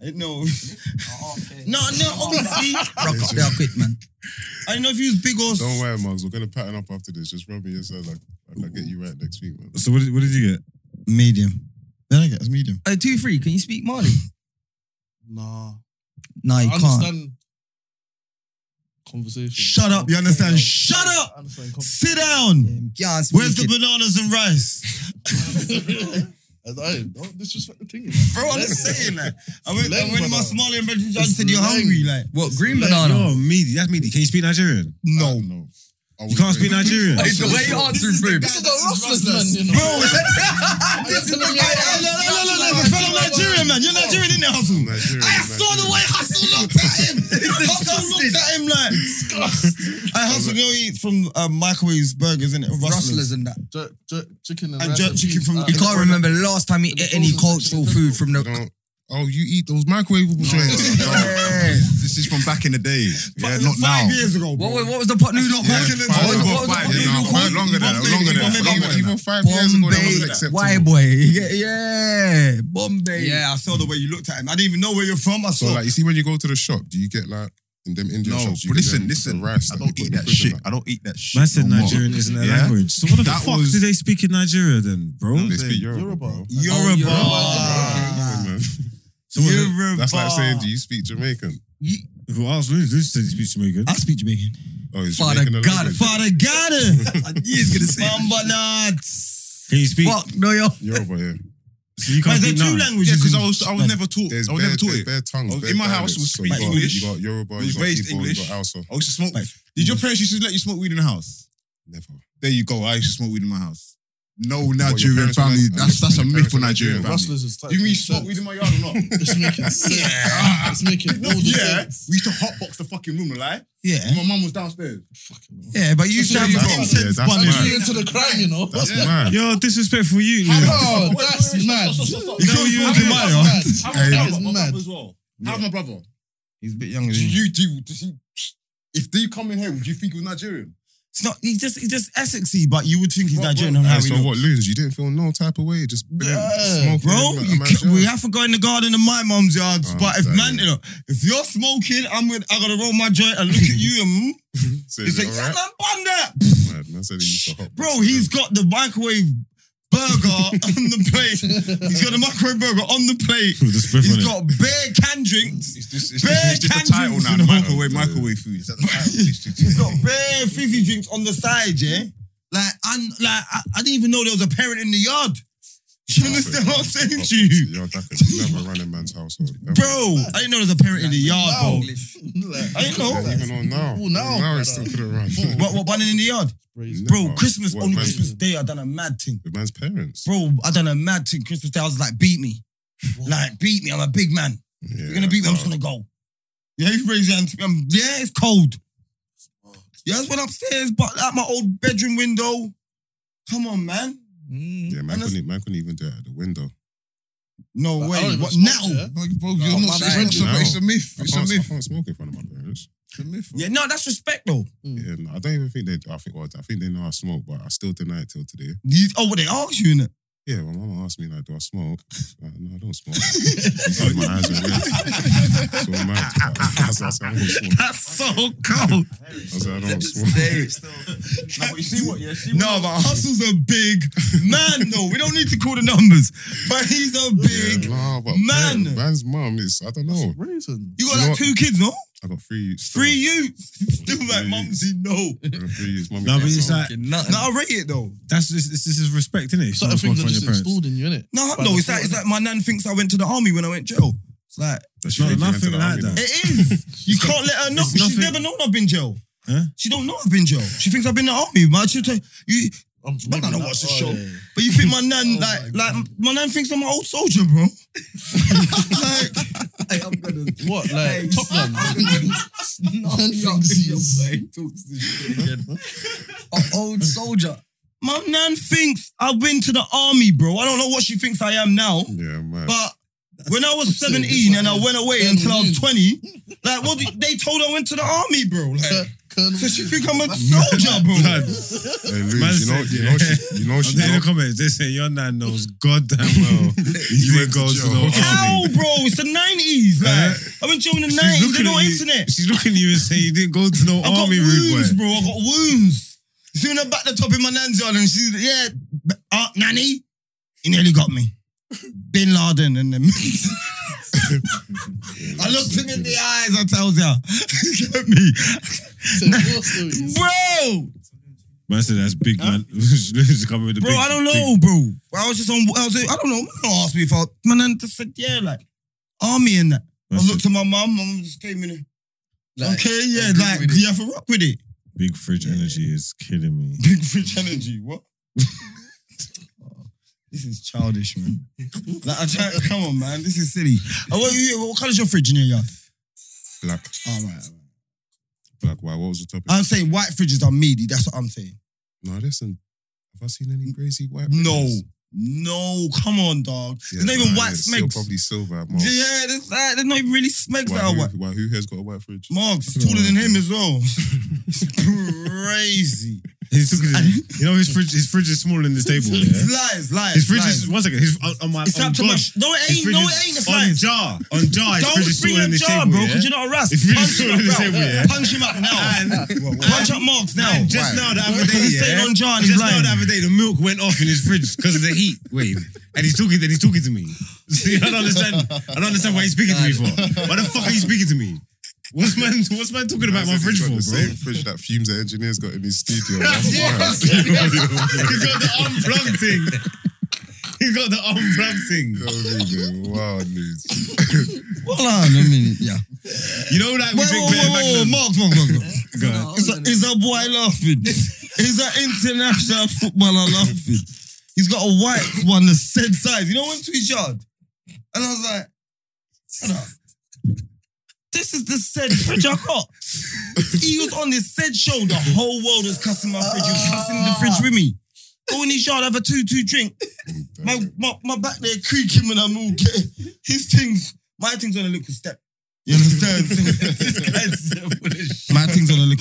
[SPEAKER 2] I didn't know.
[SPEAKER 4] Okay.
[SPEAKER 2] No, no, obviously.
[SPEAKER 4] Rock up there quick, man.
[SPEAKER 2] I didn't know if he was big or
[SPEAKER 5] Don't worry, Mugs. We're gonna pattern up after this. Just rub me your size. Like, like I get you right next week, man.
[SPEAKER 1] So what did, what did you get?
[SPEAKER 2] medium. Then I guess medium.
[SPEAKER 4] Hey, two, three. Can you speak Marley?
[SPEAKER 3] Nah.
[SPEAKER 4] No,
[SPEAKER 3] I
[SPEAKER 4] you can't.
[SPEAKER 3] understand conversation.
[SPEAKER 2] Shut up, you understand? Shut up!
[SPEAKER 3] I understand
[SPEAKER 2] Sit down!
[SPEAKER 4] Can't speak
[SPEAKER 2] Where's the
[SPEAKER 4] it.
[SPEAKER 2] bananas and rice?
[SPEAKER 3] conversation. I don't disrespect the thing. you know.
[SPEAKER 2] Bro, I'm just saying that.
[SPEAKER 5] Ah
[SPEAKER 2] I went, I
[SPEAKER 3] Leng
[SPEAKER 2] went to my
[SPEAKER 3] banana.
[SPEAKER 2] Somalian brother and
[SPEAKER 3] It's
[SPEAKER 2] said, You're
[SPEAKER 3] leng.
[SPEAKER 2] hungry? Like,
[SPEAKER 4] What, green banana?
[SPEAKER 1] Yo, meaty. That's meaty. Can you speak Nigerian?
[SPEAKER 5] No,
[SPEAKER 2] no.
[SPEAKER 5] no. I
[SPEAKER 1] You can't speak Nigerian.
[SPEAKER 4] It's the way you answer, bro.
[SPEAKER 6] This is the
[SPEAKER 3] Rustlers,
[SPEAKER 6] Rustlers.
[SPEAKER 3] man, you know.
[SPEAKER 2] Bro, no, no, no, no, no, no. Fellow Nigerian, man. You're Nigerian in the hustle. I saw the way Hustle looked at him. Hustle looked at him like. I Hustle, you know, he eats from uh, microwaves burgers, innit? Rustlers.
[SPEAKER 4] Rustlers and that.
[SPEAKER 3] Jerk, jerk, chicken and,
[SPEAKER 2] And
[SPEAKER 3] rice
[SPEAKER 2] jerk
[SPEAKER 3] and
[SPEAKER 2] chicken
[SPEAKER 3] peas.
[SPEAKER 2] from-
[SPEAKER 3] Uh,
[SPEAKER 4] You can't remember the last time he
[SPEAKER 3] The
[SPEAKER 4] ate any
[SPEAKER 3] frozen
[SPEAKER 4] cultural
[SPEAKER 3] chicken.
[SPEAKER 4] food from the.
[SPEAKER 5] No. Oh, you eat those microwavable joints. No. This is from back in the day. Yeah, not now.
[SPEAKER 2] Five years ago.
[SPEAKER 4] What,
[SPEAKER 2] bro.
[SPEAKER 4] what was the pot noodle
[SPEAKER 5] Yeah,
[SPEAKER 4] called?
[SPEAKER 5] five,
[SPEAKER 4] What was-
[SPEAKER 5] even
[SPEAKER 4] what was the
[SPEAKER 5] five
[SPEAKER 4] pot
[SPEAKER 5] years
[SPEAKER 4] noodle
[SPEAKER 5] ago.
[SPEAKER 4] called?
[SPEAKER 5] Longer than that, longer than that.
[SPEAKER 2] Bombay-
[SPEAKER 5] Even- Even five years ago, that was
[SPEAKER 4] Bombay,
[SPEAKER 5] acceptable.
[SPEAKER 4] white boy. Yeah, yeah, Bombay.
[SPEAKER 2] Yeah, I saw the way you looked at him. I didn't even know where you're from. I
[SPEAKER 7] So
[SPEAKER 2] saw.
[SPEAKER 7] like, you see when you go to the shop, do you get like in them Indian
[SPEAKER 5] No,
[SPEAKER 7] shops? you
[SPEAKER 5] but
[SPEAKER 7] get
[SPEAKER 5] listen,
[SPEAKER 7] them-
[SPEAKER 5] listen,
[SPEAKER 7] the rice
[SPEAKER 5] I
[SPEAKER 7] you
[SPEAKER 5] don't
[SPEAKER 7] put in
[SPEAKER 5] eat
[SPEAKER 7] the
[SPEAKER 5] that
[SPEAKER 7] fridge and
[SPEAKER 5] shit. I don't eat that shit.
[SPEAKER 1] Man said
[SPEAKER 5] no more.
[SPEAKER 1] Nigerian isn't their
[SPEAKER 5] Yeah?
[SPEAKER 1] language. So what the
[SPEAKER 5] That
[SPEAKER 1] fuck
[SPEAKER 5] was-
[SPEAKER 1] do they speak in Nigeria then, bro?
[SPEAKER 5] They
[SPEAKER 7] They
[SPEAKER 5] speak
[SPEAKER 7] speak
[SPEAKER 3] Yoruba.
[SPEAKER 5] Yoruba,
[SPEAKER 7] bro.
[SPEAKER 2] Yoruba.
[SPEAKER 4] Yoruba.
[SPEAKER 7] Yeah, man.
[SPEAKER 1] So what, they-
[SPEAKER 7] That's like saying, do you speak Jamaican?
[SPEAKER 1] who asked me? They said they speak Jamaican.
[SPEAKER 2] I speak Jamaican.
[SPEAKER 7] Oh, is
[SPEAKER 4] Father
[SPEAKER 7] Jamaican a
[SPEAKER 4] God,
[SPEAKER 7] language?
[SPEAKER 2] Father God.
[SPEAKER 5] He's gonna say.
[SPEAKER 2] Mamba nuts.
[SPEAKER 1] Can you speak?
[SPEAKER 4] Fuck, no, yo.
[SPEAKER 7] Yoruba, yeah.
[SPEAKER 1] So you
[SPEAKER 2] Man,
[SPEAKER 1] can't
[SPEAKER 2] there
[SPEAKER 1] speak
[SPEAKER 2] are two
[SPEAKER 1] none.
[SPEAKER 2] languages.
[SPEAKER 5] Yeah, because
[SPEAKER 2] in-
[SPEAKER 5] I was I was never taught.
[SPEAKER 7] There's
[SPEAKER 5] I was never
[SPEAKER 7] bare,
[SPEAKER 5] taught
[SPEAKER 7] there's
[SPEAKER 5] it.
[SPEAKER 7] bare tongues.
[SPEAKER 5] I was-
[SPEAKER 7] bare
[SPEAKER 5] in my
[SPEAKER 7] dialects.
[SPEAKER 5] house, we
[SPEAKER 7] So
[SPEAKER 5] speak
[SPEAKER 7] you got-
[SPEAKER 5] English.
[SPEAKER 7] You got Yoruba,
[SPEAKER 5] We
[SPEAKER 7] you
[SPEAKER 5] was
[SPEAKER 7] got
[SPEAKER 5] raised
[SPEAKER 7] Igbo, you
[SPEAKER 5] English.
[SPEAKER 7] got Hausa.
[SPEAKER 5] I used to smoke.
[SPEAKER 2] Like-
[SPEAKER 5] Did your parents used to let you smoke weed in the house?
[SPEAKER 7] Never.
[SPEAKER 5] There you go. I used to smoke weed in my house. No
[SPEAKER 7] your
[SPEAKER 5] Nigerian
[SPEAKER 7] parents
[SPEAKER 5] family.
[SPEAKER 7] were-
[SPEAKER 5] That's that's a
[SPEAKER 7] your
[SPEAKER 5] myth
[SPEAKER 7] parents
[SPEAKER 5] for
[SPEAKER 7] were
[SPEAKER 5] Nigerian
[SPEAKER 7] Nigerian.
[SPEAKER 5] family.
[SPEAKER 3] Rustlers is
[SPEAKER 5] You mean
[SPEAKER 3] making
[SPEAKER 5] smoke
[SPEAKER 3] sense.
[SPEAKER 5] weed in my yard or not?
[SPEAKER 3] It's making sense. It's making
[SPEAKER 5] No,
[SPEAKER 3] all the
[SPEAKER 5] yeah,
[SPEAKER 3] sense.
[SPEAKER 5] we used to hotbox the fucking room, like.
[SPEAKER 2] Yeah.
[SPEAKER 5] My mum was downstairs.
[SPEAKER 3] Fucking hell.
[SPEAKER 2] Yeah, but you
[SPEAKER 3] That's
[SPEAKER 2] should have
[SPEAKER 3] what I'm
[SPEAKER 2] your
[SPEAKER 3] saying.
[SPEAKER 2] incense
[SPEAKER 7] Yeah, that's
[SPEAKER 2] bunnies.
[SPEAKER 7] mad.
[SPEAKER 3] You into the crime, you know.
[SPEAKER 7] That's mad.
[SPEAKER 1] Yo, disrespectful you. you know.
[SPEAKER 3] Oh, that's mad.
[SPEAKER 2] You know what you was in my
[SPEAKER 3] That's
[SPEAKER 2] yard?
[SPEAKER 3] mad.
[SPEAKER 5] How's
[SPEAKER 3] That is
[SPEAKER 5] my brother? My
[SPEAKER 3] mad.
[SPEAKER 5] brother as well. How's my brother?
[SPEAKER 2] He's a bit younger
[SPEAKER 5] Do you do? Does he? If they come in here, would you think he was Nigerian?
[SPEAKER 2] It's not, he's just, he's just Essexy, but you would think he's
[SPEAKER 5] Bro,
[SPEAKER 2] Nigerian
[SPEAKER 5] bro.
[SPEAKER 2] on how
[SPEAKER 7] Hey,
[SPEAKER 2] he
[SPEAKER 7] so
[SPEAKER 2] looks.
[SPEAKER 7] what, loons? You didn't feel no type of way? Just
[SPEAKER 3] Yeah.
[SPEAKER 7] smoking
[SPEAKER 2] Bro,
[SPEAKER 7] like a
[SPEAKER 2] you
[SPEAKER 7] man's
[SPEAKER 2] can,
[SPEAKER 7] yard?
[SPEAKER 2] we have to go in the garden of my mom's yard.
[SPEAKER 7] Oh,
[SPEAKER 2] but if
[SPEAKER 7] damn.
[SPEAKER 2] man, you know, if you're smoking, I'm with, I gotta roll my joint and look at you and mm,
[SPEAKER 7] So
[SPEAKER 2] it's
[SPEAKER 7] is
[SPEAKER 2] like,
[SPEAKER 7] it all
[SPEAKER 2] yeah,
[SPEAKER 7] right?
[SPEAKER 2] man, bun that.
[SPEAKER 7] Mad, man said he used to hotbox
[SPEAKER 2] Bro,
[SPEAKER 7] it,
[SPEAKER 2] he's got the microwave burger on the plate. He's got the microwave burger on the plate.
[SPEAKER 1] With the spliff on
[SPEAKER 2] He's
[SPEAKER 1] it.
[SPEAKER 2] got bare can drinks.
[SPEAKER 5] It's just, it's
[SPEAKER 2] Bare
[SPEAKER 5] just, it's just
[SPEAKER 2] candles,
[SPEAKER 5] the title now.
[SPEAKER 2] you know?
[SPEAKER 5] Microwave,
[SPEAKER 7] Yeah.
[SPEAKER 5] microwave food. Is that the title? It's just-
[SPEAKER 2] He's got bare fizzy drinks on the side, yeah? Like, and like I, I didn't even know there was a parent in the yard. Do you understand what I'm saying to you?
[SPEAKER 7] Yo, that could never run a man's household. ever.
[SPEAKER 2] Bro, I didn't know there was a parent in the yard, bro.
[SPEAKER 3] Like,
[SPEAKER 2] I didn't
[SPEAKER 7] Yeah,
[SPEAKER 2] know.
[SPEAKER 7] even on now.
[SPEAKER 3] Well, now,
[SPEAKER 7] now it
[SPEAKER 3] brother.
[SPEAKER 7] still couldn't run.
[SPEAKER 2] What, what, bunning in the yard?
[SPEAKER 3] Crazy.
[SPEAKER 2] Bro,
[SPEAKER 7] Never.
[SPEAKER 2] Christmas,
[SPEAKER 7] What,
[SPEAKER 2] on
[SPEAKER 7] man?
[SPEAKER 2] Christmas Day, I done a mad thing.
[SPEAKER 7] The man's parents.
[SPEAKER 2] Bro, I done a mad thing Christmas Day. I was like, beat me. Like, beat me. I'm a big man.
[SPEAKER 7] Yeah,
[SPEAKER 2] You're gonna beat me. I'm just gonna go. Yeah, you raise your hand. to me, I'm, yeah, it's cold. Yeah, I just went upstairs, but at my old bedroom window. Come on, man.
[SPEAKER 5] Mm-hmm.
[SPEAKER 7] Yeah, man
[SPEAKER 2] And that's-
[SPEAKER 7] couldn't, man couldn't even do it at the window.
[SPEAKER 2] No
[SPEAKER 3] Like, I don't
[SPEAKER 2] way.
[SPEAKER 3] even
[SPEAKER 2] What
[SPEAKER 3] smoke,
[SPEAKER 2] now?
[SPEAKER 3] yeah?
[SPEAKER 5] Bro,
[SPEAKER 3] No,
[SPEAKER 5] you're
[SPEAKER 3] my
[SPEAKER 5] not saying
[SPEAKER 3] bad.
[SPEAKER 5] it's a-
[SPEAKER 7] No.
[SPEAKER 5] it's a myth.
[SPEAKER 7] I
[SPEAKER 5] It's a
[SPEAKER 7] can't, I
[SPEAKER 5] myth.
[SPEAKER 7] can't smoke in front of my parents.
[SPEAKER 5] It's a myth.
[SPEAKER 2] Yeah, no, that's respect though.
[SPEAKER 7] Yeah, no, I don't even think they. I think well, I think they know I smoke, but I still deny it till today.
[SPEAKER 2] You, oh, well, they asked you in it.
[SPEAKER 7] Yeah, my mama asked me like, "Do I smoke?" Like, no, I don't smoke. She said my eyes are red. So mad. I was like, I don't smoke.
[SPEAKER 2] That's so cold.
[SPEAKER 7] I was like, I don't smoke.
[SPEAKER 6] Still. No, but you see what? Yeah, see what?
[SPEAKER 2] no, but Hustle's a big man though. We don't need to call the numbers, but he's a big.
[SPEAKER 7] Yeah, nah, but
[SPEAKER 2] Man.
[SPEAKER 7] parent- man's mum is. I don't know.
[SPEAKER 3] Reason.
[SPEAKER 2] You got
[SPEAKER 7] You know
[SPEAKER 2] like
[SPEAKER 7] what?
[SPEAKER 2] two kids, no?
[SPEAKER 7] I got three. youths still.
[SPEAKER 2] Three youths. Still like
[SPEAKER 7] Three.
[SPEAKER 2] mumsy, no.
[SPEAKER 7] I got three youths. Mum
[SPEAKER 1] No,
[SPEAKER 7] is
[SPEAKER 1] but it's
[SPEAKER 7] mum.
[SPEAKER 1] like
[SPEAKER 2] No, I rate it though.
[SPEAKER 1] that's this this is respect, isn't it?
[SPEAKER 3] Certain things are just installed in you, innit?
[SPEAKER 2] No,
[SPEAKER 3] By
[SPEAKER 2] no, it's
[SPEAKER 3] default,
[SPEAKER 2] like it's
[SPEAKER 3] innit?
[SPEAKER 2] like my nan thinks I went to the army when I went jail. It's like
[SPEAKER 7] That's
[SPEAKER 1] No,
[SPEAKER 7] straight
[SPEAKER 1] nothing
[SPEAKER 7] into the
[SPEAKER 1] like
[SPEAKER 7] army,
[SPEAKER 1] that.
[SPEAKER 7] though.
[SPEAKER 2] it is. You can't let her know.
[SPEAKER 1] it's
[SPEAKER 2] She's
[SPEAKER 1] nothing-
[SPEAKER 2] never known I've been jail.
[SPEAKER 1] Huh?
[SPEAKER 2] She don't know I've been jail. She thinks I've been in the army. Man, she tell you,
[SPEAKER 3] I'm
[SPEAKER 2] Man, I don't
[SPEAKER 3] that-
[SPEAKER 2] watch the
[SPEAKER 3] oh,
[SPEAKER 2] show.
[SPEAKER 3] yeah, yeah.
[SPEAKER 2] but you think my nan
[SPEAKER 3] Oh
[SPEAKER 2] like
[SPEAKER 3] my
[SPEAKER 2] like my nan thinks I'm an old soldier, bro. like
[SPEAKER 6] I'm gonna.
[SPEAKER 3] What? Like, top man.
[SPEAKER 6] Nothing
[SPEAKER 3] he's-
[SPEAKER 6] Talks this shit again.
[SPEAKER 4] An old soldier.
[SPEAKER 2] my nan thinks I went to the army, bro. I don't know what she thinks I am now,
[SPEAKER 7] Yeah, man.
[SPEAKER 2] but. When I was
[SPEAKER 3] saying, it's
[SPEAKER 2] 17
[SPEAKER 3] like
[SPEAKER 2] and I
[SPEAKER 3] it's
[SPEAKER 2] went away
[SPEAKER 3] Colonel
[SPEAKER 2] until I was
[SPEAKER 3] Moon.
[SPEAKER 2] 20, like what do, they told I went to the army, bro. Like,
[SPEAKER 3] Colonel.
[SPEAKER 2] so she think I'm a soldier, bro.
[SPEAKER 7] Hey, Lou,
[SPEAKER 1] Man
[SPEAKER 7] you know,
[SPEAKER 1] said,
[SPEAKER 7] you know, she, you know,
[SPEAKER 1] I'm
[SPEAKER 7] she,
[SPEAKER 1] telling you in the
[SPEAKER 7] know,
[SPEAKER 1] comments. They say your nan knows goddamn well you
[SPEAKER 7] went
[SPEAKER 1] ain't
[SPEAKER 7] to
[SPEAKER 1] going to
[SPEAKER 7] jail.
[SPEAKER 1] the
[SPEAKER 2] How,
[SPEAKER 1] army.
[SPEAKER 2] bro? It's the nineties. Like, I went during the nineties. There's
[SPEAKER 1] Uh, looking
[SPEAKER 2] no
[SPEAKER 1] at you-
[SPEAKER 2] internet.
[SPEAKER 1] She's looking at you and saying you didn't go to no
[SPEAKER 2] I got
[SPEAKER 1] army,
[SPEAKER 2] wounds,
[SPEAKER 1] rude boy.
[SPEAKER 2] bro. I got wounds. See when I back the top in my nan's yard and she's like, yeah, b- uh, nanny, you nearly got me. Bin Laden and them. I looked him in the eyes. I tells her, get me. Bro,
[SPEAKER 1] Man said that's big, man. Just coming with the
[SPEAKER 2] bro,
[SPEAKER 1] big-
[SPEAKER 2] I don't
[SPEAKER 1] big-
[SPEAKER 2] know, bro. I was just on. I was. I don't know. Man, don't ask me if I. Man, I just said yeah, like army and that. I
[SPEAKER 1] That's
[SPEAKER 2] looked at my mum. Mum just came in.
[SPEAKER 4] Like,
[SPEAKER 2] okay, yeah,
[SPEAKER 4] agree
[SPEAKER 2] like
[SPEAKER 4] with it.
[SPEAKER 2] you have to rock with it.
[SPEAKER 1] Big fridge energy is killing me.
[SPEAKER 2] Big fridge energy. What? This is childish, man. Like, I'm trying, come on, man. This is silly. Uh, what, you- what colour's your fridge in your yard?
[SPEAKER 7] Black.
[SPEAKER 2] All right.
[SPEAKER 7] Black. Why? What was the topic?
[SPEAKER 2] I'm saying white fridges are meaty. That's what I'm saying.
[SPEAKER 7] no, listen. Have I seen any crazy white?
[SPEAKER 2] No,
[SPEAKER 7] bitches?
[SPEAKER 2] no, come on, dog.
[SPEAKER 7] Yeah,
[SPEAKER 2] there's not even
[SPEAKER 7] nah,
[SPEAKER 2] white
[SPEAKER 7] it's still
[SPEAKER 2] smegs.
[SPEAKER 7] Probably silver. at most.
[SPEAKER 2] Yeah, there's, uh, there's not even really smegs that
[SPEAKER 7] Why,
[SPEAKER 2] are
[SPEAKER 7] who,
[SPEAKER 2] white.
[SPEAKER 7] why, who here's got a white fridge?
[SPEAKER 2] Mark's taller than him as well. It's crazy.
[SPEAKER 1] He's took his, you know his fridge. His fridge is smaller than this table.
[SPEAKER 2] It's
[SPEAKER 1] Yeah?
[SPEAKER 2] lies, lies.
[SPEAKER 1] His fridge
[SPEAKER 2] lies.
[SPEAKER 1] is one second. His on, on my
[SPEAKER 2] It's
[SPEAKER 1] on
[SPEAKER 2] up to
[SPEAKER 1] God,
[SPEAKER 2] my. Sh- no, it
[SPEAKER 1] his
[SPEAKER 2] ain't.
[SPEAKER 1] fridge
[SPEAKER 2] No,
[SPEAKER 1] is
[SPEAKER 2] it ain't. It's
[SPEAKER 1] on
[SPEAKER 2] lies.
[SPEAKER 1] jar. On jar. His fridge
[SPEAKER 2] Don't
[SPEAKER 1] is
[SPEAKER 2] bring
[SPEAKER 1] smaller than
[SPEAKER 2] that
[SPEAKER 1] this
[SPEAKER 2] jar,
[SPEAKER 1] table.
[SPEAKER 2] bro,
[SPEAKER 1] yeah?
[SPEAKER 2] because you're not a ras.
[SPEAKER 1] His fridge is smaller
[SPEAKER 2] Punch
[SPEAKER 1] than
[SPEAKER 2] him
[SPEAKER 1] this
[SPEAKER 2] up
[SPEAKER 1] table.
[SPEAKER 2] now.
[SPEAKER 1] Yeah.
[SPEAKER 2] Punch him up
[SPEAKER 1] And-
[SPEAKER 2] now. Punch up Marks now.
[SPEAKER 1] And just now the other day,
[SPEAKER 2] Because he's
[SPEAKER 1] yeah,
[SPEAKER 2] saying on jar and he's
[SPEAKER 1] just now
[SPEAKER 2] lying.
[SPEAKER 1] the other day, the milk went off in his fridge because of the heat wave, and he's talking. Then he's talking to me. See, I don't understand. I don't understand why he's speaking to me for. Why the fuck are you speaking to me? What's man? What's man talking about my
[SPEAKER 7] Man's
[SPEAKER 1] fridge
[SPEAKER 7] got
[SPEAKER 1] for,
[SPEAKER 7] the
[SPEAKER 1] bro?
[SPEAKER 7] Same fridge that fumes that engineers got in his studio. That's wild.
[SPEAKER 1] He got the unplugged thing. He got the unplugged thing.
[SPEAKER 7] You know what I mean, man? Wild news.
[SPEAKER 2] Hold on a minute. Yeah.
[SPEAKER 1] You know that we
[SPEAKER 2] Wait,
[SPEAKER 1] drink
[SPEAKER 2] whoa,
[SPEAKER 1] beer
[SPEAKER 2] whoa, whoa, whoa,
[SPEAKER 1] Magnum.
[SPEAKER 2] Marks, Marks, Marks, Marks.
[SPEAKER 1] Go ahead.
[SPEAKER 2] Is a, is a boy laughing? Is an international footballer laughing? He's got a white one the said size. You know, I went to his yard, and I was like, "Shut up. This is the said fridge I got. He was on this said show. The whole world was cussing my fridge. He was cussing the fridge with me. Go in his yard, have a two-two drink. My, my my back there creaking when I'm all gay. His things, my things on a little step. You understand? this guy's my things on a little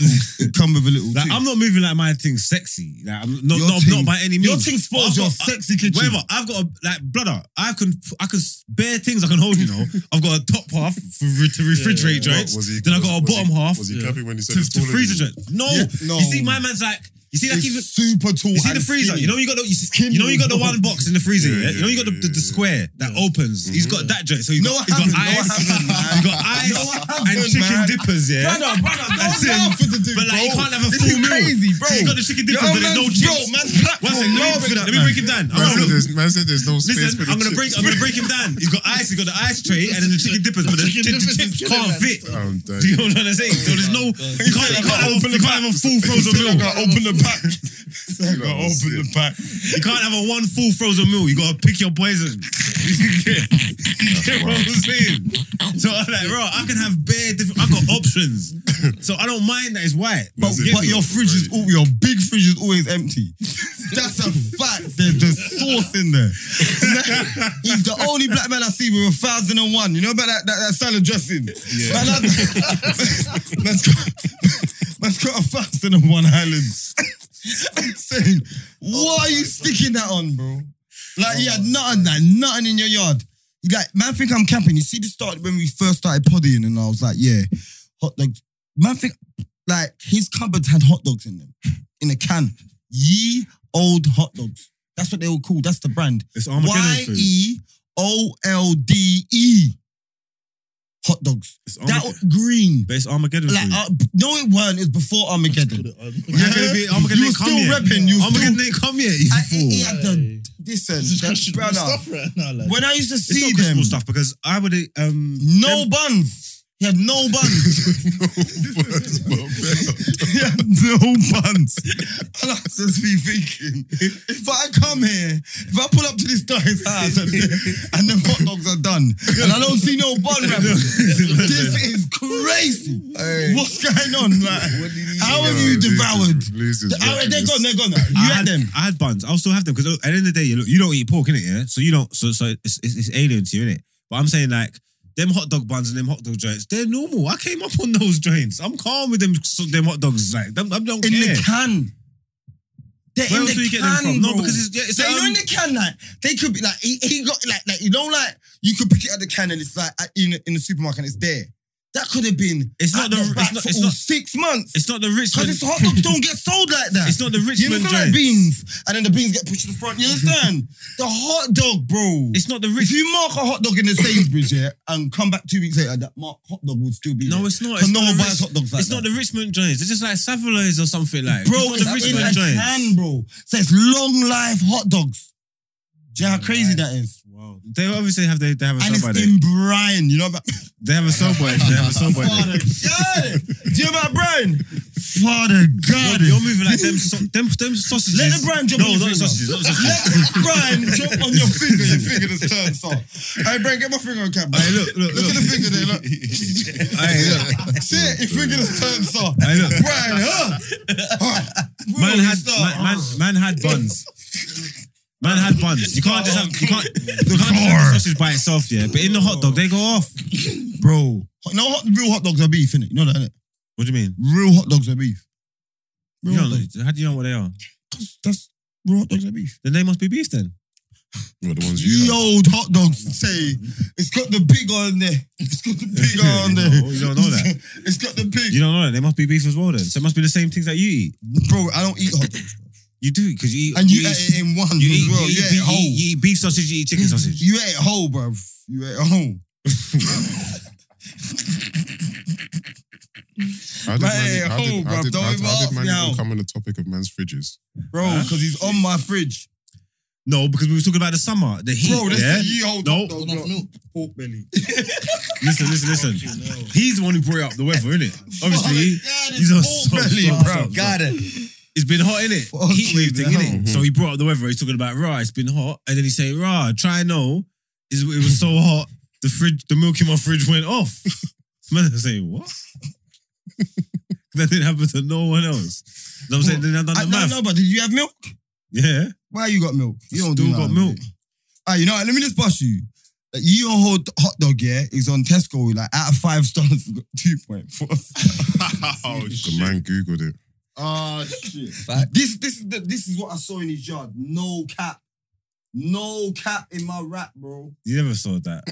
[SPEAKER 2] come with a little.
[SPEAKER 1] Like,
[SPEAKER 2] thing.
[SPEAKER 1] I'm not moving like my thing's sexy. Like I'm not,
[SPEAKER 2] Your
[SPEAKER 1] not,
[SPEAKER 2] thing-
[SPEAKER 1] not by any means.
[SPEAKER 2] your thing spoils
[SPEAKER 1] I've
[SPEAKER 2] your
[SPEAKER 1] got-
[SPEAKER 2] sexy kitchen.
[SPEAKER 1] Whatever. I've got a like brother. I can I can bare things I can hold. You know, I've got a top half for, to refrigerate joints.
[SPEAKER 7] Was he-
[SPEAKER 1] Then I
[SPEAKER 7] was-
[SPEAKER 1] got a
[SPEAKER 7] was
[SPEAKER 1] bottom
[SPEAKER 7] he-
[SPEAKER 1] half
[SPEAKER 7] Was he
[SPEAKER 1] to,
[SPEAKER 7] clapping when he said it's
[SPEAKER 1] to
[SPEAKER 7] taller than
[SPEAKER 1] freeze a
[SPEAKER 7] you?
[SPEAKER 1] joint. No.
[SPEAKER 2] Yeah, no.
[SPEAKER 1] you see, my man's like you see, like
[SPEAKER 2] It's
[SPEAKER 1] even
[SPEAKER 2] super tall.
[SPEAKER 1] you see the
[SPEAKER 2] and
[SPEAKER 1] freezer. You
[SPEAKER 2] skinny.
[SPEAKER 1] know you got the you, see-
[SPEAKER 2] Skinny
[SPEAKER 1] you know you got the
[SPEAKER 2] as well.
[SPEAKER 1] one box in the freezer. Yeah,
[SPEAKER 7] Yeah, yeah,
[SPEAKER 1] you know you got the, the, the
[SPEAKER 7] yeah,
[SPEAKER 1] square that opens. He's got that joint. So you
[SPEAKER 2] No,
[SPEAKER 1] got, he's got
[SPEAKER 2] I
[SPEAKER 1] ice.
[SPEAKER 2] haven't. No, I haven't, man.
[SPEAKER 1] You got ice
[SPEAKER 2] No, I
[SPEAKER 1] and
[SPEAKER 2] haven't,
[SPEAKER 1] chicken
[SPEAKER 2] man.
[SPEAKER 1] dippers. Yeah.
[SPEAKER 2] Brother, brother, don't
[SPEAKER 1] That's him.
[SPEAKER 2] laugh at the dude,
[SPEAKER 1] But like, you
[SPEAKER 2] bro.
[SPEAKER 1] can't have a
[SPEAKER 2] This
[SPEAKER 1] full
[SPEAKER 2] is
[SPEAKER 1] meal.
[SPEAKER 2] crazy, bro.
[SPEAKER 1] He's got the chicken dippers,
[SPEAKER 2] Your
[SPEAKER 1] but there's no
[SPEAKER 2] man's-
[SPEAKER 1] chips.
[SPEAKER 2] Bro, man's
[SPEAKER 1] One second, let
[SPEAKER 2] platform.
[SPEAKER 1] me
[SPEAKER 2] laugh
[SPEAKER 1] break,
[SPEAKER 2] at
[SPEAKER 1] let
[SPEAKER 2] that
[SPEAKER 1] me
[SPEAKER 2] man.
[SPEAKER 1] break him down. I'm
[SPEAKER 7] Man
[SPEAKER 1] gonna
[SPEAKER 7] said
[SPEAKER 1] look.
[SPEAKER 7] there's- Man said there's no space
[SPEAKER 1] Listen,
[SPEAKER 7] for the
[SPEAKER 1] I'm gonna
[SPEAKER 7] chips.
[SPEAKER 1] break. I'm gonna break him down. He's got ice. He's got the ice tray, and then the chicken dippers, but the, the,
[SPEAKER 3] Chicken dippers is
[SPEAKER 1] chips
[SPEAKER 3] killing
[SPEAKER 1] can't
[SPEAKER 3] that
[SPEAKER 1] fit.
[SPEAKER 7] I'm done.
[SPEAKER 1] Do you know what I'm saying? So there's no. You can't, you can't, have, a, you can't have a full frozen meal.
[SPEAKER 2] open the pack. I gotta
[SPEAKER 7] Oh,
[SPEAKER 2] open the pack.
[SPEAKER 1] You can't have a one full frozen meal. You gotta pick your poison. You get, you get what I'm saying? So I'm like, bro, I can have bare different. I've got options. So I don't mind that it's white.
[SPEAKER 2] But,
[SPEAKER 1] You get
[SPEAKER 2] but
[SPEAKER 1] me?
[SPEAKER 2] your fridge is all, your big fridge is always empty. That's a fact. There's the sauce in there. He's the only black man I see with a thousand and one. You know about that that, that salad dressing. Man, I- man's got man's got a thousand and one islands. I'm saying, what are you sticking that on, bro? Like
[SPEAKER 1] Oh
[SPEAKER 2] you had nothing, like nothing in your yard. You Like man, think I'm camping. You see the start when we first started podding, and I was like, yeah, hot dogs. Man, think like his cupboards had hot dogs in them, in a can. Ye old hot dogs. That's what they were called. That's the brand.
[SPEAKER 1] It's
[SPEAKER 2] Y
[SPEAKER 1] Armageddon food.
[SPEAKER 2] e o l d e. Hot dogs.
[SPEAKER 1] It's
[SPEAKER 2] That
[SPEAKER 1] Armageddon.
[SPEAKER 2] green.
[SPEAKER 1] But it's Armageddon
[SPEAKER 2] Like
[SPEAKER 1] food.
[SPEAKER 2] uh, no, it weren't. It was before Armageddon.
[SPEAKER 1] Armageddon be- Armageddon
[SPEAKER 2] you were
[SPEAKER 1] ain't come
[SPEAKER 2] still
[SPEAKER 1] yet.
[SPEAKER 2] repping. You were
[SPEAKER 1] Armageddon
[SPEAKER 2] still.
[SPEAKER 1] ain't come yet. You
[SPEAKER 2] I,
[SPEAKER 1] fool.
[SPEAKER 2] he had the,
[SPEAKER 3] This is
[SPEAKER 2] listen, that,
[SPEAKER 3] questionable
[SPEAKER 2] brother.
[SPEAKER 3] stuff right now. Like,
[SPEAKER 2] When I used to
[SPEAKER 1] It's
[SPEAKER 2] see
[SPEAKER 1] not
[SPEAKER 2] them,
[SPEAKER 1] Christmas stuff because I would um
[SPEAKER 2] no
[SPEAKER 1] them-
[SPEAKER 2] buns. He had no buns.
[SPEAKER 7] But-
[SPEAKER 2] he had no buns. And I just be thinking, if I come here, if I pull up to this guy's house and, and the hot dogs are done, and I don't see no bun wrap, this is crazy. What's going on? Like, how have you devoured? How, they're gone. They're gone. now. You
[SPEAKER 1] I
[SPEAKER 2] had them.
[SPEAKER 1] I had buns. I'll still have them because at the end of the day, you look, you don't eat pork in it, yeah. So you don't. So so it's, it's, it's alien to you, innit? But I'm saying like them hot dog buns and them hot dog joints, they're normal. I came up on those joints. I'm calm with them so them hot dogs. Like them, I don't
[SPEAKER 2] in
[SPEAKER 1] care.
[SPEAKER 2] the can. They're
[SPEAKER 1] Where
[SPEAKER 2] in
[SPEAKER 1] else
[SPEAKER 2] the
[SPEAKER 1] do you get
[SPEAKER 2] can,
[SPEAKER 1] them from?
[SPEAKER 2] Bro.
[SPEAKER 1] No, because it's yeah, it's
[SPEAKER 2] So you know
[SPEAKER 1] um,
[SPEAKER 2] in the can like they could be like he, he got like like you know like you could pick it at the can and it's like at- in in the supermarket and it's there. That could have been.
[SPEAKER 1] It's not
[SPEAKER 2] at
[SPEAKER 1] the- it's
[SPEAKER 2] back
[SPEAKER 1] not-
[SPEAKER 2] for
[SPEAKER 1] it's
[SPEAKER 2] all
[SPEAKER 1] not-
[SPEAKER 2] six months.
[SPEAKER 1] It's not the
[SPEAKER 2] Because
[SPEAKER 1] Richmond.
[SPEAKER 2] it's hot dogs don't get sold like that.
[SPEAKER 1] It's not the
[SPEAKER 2] you
[SPEAKER 1] Richmond
[SPEAKER 2] understand like
[SPEAKER 1] joint.
[SPEAKER 2] beans, and then the beans get pushed to the front. You understand? the hot dog, bro.
[SPEAKER 1] It's not the
[SPEAKER 2] if
[SPEAKER 1] Richmond.
[SPEAKER 2] you mark a hot dog in the Sainsbury's yeah, and come back two weeks later, that mark hot dog would still be
[SPEAKER 1] No,
[SPEAKER 2] there.
[SPEAKER 1] it's not.
[SPEAKER 2] 'Cause
[SPEAKER 1] It's
[SPEAKER 2] no
[SPEAKER 1] not the
[SPEAKER 2] one buys hot dogs like
[SPEAKER 1] It's
[SPEAKER 2] that.
[SPEAKER 1] not the Richmond joints. It's just like Savaloys or something like.
[SPEAKER 2] Bro,
[SPEAKER 1] it's
[SPEAKER 2] it's,
[SPEAKER 1] not the
[SPEAKER 2] in
[SPEAKER 1] Richmond
[SPEAKER 2] a
[SPEAKER 1] joints.
[SPEAKER 2] can, bro. Says long life hot dogs. Do you know how crazy that is?
[SPEAKER 3] Wow.
[SPEAKER 1] They obviously have they, they have a
[SPEAKER 2] And
[SPEAKER 1] sell
[SPEAKER 2] it's
[SPEAKER 1] by day.
[SPEAKER 2] in Brian, you know about
[SPEAKER 1] They have a sell by day. They have a sell by day.
[SPEAKER 2] Yeah, do you know about Brian? Father God.
[SPEAKER 1] You're, you're moving like them, so, them, them sausages.
[SPEAKER 2] Let the Brian jump
[SPEAKER 1] no,
[SPEAKER 2] on your
[SPEAKER 1] not the
[SPEAKER 2] finger.
[SPEAKER 1] sausages. Not the sausages.
[SPEAKER 2] Let the Brian jump on your finger. Your finger just turned so. Hey, Brian, get my finger on camera.
[SPEAKER 1] Hey, look, look,
[SPEAKER 2] Look at the finger there, look.
[SPEAKER 1] Hey, look.
[SPEAKER 2] See it? Your finger just turned so.
[SPEAKER 1] Hey, look.
[SPEAKER 2] Brian, huh? Huh.
[SPEAKER 1] Man
[SPEAKER 2] Bro,
[SPEAKER 1] had
[SPEAKER 2] stop.
[SPEAKER 1] man, man, man had buns. Man had buns. You can't just have you can't, you can't just have the sausage by itself, yeah. But in the hot dog, they go off.
[SPEAKER 2] Bro. No, hot, real hot dogs are beef, innit? You know that, innit?
[SPEAKER 1] What do you mean?
[SPEAKER 2] Real hot dogs are beef. Real
[SPEAKER 1] You
[SPEAKER 2] hot
[SPEAKER 1] don't
[SPEAKER 2] dogs.
[SPEAKER 1] know- how do you know what they are?
[SPEAKER 2] That's, that's real hot dogs are beef.
[SPEAKER 1] Then they must be beef then.
[SPEAKER 7] What, the ones you
[SPEAKER 2] Ye
[SPEAKER 7] like?
[SPEAKER 2] old hot dogs say it's got the pig on there. It's got the pig on there.
[SPEAKER 1] You don't know that.
[SPEAKER 2] It's got the pig.
[SPEAKER 1] You don't know that. They must be beef as well then. So it must be the same things that you eat.
[SPEAKER 2] Bro, I don't eat hot dogs.
[SPEAKER 1] You do because you eat.
[SPEAKER 2] And you,
[SPEAKER 1] eat,
[SPEAKER 2] ate it in one
[SPEAKER 1] you
[SPEAKER 2] as
[SPEAKER 1] eat, you eat
[SPEAKER 2] well. You,
[SPEAKER 1] beef,
[SPEAKER 2] ate it whole.
[SPEAKER 1] you eat- you eat beef sausage. You eat chicken sausage.
[SPEAKER 2] You ate it whole, bro. You ate it whole.
[SPEAKER 7] How
[SPEAKER 2] Man,
[SPEAKER 7] did man-
[SPEAKER 2] hey,
[SPEAKER 7] how
[SPEAKER 2] hold, bruv,
[SPEAKER 7] did- how did-
[SPEAKER 2] don't
[SPEAKER 7] how
[SPEAKER 2] even
[SPEAKER 7] how
[SPEAKER 2] ask
[SPEAKER 7] did man
[SPEAKER 2] me
[SPEAKER 7] even
[SPEAKER 2] out.
[SPEAKER 7] come on the topic of man's fridges?
[SPEAKER 2] Bro, because he's on my fridge.
[SPEAKER 1] No, because we were talking about the summer, the heat.
[SPEAKER 2] Bro, that's
[SPEAKER 1] yeah?
[SPEAKER 2] a ye old
[SPEAKER 1] No.
[SPEAKER 2] hot dog. bro. Pork belly.
[SPEAKER 1] Listen, listen, listen. He's the one who brought up the weather, isn't it? Obviously, he's on
[SPEAKER 2] a pork
[SPEAKER 1] so-
[SPEAKER 2] belly,
[SPEAKER 1] so-
[SPEAKER 2] bro.
[SPEAKER 1] so-
[SPEAKER 2] Got it.
[SPEAKER 1] It's been hot, innit?
[SPEAKER 2] Fuck
[SPEAKER 1] Heat wave
[SPEAKER 2] you,
[SPEAKER 1] thing, innit?
[SPEAKER 7] no.
[SPEAKER 1] So he brought up the weather. He's talking about raw. It's been hot, and then he's saying raw. Try no. Is it was so hot the fridge, the milk in my fridge went off. Man, I say what? that didn't happen to no one else. You know what I'm saying then I've done the
[SPEAKER 2] I
[SPEAKER 1] math.
[SPEAKER 2] don't know, but did you have milk?
[SPEAKER 1] Yeah,
[SPEAKER 2] Why you got milk? You
[SPEAKER 1] Still
[SPEAKER 2] do
[SPEAKER 1] got
[SPEAKER 2] nothing,
[SPEAKER 1] milk.
[SPEAKER 2] mate. Ah, you know what? Let me just bust you. Like, you your whole hot dog, yeah, is on Tesco. Like out of five stars, we got two point four.
[SPEAKER 5] oh,
[SPEAKER 7] The man googled it.
[SPEAKER 2] Ah shit! This this is the, this is what I saw in his yard. No cap, no cap in my rap, bro.
[SPEAKER 1] you never saw that.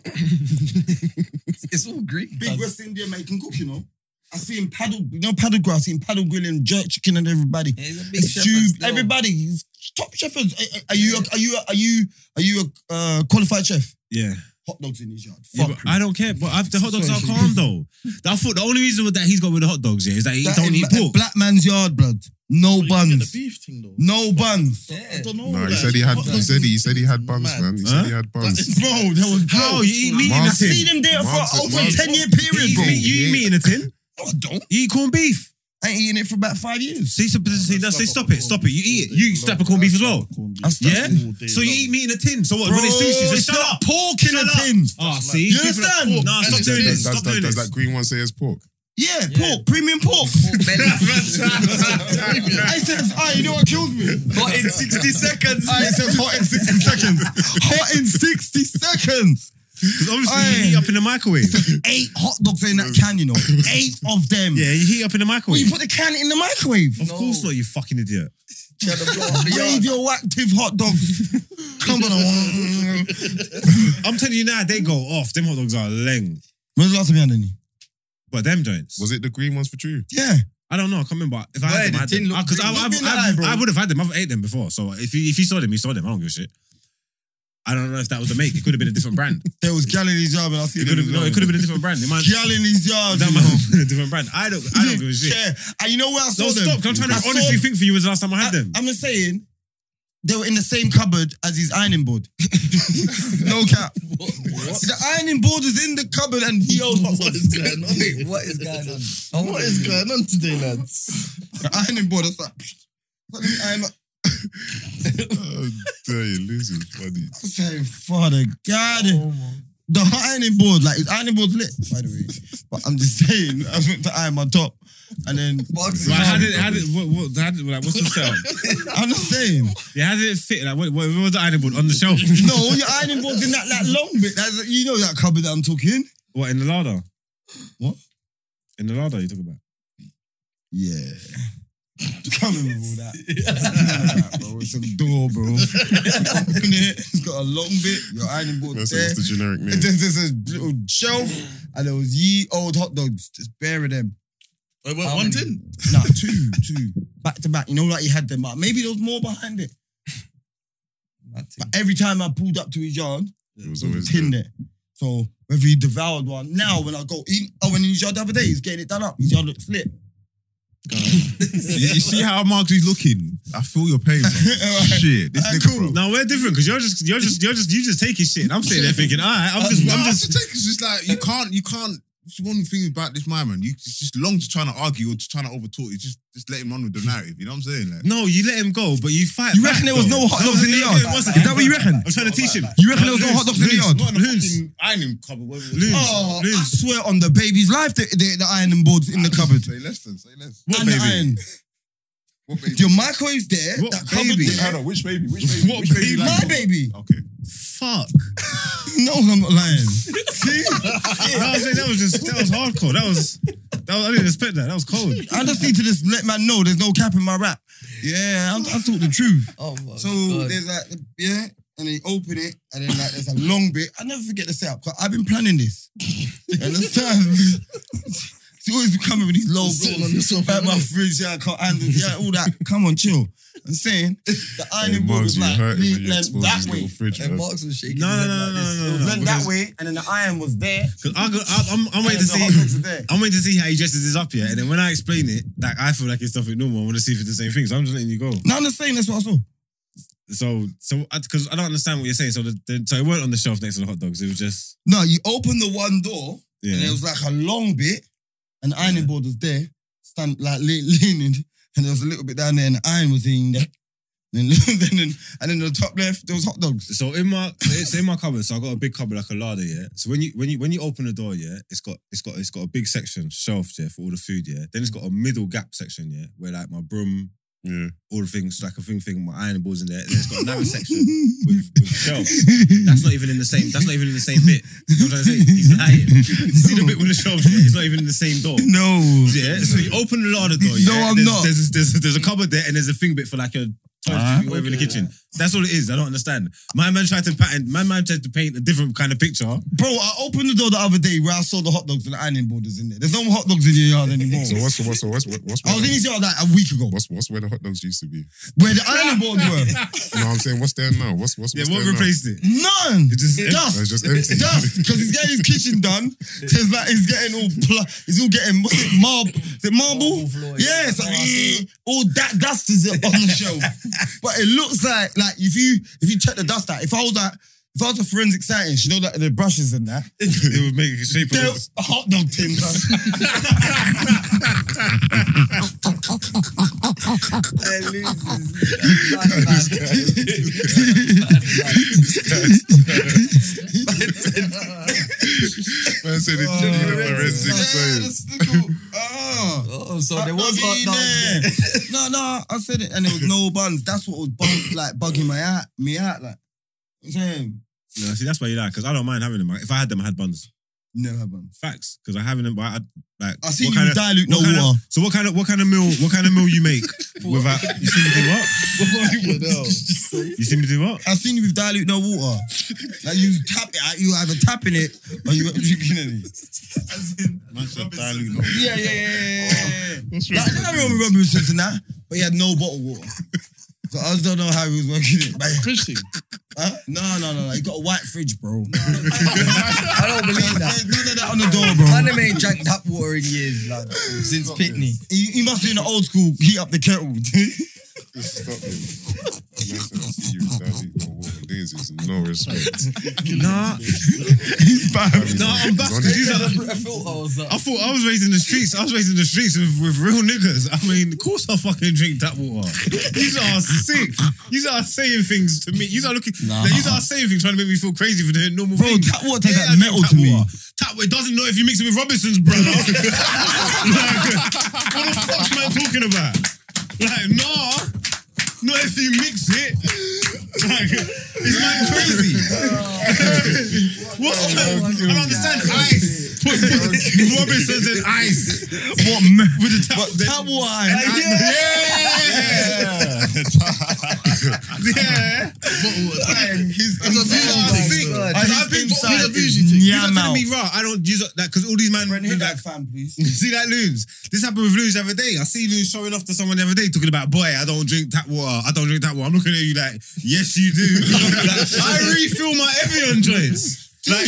[SPEAKER 4] It's all green.
[SPEAKER 2] Big West Indian American cook, you know. I see him paddle, you know, paddle grass. I see him paddle grilling jerk chicken and everybody.
[SPEAKER 4] Yeah, he's a big chef.
[SPEAKER 2] Stew,
[SPEAKER 4] still.
[SPEAKER 2] everybody. He's top chef. Are, are you a, are you a, are you are you a uh, qualified chef?
[SPEAKER 1] Yeah,
[SPEAKER 2] Hot dogs in his yard.
[SPEAKER 1] yeah
[SPEAKER 2] Fuck.
[SPEAKER 1] but I don't care. But I've, the hot dogs
[SPEAKER 2] Sorry.
[SPEAKER 1] are calm though. I thought the only reason that he's got with the hot dogs yeah, is that he
[SPEAKER 2] That
[SPEAKER 1] don't
[SPEAKER 2] in
[SPEAKER 1] eat
[SPEAKER 2] ma-
[SPEAKER 1] pork.
[SPEAKER 2] Black man's yard, blood. No
[SPEAKER 3] But Oh, you can get
[SPEAKER 2] buns.
[SPEAKER 3] The beef thing though.
[SPEAKER 2] No buns.
[SPEAKER 4] Yeah.
[SPEAKER 3] I don't know.
[SPEAKER 7] No,
[SPEAKER 3] like,
[SPEAKER 7] he said he had.
[SPEAKER 3] hot
[SPEAKER 7] He
[SPEAKER 3] dogs
[SPEAKER 7] said he, he said he had
[SPEAKER 3] is
[SPEAKER 7] bums,
[SPEAKER 3] mad.
[SPEAKER 7] man. He
[SPEAKER 1] Huh?
[SPEAKER 7] said he had bums.
[SPEAKER 2] Bro, there was
[SPEAKER 1] Bro, you eat meat in a
[SPEAKER 2] I
[SPEAKER 7] Mark-
[SPEAKER 2] seen
[SPEAKER 1] tin.
[SPEAKER 2] him there for
[SPEAKER 7] Mark's-
[SPEAKER 2] over a
[SPEAKER 7] Mark's-
[SPEAKER 2] 10 year
[SPEAKER 1] You
[SPEAKER 2] period,
[SPEAKER 1] eat
[SPEAKER 2] bro.
[SPEAKER 1] meat- you eat meat in a tin.
[SPEAKER 2] No, I don't.
[SPEAKER 1] You eat corn beef.
[SPEAKER 2] I ain't eating it for about five years.
[SPEAKER 1] See, so, see, no, say stop it, stop it. You eat it. You slap a corned beef as well. Yeah? So you eat meat in a tin. So what? when it's sushi, so
[SPEAKER 2] it's
[SPEAKER 1] shut up.
[SPEAKER 2] not pork in
[SPEAKER 1] Shut
[SPEAKER 2] a
[SPEAKER 1] up.
[SPEAKER 2] tin.
[SPEAKER 1] Ah, see?
[SPEAKER 2] You
[SPEAKER 1] People
[SPEAKER 2] understand?
[SPEAKER 1] are- Nah, stop
[SPEAKER 7] Does,
[SPEAKER 1] doing this.
[SPEAKER 7] does,
[SPEAKER 1] Stop
[SPEAKER 7] does,
[SPEAKER 1] doing
[SPEAKER 7] does, does
[SPEAKER 1] this.
[SPEAKER 7] that green one say it's pork?
[SPEAKER 2] Yeah, pork, premium pork.
[SPEAKER 4] Pork belly.
[SPEAKER 2] I said, ah, you know what kills me?
[SPEAKER 4] But in 60 seconds.
[SPEAKER 2] I said hot in 60 seconds. Hot in 60 seconds.
[SPEAKER 1] 'Cause obviously,
[SPEAKER 2] Aye.
[SPEAKER 1] you heat up in the microwave.
[SPEAKER 2] Eight hot dogs in that can, you know. Eight of them.
[SPEAKER 1] Yeah, you heat up in the
[SPEAKER 2] Well, you
[SPEAKER 1] microwave.
[SPEAKER 2] put the can in the microwave.
[SPEAKER 1] Of course not, you fucking idiot.
[SPEAKER 2] Radioactive hot dogs. Come on.
[SPEAKER 1] I'm telling you now, they go off. Them hot dogs are leng.
[SPEAKER 2] When's the last time you had any?
[SPEAKER 1] But them joints.
[SPEAKER 7] Was it the green ones for Drew?
[SPEAKER 2] Yeah.
[SPEAKER 1] I don't know. I can't remember if I
[SPEAKER 4] Where
[SPEAKER 1] had them.
[SPEAKER 4] the
[SPEAKER 1] I had
[SPEAKER 4] tin
[SPEAKER 1] them.
[SPEAKER 4] look
[SPEAKER 1] Because I,
[SPEAKER 2] green?
[SPEAKER 1] I,
[SPEAKER 2] Look in the
[SPEAKER 1] I,
[SPEAKER 2] eye, bro.
[SPEAKER 1] I, would have had them. I've ate them before. So if you, if you saw them, you saw them. I don't give a shit. I don't know if that was the make. It could have been a different brand.
[SPEAKER 2] There was gal in his yard, and I see
[SPEAKER 1] It could have no. It could have been a different brand. It might,
[SPEAKER 2] gal in his yard.
[SPEAKER 1] that
[SPEAKER 2] you
[SPEAKER 1] might
[SPEAKER 2] know.
[SPEAKER 1] have been a different brand. I don't. I don't give a shit.
[SPEAKER 2] Yeah. And you know where I saw
[SPEAKER 1] No,
[SPEAKER 2] them?
[SPEAKER 1] stop. 'cause I'm trying to
[SPEAKER 2] I saw
[SPEAKER 1] honestly
[SPEAKER 2] them-
[SPEAKER 1] think for you was the last time I had them.
[SPEAKER 2] I, am just saying, they were in the same cupboard as his ironing board. no cap. The ironing board is in the cupboard, and he held hot
[SPEAKER 3] What
[SPEAKER 2] dogs.
[SPEAKER 3] is going on?
[SPEAKER 4] Wait, what is going on? Oh
[SPEAKER 3] What is going on today, lads?
[SPEAKER 2] The ironing board. I was like, what do you mean iron-
[SPEAKER 7] Oh, dear, you losing funny.
[SPEAKER 2] I'm saying, Father God. The hot ironing board, like his ironing board's lit, by the way. But I'm just saying, I went to iron my top, and then
[SPEAKER 4] Box.
[SPEAKER 1] Like, how did, how did, what, what, how did, like, what's the setup?
[SPEAKER 2] I'm just saying,
[SPEAKER 1] yeah, how did it fit? Like, what, what, what was the ironing board on the shelf?
[SPEAKER 2] no, your ironing board's in that, that long bit. That's, you know that cupboard that I'm talking.
[SPEAKER 1] what in the larder?
[SPEAKER 2] What?
[SPEAKER 1] in the larder? You talking about?
[SPEAKER 2] Yeah. coming with all that. Nah, bro, it's a door, bro. Open it. It's got a long bit. Your ironing board
[SPEAKER 7] That's
[SPEAKER 2] there.
[SPEAKER 7] just the generic name.
[SPEAKER 2] There's, there's a little shelf, and there was ye old hot dogs. Just bare of them.
[SPEAKER 3] Wait,
[SPEAKER 1] Um,
[SPEAKER 2] How
[SPEAKER 3] wait, one
[SPEAKER 2] many?
[SPEAKER 3] tin.
[SPEAKER 2] Nah, two, two, back to back. You know, like he had them. Like, maybe there was more behind it. But every time I pulled up to his yard,
[SPEAKER 7] It was
[SPEAKER 2] there was
[SPEAKER 7] always
[SPEAKER 2] a tin
[SPEAKER 7] the-
[SPEAKER 2] there. So whether he devoured one, now when I go in, I went in his yard the other day. He's getting it done up. His yard looks lit.
[SPEAKER 5] you, you see how Mark's looking? I feel your pain, bro. Shit, this
[SPEAKER 2] Alright,
[SPEAKER 5] nigga,
[SPEAKER 2] cool.
[SPEAKER 5] bro.
[SPEAKER 1] Now we're different because you're just you're just you're just you just taking shit. I'm sitting there thinking, all right, I'm just
[SPEAKER 5] no,
[SPEAKER 1] I'm
[SPEAKER 5] I'm
[SPEAKER 1] just
[SPEAKER 5] just it's just like you can't, you can't. It's one thing about this man, man. You it's just long to trying to argue or to trying to overtalk. You just just let him run with the narrative. You know what I'm saying? Like,
[SPEAKER 1] No, you let him go, but you fight.
[SPEAKER 2] You
[SPEAKER 1] back,
[SPEAKER 2] reckon there was
[SPEAKER 1] though.
[SPEAKER 2] no hot dogs in the
[SPEAKER 1] no,
[SPEAKER 2] yard?
[SPEAKER 1] it wasn't.
[SPEAKER 2] Is that what you reckon?
[SPEAKER 1] I'm trying to teach him.
[SPEAKER 2] You reckon there was no
[SPEAKER 1] Loons,
[SPEAKER 2] hot dogs in the
[SPEAKER 1] loons,
[SPEAKER 2] yard?
[SPEAKER 5] not in the
[SPEAKER 1] Loons.
[SPEAKER 5] fucking ironing cupboard. whatever it was.
[SPEAKER 1] Loons.
[SPEAKER 2] Oh, I
[SPEAKER 1] Loons.
[SPEAKER 2] swear on the baby's life, the, the, the ironing board's in the cupboard.
[SPEAKER 5] Say less than. Say less.
[SPEAKER 1] What
[SPEAKER 2] and the
[SPEAKER 1] baby?
[SPEAKER 2] iron.
[SPEAKER 5] What baby?
[SPEAKER 2] Your microwave's there.
[SPEAKER 1] What
[SPEAKER 2] that
[SPEAKER 1] baby?
[SPEAKER 2] cupboard
[SPEAKER 5] Hold
[SPEAKER 2] there.
[SPEAKER 5] on, which baby? Which baby?
[SPEAKER 1] What
[SPEAKER 5] which baby?
[SPEAKER 1] baby?
[SPEAKER 5] you
[SPEAKER 2] My
[SPEAKER 5] like?
[SPEAKER 2] baby.
[SPEAKER 5] Okay.
[SPEAKER 1] Fuck.
[SPEAKER 2] No, I'm not lying. See?
[SPEAKER 1] No, I was saying that was just that was hardcore. That was that was, I didn't expect that. That was cold.
[SPEAKER 2] I just need to just let man know there's no cap in my rap. Yeah, I, I talk the truth.
[SPEAKER 4] Oh my
[SPEAKER 2] so
[SPEAKER 4] God.
[SPEAKER 2] there's like, yeah, and they open it, and then like there's a long bit. I never forget the setup because I've been planning this. Understand? It's always coming with these low
[SPEAKER 3] Sitting
[SPEAKER 2] blows
[SPEAKER 3] on yourself.
[SPEAKER 2] Back my fridge, yeah, I can't handle, yeah, all that. Come on, chill. I'm saying the
[SPEAKER 7] Hey,
[SPEAKER 2] ironing board was
[SPEAKER 7] Marks, you
[SPEAKER 2] like
[SPEAKER 7] hurt him when
[SPEAKER 2] lean
[SPEAKER 7] you
[SPEAKER 2] length
[SPEAKER 7] exposed
[SPEAKER 2] that
[SPEAKER 7] his
[SPEAKER 2] way.
[SPEAKER 7] little fridge,
[SPEAKER 4] And
[SPEAKER 7] man.
[SPEAKER 4] Marks was shaking
[SPEAKER 1] No,
[SPEAKER 4] his
[SPEAKER 1] no,
[SPEAKER 4] head
[SPEAKER 1] no,
[SPEAKER 4] like
[SPEAKER 1] no, no,
[SPEAKER 4] this.
[SPEAKER 1] no,
[SPEAKER 4] It was
[SPEAKER 1] no.
[SPEAKER 4] like
[SPEAKER 2] Then that way, and then the iron was there.
[SPEAKER 1] Cause I go, I'm, I'm, I'm waiting to
[SPEAKER 2] and the hot dogs
[SPEAKER 1] see.
[SPEAKER 2] are there.
[SPEAKER 1] I'm waiting to see how he dresses this up here, and then when I explain it, like I feel like it's something normal. I want to see if it's the same thing, so I'm just letting you go.
[SPEAKER 2] No, I'm just saying that's what I saw.
[SPEAKER 1] So, so because I don't understand what you're saying, so the, the, so it weren't on the shelf next to the hot dogs. It was just
[SPEAKER 2] No, you open the one door,
[SPEAKER 1] yeah.
[SPEAKER 2] and it was like a long bit, and the ironing board was there, stand like le- leaning, and there was a little bit down there, and the iron was in there. And then, then, then- and then the top left, there was hot dogs.
[SPEAKER 1] So in my so in my cupboard, so I got a big cupboard like a larder, yeah. So when you when you when you open the door, yeah, it's got it's got it's got a big section shelf, yeah, for all the food, yeah. Then it's got a middle gap section, yeah, where like my broom,
[SPEAKER 7] Yeah.
[SPEAKER 1] all the things like a thing thing, my iron balls in there. And then it's got another section with, with shelves. That's not even in the same. That's not even in the same bit. You know what I'm trying to say? He's lying. You see the bit with the shelves? Yeah, it's not even in the same door.
[SPEAKER 2] No.
[SPEAKER 1] Yeah, so you open the larder door.
[SPEAKER 2] Mm. No,
[SPEAKER 1] Yeah,
[SPEAKER 2] I'm
[SPEAKER 1] there's,
[SPEAKER 2] not.
[SPEAKER 1] There's, there's, there's a cupboard there, and there's a thing bit for like a toilet,
[SPEAKER 2] Ah.
[SPEAKER 1] or whatever in the kitchen. That's all it is. I don't understand. My man tried to pattern. My man tried to paint a different kind of picture.
[SPEAKER 2] Bro, I opened the door the other day where I saw the hot dogs and the ironing board was in there. There's no more hot dogs in your yard anymore.
[SPEAKER 7] So what's what's what's what's what's
[SPEAKER 2] I was in
[SPEAKER 7] where,
[SPEAKER 2] his yard like a week ago,
[SPEAKER 7] what's what's where the hot dogs used to be?
[SPEAKER 2] where the ironing boards were.
[SPEAKER 7] You know what I'm saying? What's there now? What's what's
[SPEAKER 1] Yeah, what
[SPEAKER 7] what's there now?
[SPEAKER 1] replaced it?
[SPEAKER 2] None.
[SPEAKER 1] It just-
[SPEAKER 2] dust.
[SPEAKER 7] It's just empty.
[SPEAKER 2] dust. Because he's getting his kitchen done. So it's like he's getting all pl- he's all getting what's it, marble. Is it marble?
[SPEAKER 4] Marble floor,
[SPEAKER 2] yeah,
[SPEAKER 4] yeah.
[SPEAKER 2] it's like,
[SPEAKER 4] Oh, I see.
[SPEAKER 2] eh, all that dust is on the shelf. But it looks like like if you if you check the dust out, if I was like if I was a forensic scientist, you know that the brushes and that.
[SPEAKER 1] It would make a shape. of
[SPEAKER 2] They're
[SPEAKER 1] it.
[SPEAKER 2] hot dog tins. man.
[SPEAKER 7] Man said it's genuine forensic
[SPEAKER 2] Oh, Yeah,
[SPEAKER 7] science.
[SPEAKER 2] that's the cool. Ah.
[SPEAKER 4] Oh, so
[SPEAKER 2] Hot
[SPEAKER 4] there was
[SPEAKER 2] dog
[SPEAKER 4] hot
[SPEAKER 2] in
[SPEAKER 4] dogs.
[SPEAKER 2] there. No, no, I said it, and there was no buns. That's what was bug, like bugging my out, me out, like. You know what I'm saying?
[SPEAKER 1] No, see, that's why you like because I don't mind having them. If I had them, I had buns.
[SPEAKER 2] Never had buns.
[SPEAKER 1] Facts, because I haven't. But I, like,
[SPEAKER 2] I see
[SPEAKER 1] what
[SPEAKER 2] you
[SPEAKER 1] kind of-
[SPEAKER 2] dilute no
[SPEAKER 1] what kind of-
[SPEAKER 2] water.
[SPEAKER 1] so what kind of what kind of meal what kind of meal you make without you see me do what? You see me do what?
[SPEAKER 2] I seen you with dilute no water. Like you tap it, out, you either tapping it or you drinking it.
[SPEAKER 5] Man said dilute. no.
[SPEAKER 2] Yeah, yeah, yeah, yeah, yeah. yeah. Oh. Like, I don't remember Robinson's and that, but he had no bottled water. So I just don't know how he was working it. But,
[SPEAKER 3] Christian.
[SPEAKER 2] huh? No, no, no, no. He got a white fridge, bro.
[SPEAKER 4] I don't believe that.
[SPEAKER 2] There's none of that on the door, bro.
[SPEAKER 4] Man, they ain't drank tap water in years, lad. Since Pitney.
[SPEAKER 2] He, he must be in the old school, heat up the kettle.
[SPEAKER 7] Stop him. Man said I see you with David or what days is no respect.
[SPEAKER 1] Nah,
[SPEAKER 2] He's bad.
[SPEAKER 7] Davi's
[SPEAKER 1] No,
[SPEAKER 7] on-
[SPEAKER 1] I'm
[SPEAKER 7] he's
[SPEAKER 1] back
[SPEAKER 7] on
[SPEAKER 1] to
[SPEAKER 7] it.
[SPEAKER 1] these are- I thought I was raised in the streets. I was raised in the streets with, with real niggas. I mean, of course I fucking drink that water. These are sick. These are saying things to me. These are looking.
[SPEAKER 2] Nah.
[SPEAKER 1] These are saying things trying to make me feel crazy for the normal
[SPEAKER 2] Bro,
[SPEAKER 1] things.
[SPEAKER 2] tap water tastes
[SPEAKER 1] Yeah, I
[SPEAKER 2] like
[SPEAKER 1] drink
[SPEAKER 2] metal
[SPEAKER 1] tap
[SPEAKER 2] to me.
[SPEAKER 1] water. Tap it doesn't know if you mix it with Robinson's, brother. like, what the fuck's man talking about? Like, nah. Not if you mix it. Like, is man crazy? What's man? I don't understand ice. Put, put Robinson's and ice. What with the tap?
[SPEAKER 2] Tap water.
[SPEAKER 1] Yeah.
[SPEAKER 2] He's
[SPEAKER 3] That's what I'm saying.
[SPEAKER 2] inside.
[SPEAKER 3] That's
[SPEAKER 2] He's inside.
[SPEAKER 3] the thing.
[SPEAKER 2] He's
[SPEAKER 3] I think what-
[SPEAKER 2] inside.
[SPEAKER 3] he's a bougie thing.
[SPEAKER 1] You're
[SPEAKER 2] Yam
[SPEAKER 1] telling
[SPEAKER 2] out.
[SPEAKER 1] me right. I don't use that because all these man
[SPEAKER 6] Brent, hit
[SPEAKER 1] look
[SPEAKER 6] that
[SPEAKER 1] like-
[SPEAKER 6] fan, please.
[SPEAKER 1] See that Loons? This happened with Loons the other day. I see Loons showing off to someone the other day talking about, boy, I don't drink tap water. I don't drink tap water. I'm looking at you like, yes, you do. Like, I refill my Evian joints. Like, I,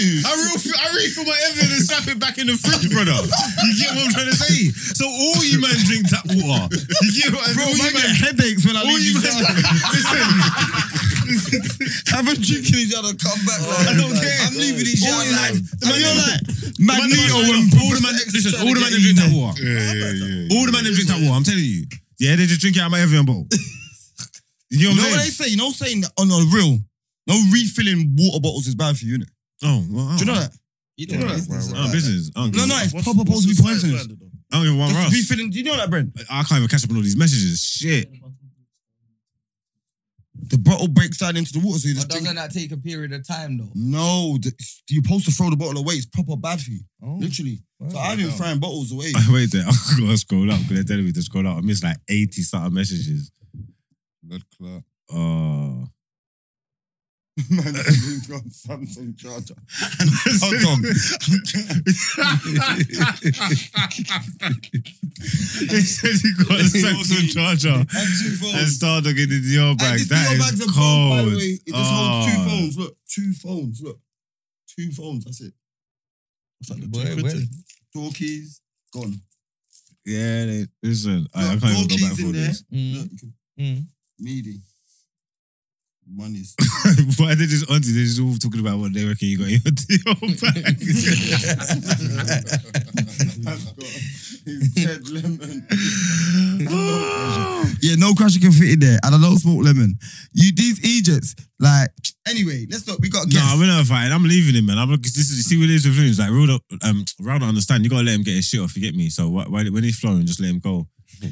[SPEAKER 1] refill, I refill my Evian and slap it back in the fridge, brother. You get what I'm trying to say? So all you man drink tap water. You get what I'm all you man,
[SPEAKER 2] headaches when I
[SPEAKER 1] all you
[SPEAKER 2] leave
[SPEAKER 1] man,
[SPEAKER 2] Have a drink in each other, come back. like,
[SPEAKER 1] I don't care.
[SPEAKER 2] I'm leaving these
[SPEAKER 1] All
[SPEAKER 2] young
[SPEAKER 1] you
[SPEAKER 2] like,
[SPEAKER 1] man-
[SPEAKER 2] and you're like,
[SPEAKER 1] the man-
[SPEAKER 2] Magneto and
[SPEAKER 1] all the man, listen, all the man that drink tap water.
[SPEAKER 7] Yeah, yeah, yeah.
[SPEAKER 1] All the man that drink tap water. I'm telling you. Yeah, they just drink it out of my Evian bowl. You know what
[SPEAKER 2] You know
[SPEAKER 1] I'm
[SPEAKER 2] what
[SPEAKER 1] saying?
[SPEAKER 2] they say? You know, saying that on a real, no refilling water bottles is bad for you, innit?
[SPEAKER 1] Oh, well,
[SPEAKER 2] Do you know that?
[SPEAKER 4] You
[SPEAKER 2] don't know.
[SPEAKER 1] Oh, business. I don't give
[SPEAKER 2] No,
[SPEAKER 1] a-
[SPEAKER 2] no, it's
[SPEAKER 3] What's-
[SPEAKER 2] proper supposed
[SPEAKER 3] what's
[SPEAKER 2] to be
[SPEAKER 3] the science
[SPEAKER 2] poisonous.
[SPEAKER 3] behind it,
[SPEAKER 1] I
[SPEAKER 3] though?
[SPEAKER 1] don't give one
[SPEAKER 2] Just
[SPEAKER 1] Ross.
[SPEAKER 2] refilling. Do you know that, Brent?
[SPEAKER 1] I can't even catch up on all these messages. Shit.
[SPEAKER 2] The bottle breaks down into the water, so you just drink.
[SPEAKER 4] Doesn't that take a period of time though?
[SPEAKER 2] No, the, you're supposed to throw the bottle away. It's proper bad for you,
[SPEAKER 3] Oh.
[SPEAKER 2] literally. So
[SPEAKER 3] Wow.
[SPEAKER 2] I've been throwing bottles away.
[SPEAKER 1] Wait there. I've got to scroll up because they're telling me to scroll up. I missed like 80 something messages.
[SPEAKER 5] Blood clot.
[SPEAKER 1] Uh,
[SPEAKER 2] Man, it's on Samsung charger. Hot dog.
[SPEAKER 1] he said he got a Samsung charger
[SPEAKER 2] And two phones.
[SPEAKER 1] and Stardog in his your
[SPEAKER 2] And
[SPEAKER 1] bag.
[SPEAKER 2] this
[SPEAKER 1] That
[SPEAKER 2] deal
[SPEAKER 1] is
[SPEAKER 2] bag's a phone, by the
[SPEAKER 1] cold. Oh.
[SPEAKER 2] way. It just holds
[SPEAKER 5] Ah.
[SPEAKER 2] two phones. Look, two phones. Look, two phones. That's it.
[SPEAKER 3] What's that, the
[SPEAKER 4] Boy,
[SPEAKER 3] two
[SPEAKER 4] well.
[SPEAKER 3] quid thing?
[SPEAKER 2] Door keys gone.
[SPEAKER 1] Yeah, they, listen, I, I
[SPEAKER 2] Look,
[SPEAKER 1] can't even
[SPEAKER 2] door
[SPEAKER 1] go back
[SPEAKER 2] keys in
[SPEAKER 1] for
[SPEAKER 2] there.
[SPEAKER 1] this.
[SPEAKER 2] Look, you can-
[SPEAKER 4] Mm.
[SPEAKER 2] needy. Money's.
[SPEAKER 1] Why did this auntie? They're just all talking about what they reckon you got in your your bag.
[SPEAKER 2] That's got his dead lemon. yeah, no crusher can fit in there, and I don't smoke lemon. You these Egypts, like anyway. Let's not. We got guests.
[SPEAKER 1] No, we're not fighting. I'm leaving him, man. I'm because this is see what it is with him. It's like Raul, don't- um, Raul don't understand. You gotta let him get his shit off. You get me? So why, why, when he's flowing, just let him go.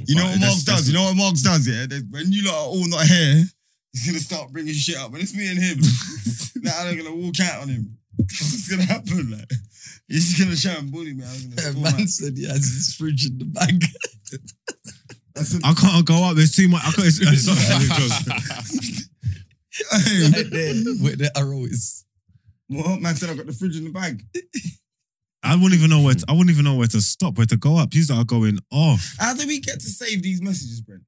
[SPEAKER 2] You know
[SPEAKER 1] Right, that's-
[SPEAKER 2] what
[SPEAKER 1] that's-
[SPEAKER 2] Marks does? You know what Marks does? Yeah, That when you lot are all not here, he's gonna start bringing shit up. When it's me and him, now I'm gonna walk out on him. It's gonna happen. Like he's just gonna try and bully me. I'm gonna storm
[SPEAKER 4] Man
[SPEAKER 2] out.
[SPEAKER 4] said he has his fridge in the bag.
[SPEAKER 2] That's a-
[SPEAKER 1] I can't go up. There's too much. I can't. It's, it's not that
[SPEAKER 2] Hey,
[SPEAKER 4] right there where the arrow is.
[SPEAKER 2] what man said? I got the fridge in the bag.
[SPEAKER 1] I wouldn't even know where. To, I wouldn't even know where to stop. Where to go up. These are going off.
[SPEAKER 2] How do we get to save these messages, Brent?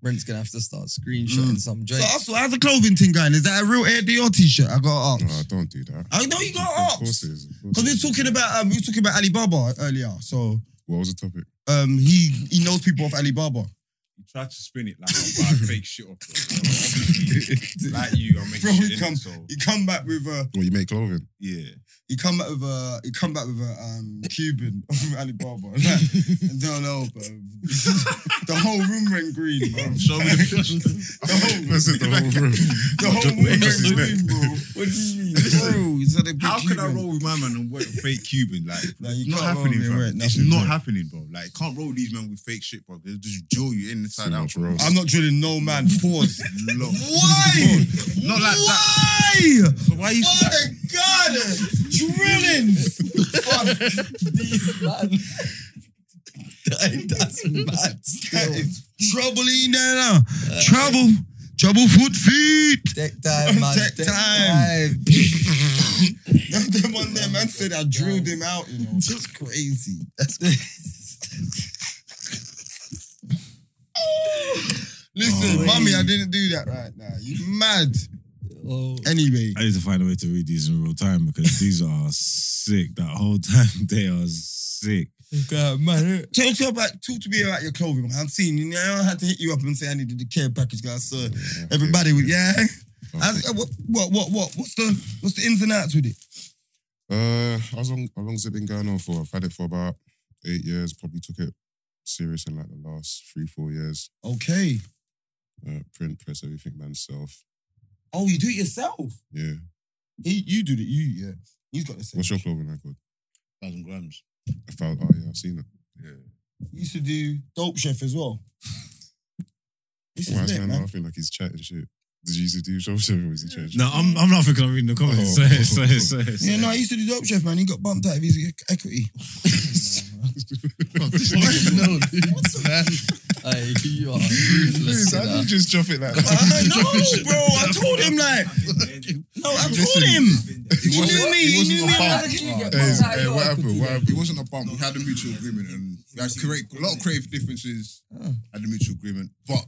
[SPEAKER 4] Brent's gonna have to start screenshotting some
[SPEAKER 2] Mm. So
[SPEAKER 4] joint.
[SPEAKER 2] also, how's the clothing thing going? Is that a real Air Dior t-shirt? I got
[SPEAKER 7] No,
[SPEAKER 2] asked.
[SPEAKER 7] don't do that.
[SPEAKER 2] I know you got
[SPEAKER 7] Of course
[SPEAKER 2] asked
[SPEAKER 7] it is. of course
[SPEAKER 2] because we
[SPEAKER 7] it
[SPEAKER 2] were
[SPEAKER 7] is.
[SPEAKER 2] talking about um, we were talking about Alibaba earlier. So
[SPEAKER 7] What was the topic?
[SPEAKER 2] um, he he knows people off Alibaba.
[SPEAKER 5] You tried to spin it like I'm about to fake shit off. Bro. like you, I'm
[SPEAKER 2] Bro,
[SPEAKER 5] making
[SPEAKER 2] we
[SPEAKER 5] shit
[SPEAKER 2] come-
[SPEAKER 5] in so
[SPEAKER 2] He come back with a.
[SPEAKER 7] Well, you make clothing.
[SPEAKER 5] yeah.
[SPEAKER 2] he come back with a he come back with a um Cuban from Alibaba. Like, and don't know, bro. the whole room went green, bro.
[SPEAKER 5] Show me the
[SPEAKER 2] The whole
[SPEAKER 7] That's it, the whole room.
[SPEAKER 2] the whole room went green, bro. What do you mean, bro? He's not a big
[SPEAKER 5] How can I
[SPEAKER 2] Cuban.
[SPEAKER 5] roll with my man and work with fake Cuban? Like,
[SPEAKER 2] Like, you
[SPEAKER 5] it's not
[SPEAKER 2] can't roll
[SPEAKER 5] happening,
[SPEAKER 2] with it,
[SPEAKER 5] bro. It's
[SPEAKER 2] nothing,
[SPEAKER 5] not
[SPEAKER 2] bro.
[SPEAKER 5] happening, bro. Like, can't roll these men with fake shit, bro. They'll just drill you inside
[SPEAKER 7] Too
[SPEAKER 5] out,
[SPEAKER 7] much
[SPEAKER 5] bro.
[SPEAKER 7] roast.
[SPEAKER 2] I'm not drilling no man. Pause.
[SPEAKER 5] Look.
[SPEAKER 2] Why?
[SPEAKER 5] Not like that.
[SPEAKER 2] Why?
[SPEAKER 5] So why you?
[SPEAKER 2] Oh my God! Drilling. Fuck.
[SPEAKER 4] These man. That- That's mad.
[SPEAKER 2] That
[SPEAKER 4] Still.
[SPEAKER 2] is trouble in there now. Trouble. Trouble foot feet.
[SPEAKER 4] Tech time, man.
[SPEAKER 2] Tech time. Them one there, man said I drilled him out, you know. Just crazy. That's Listen, mommy, I didn't do that right now. You mad.
[SPEAKER 4] Oh,
[SPEAKER 2] Anyway.
[SPEAKER 1] I need to find a way to read these in real time because these are sick. That whole time they are sick.
[SPEAKER 4] God, man.
[SPEAKER 2] Talk to, about, talk to me about your clothing. I'm seeing you. I had to hit you up and say I needed the care package because I saw everybody with, yeah. I was- what, what, what, what, what's the, what's the ins and outs with it?
[SPEAKER 7] Uh, how long? How long's it been going on for? I've had it for about eight years. Probably took it serious in like the last three, four years.
[SPEAKER 2] Okay.
[SPEAKER 7] Uh, print, press, everything, man, self.
[SPEAKER 2] Oh, you do it yourself.
[SPEAKER 7] Yeah.
[SPEAKER 2] He, you do the, you, yeah. He's got the same.
[SPEAKER 7] What's your clothing record?
[SPEAKER 5] Thousand grams.
[SPEAKER 7] I found. Oh yeah, I've seen it.
[SPEAKER 2] You used to do Dope Chef as well. This is
[SPEAKER 7] Why is
[SPEAKER 2] lit,
[SPEAKER 7] man
[SPEAKER 2] man.
[SPEAKER 7] laughing like he's chatting shit? Did you used to do show or is he chatting? shit?
[SPEAKER 1] No, I'm. I'm not thinking. I'm reading the comments.
[SPEAKER 7] Oh.
[SPEAKER 1] Sorry, sorry, sorry,
[SPEAKER 2] Yeah,
[SPEAKER 1] sorry.
[SPEAKER 2] no, I used to do Dope Chef, man. He got bumped out of his equity.
[SPEAKER 3] no, dude.
[SPEAKER 4] Hey, you are ruthless. you
[SPEAKER 7] How
[SPEAKER 4] know.
[SPEAKER 7] did you just drop it like that?
[SPEAKER 2] I know, bro. I told him like, no, I told him. He knew me. He knew me.
[SPEAKER 7] Eh,
[SPEAKER 5] Hey,
[SPEAKER 4] Why
[SPEAKER 5] hey,
[SPEAKER 4] you
[SPEAKER 5] what
[SPEAKER 4] are
[SPEAKER 5] happened?
[SPEAKER 4] cookie
[SPEAKER 5] What happened? um, It wasn't a bump. We had a mutual agreement, and we had create, a lot of creative differences. Had a mutual agreement, but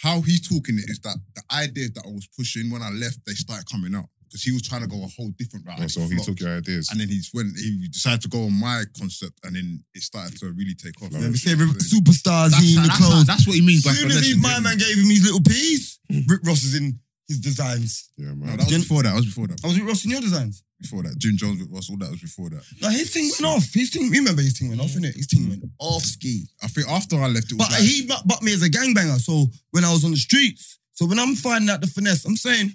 [SPEAKER 5] how he's talking it is that the ideas that I was pushing when I left, they started coming out because he was trying to go a whole different route.
[SPEAKER 7] Oh,
[SPEAKER 5] and
[SPEAKER 7] so
[SPEAKER 5] it
[SPEAKER 7] he
[SPEAKER 5] flopped.
[SPEAKER 7] took your ideas.
[SPEAKER 5] and then he's went. He decided to go on my concept, and then it started to really take off.
[SPEAKER 2] Remember, favorite superstars he in the clothes.
[SPEAKER 5] that's what he means by
[SPEAKER 2] As soon as he,
[SPEAKER 5] finessing,
[SPEAKER 2] my
[SPEAKER 5] really.
[SPEAKER 2] man gave him his little piece, Rick Ross is in his designs.
[SPEAKER 7] Yeah,
[SPEAKER 5] No,
[SPEAKER 7] man.
[SPEAKER 5] that was
[SPEAKER 2] Gen-
[SPEAKER 5] before that. That was before that.
[SPEAKER 2] I was Rick Ross in your designs.
[SPEAKER 5] Before that, June Jones with Russ. All that was before that.
[SPEAKER 2] Now his thing went off. His thing, you remember his thing went off, innit? His thing went off ski.
[SPEAKER 5] I think after I left, it was
[SPEAKER 2] But
[SPEAKER 5] like,
[SPEAKER 2] he bu- bucked me as a gangbanger. So when I was on the streets, so when I'm finding out the finesse, I'm saying,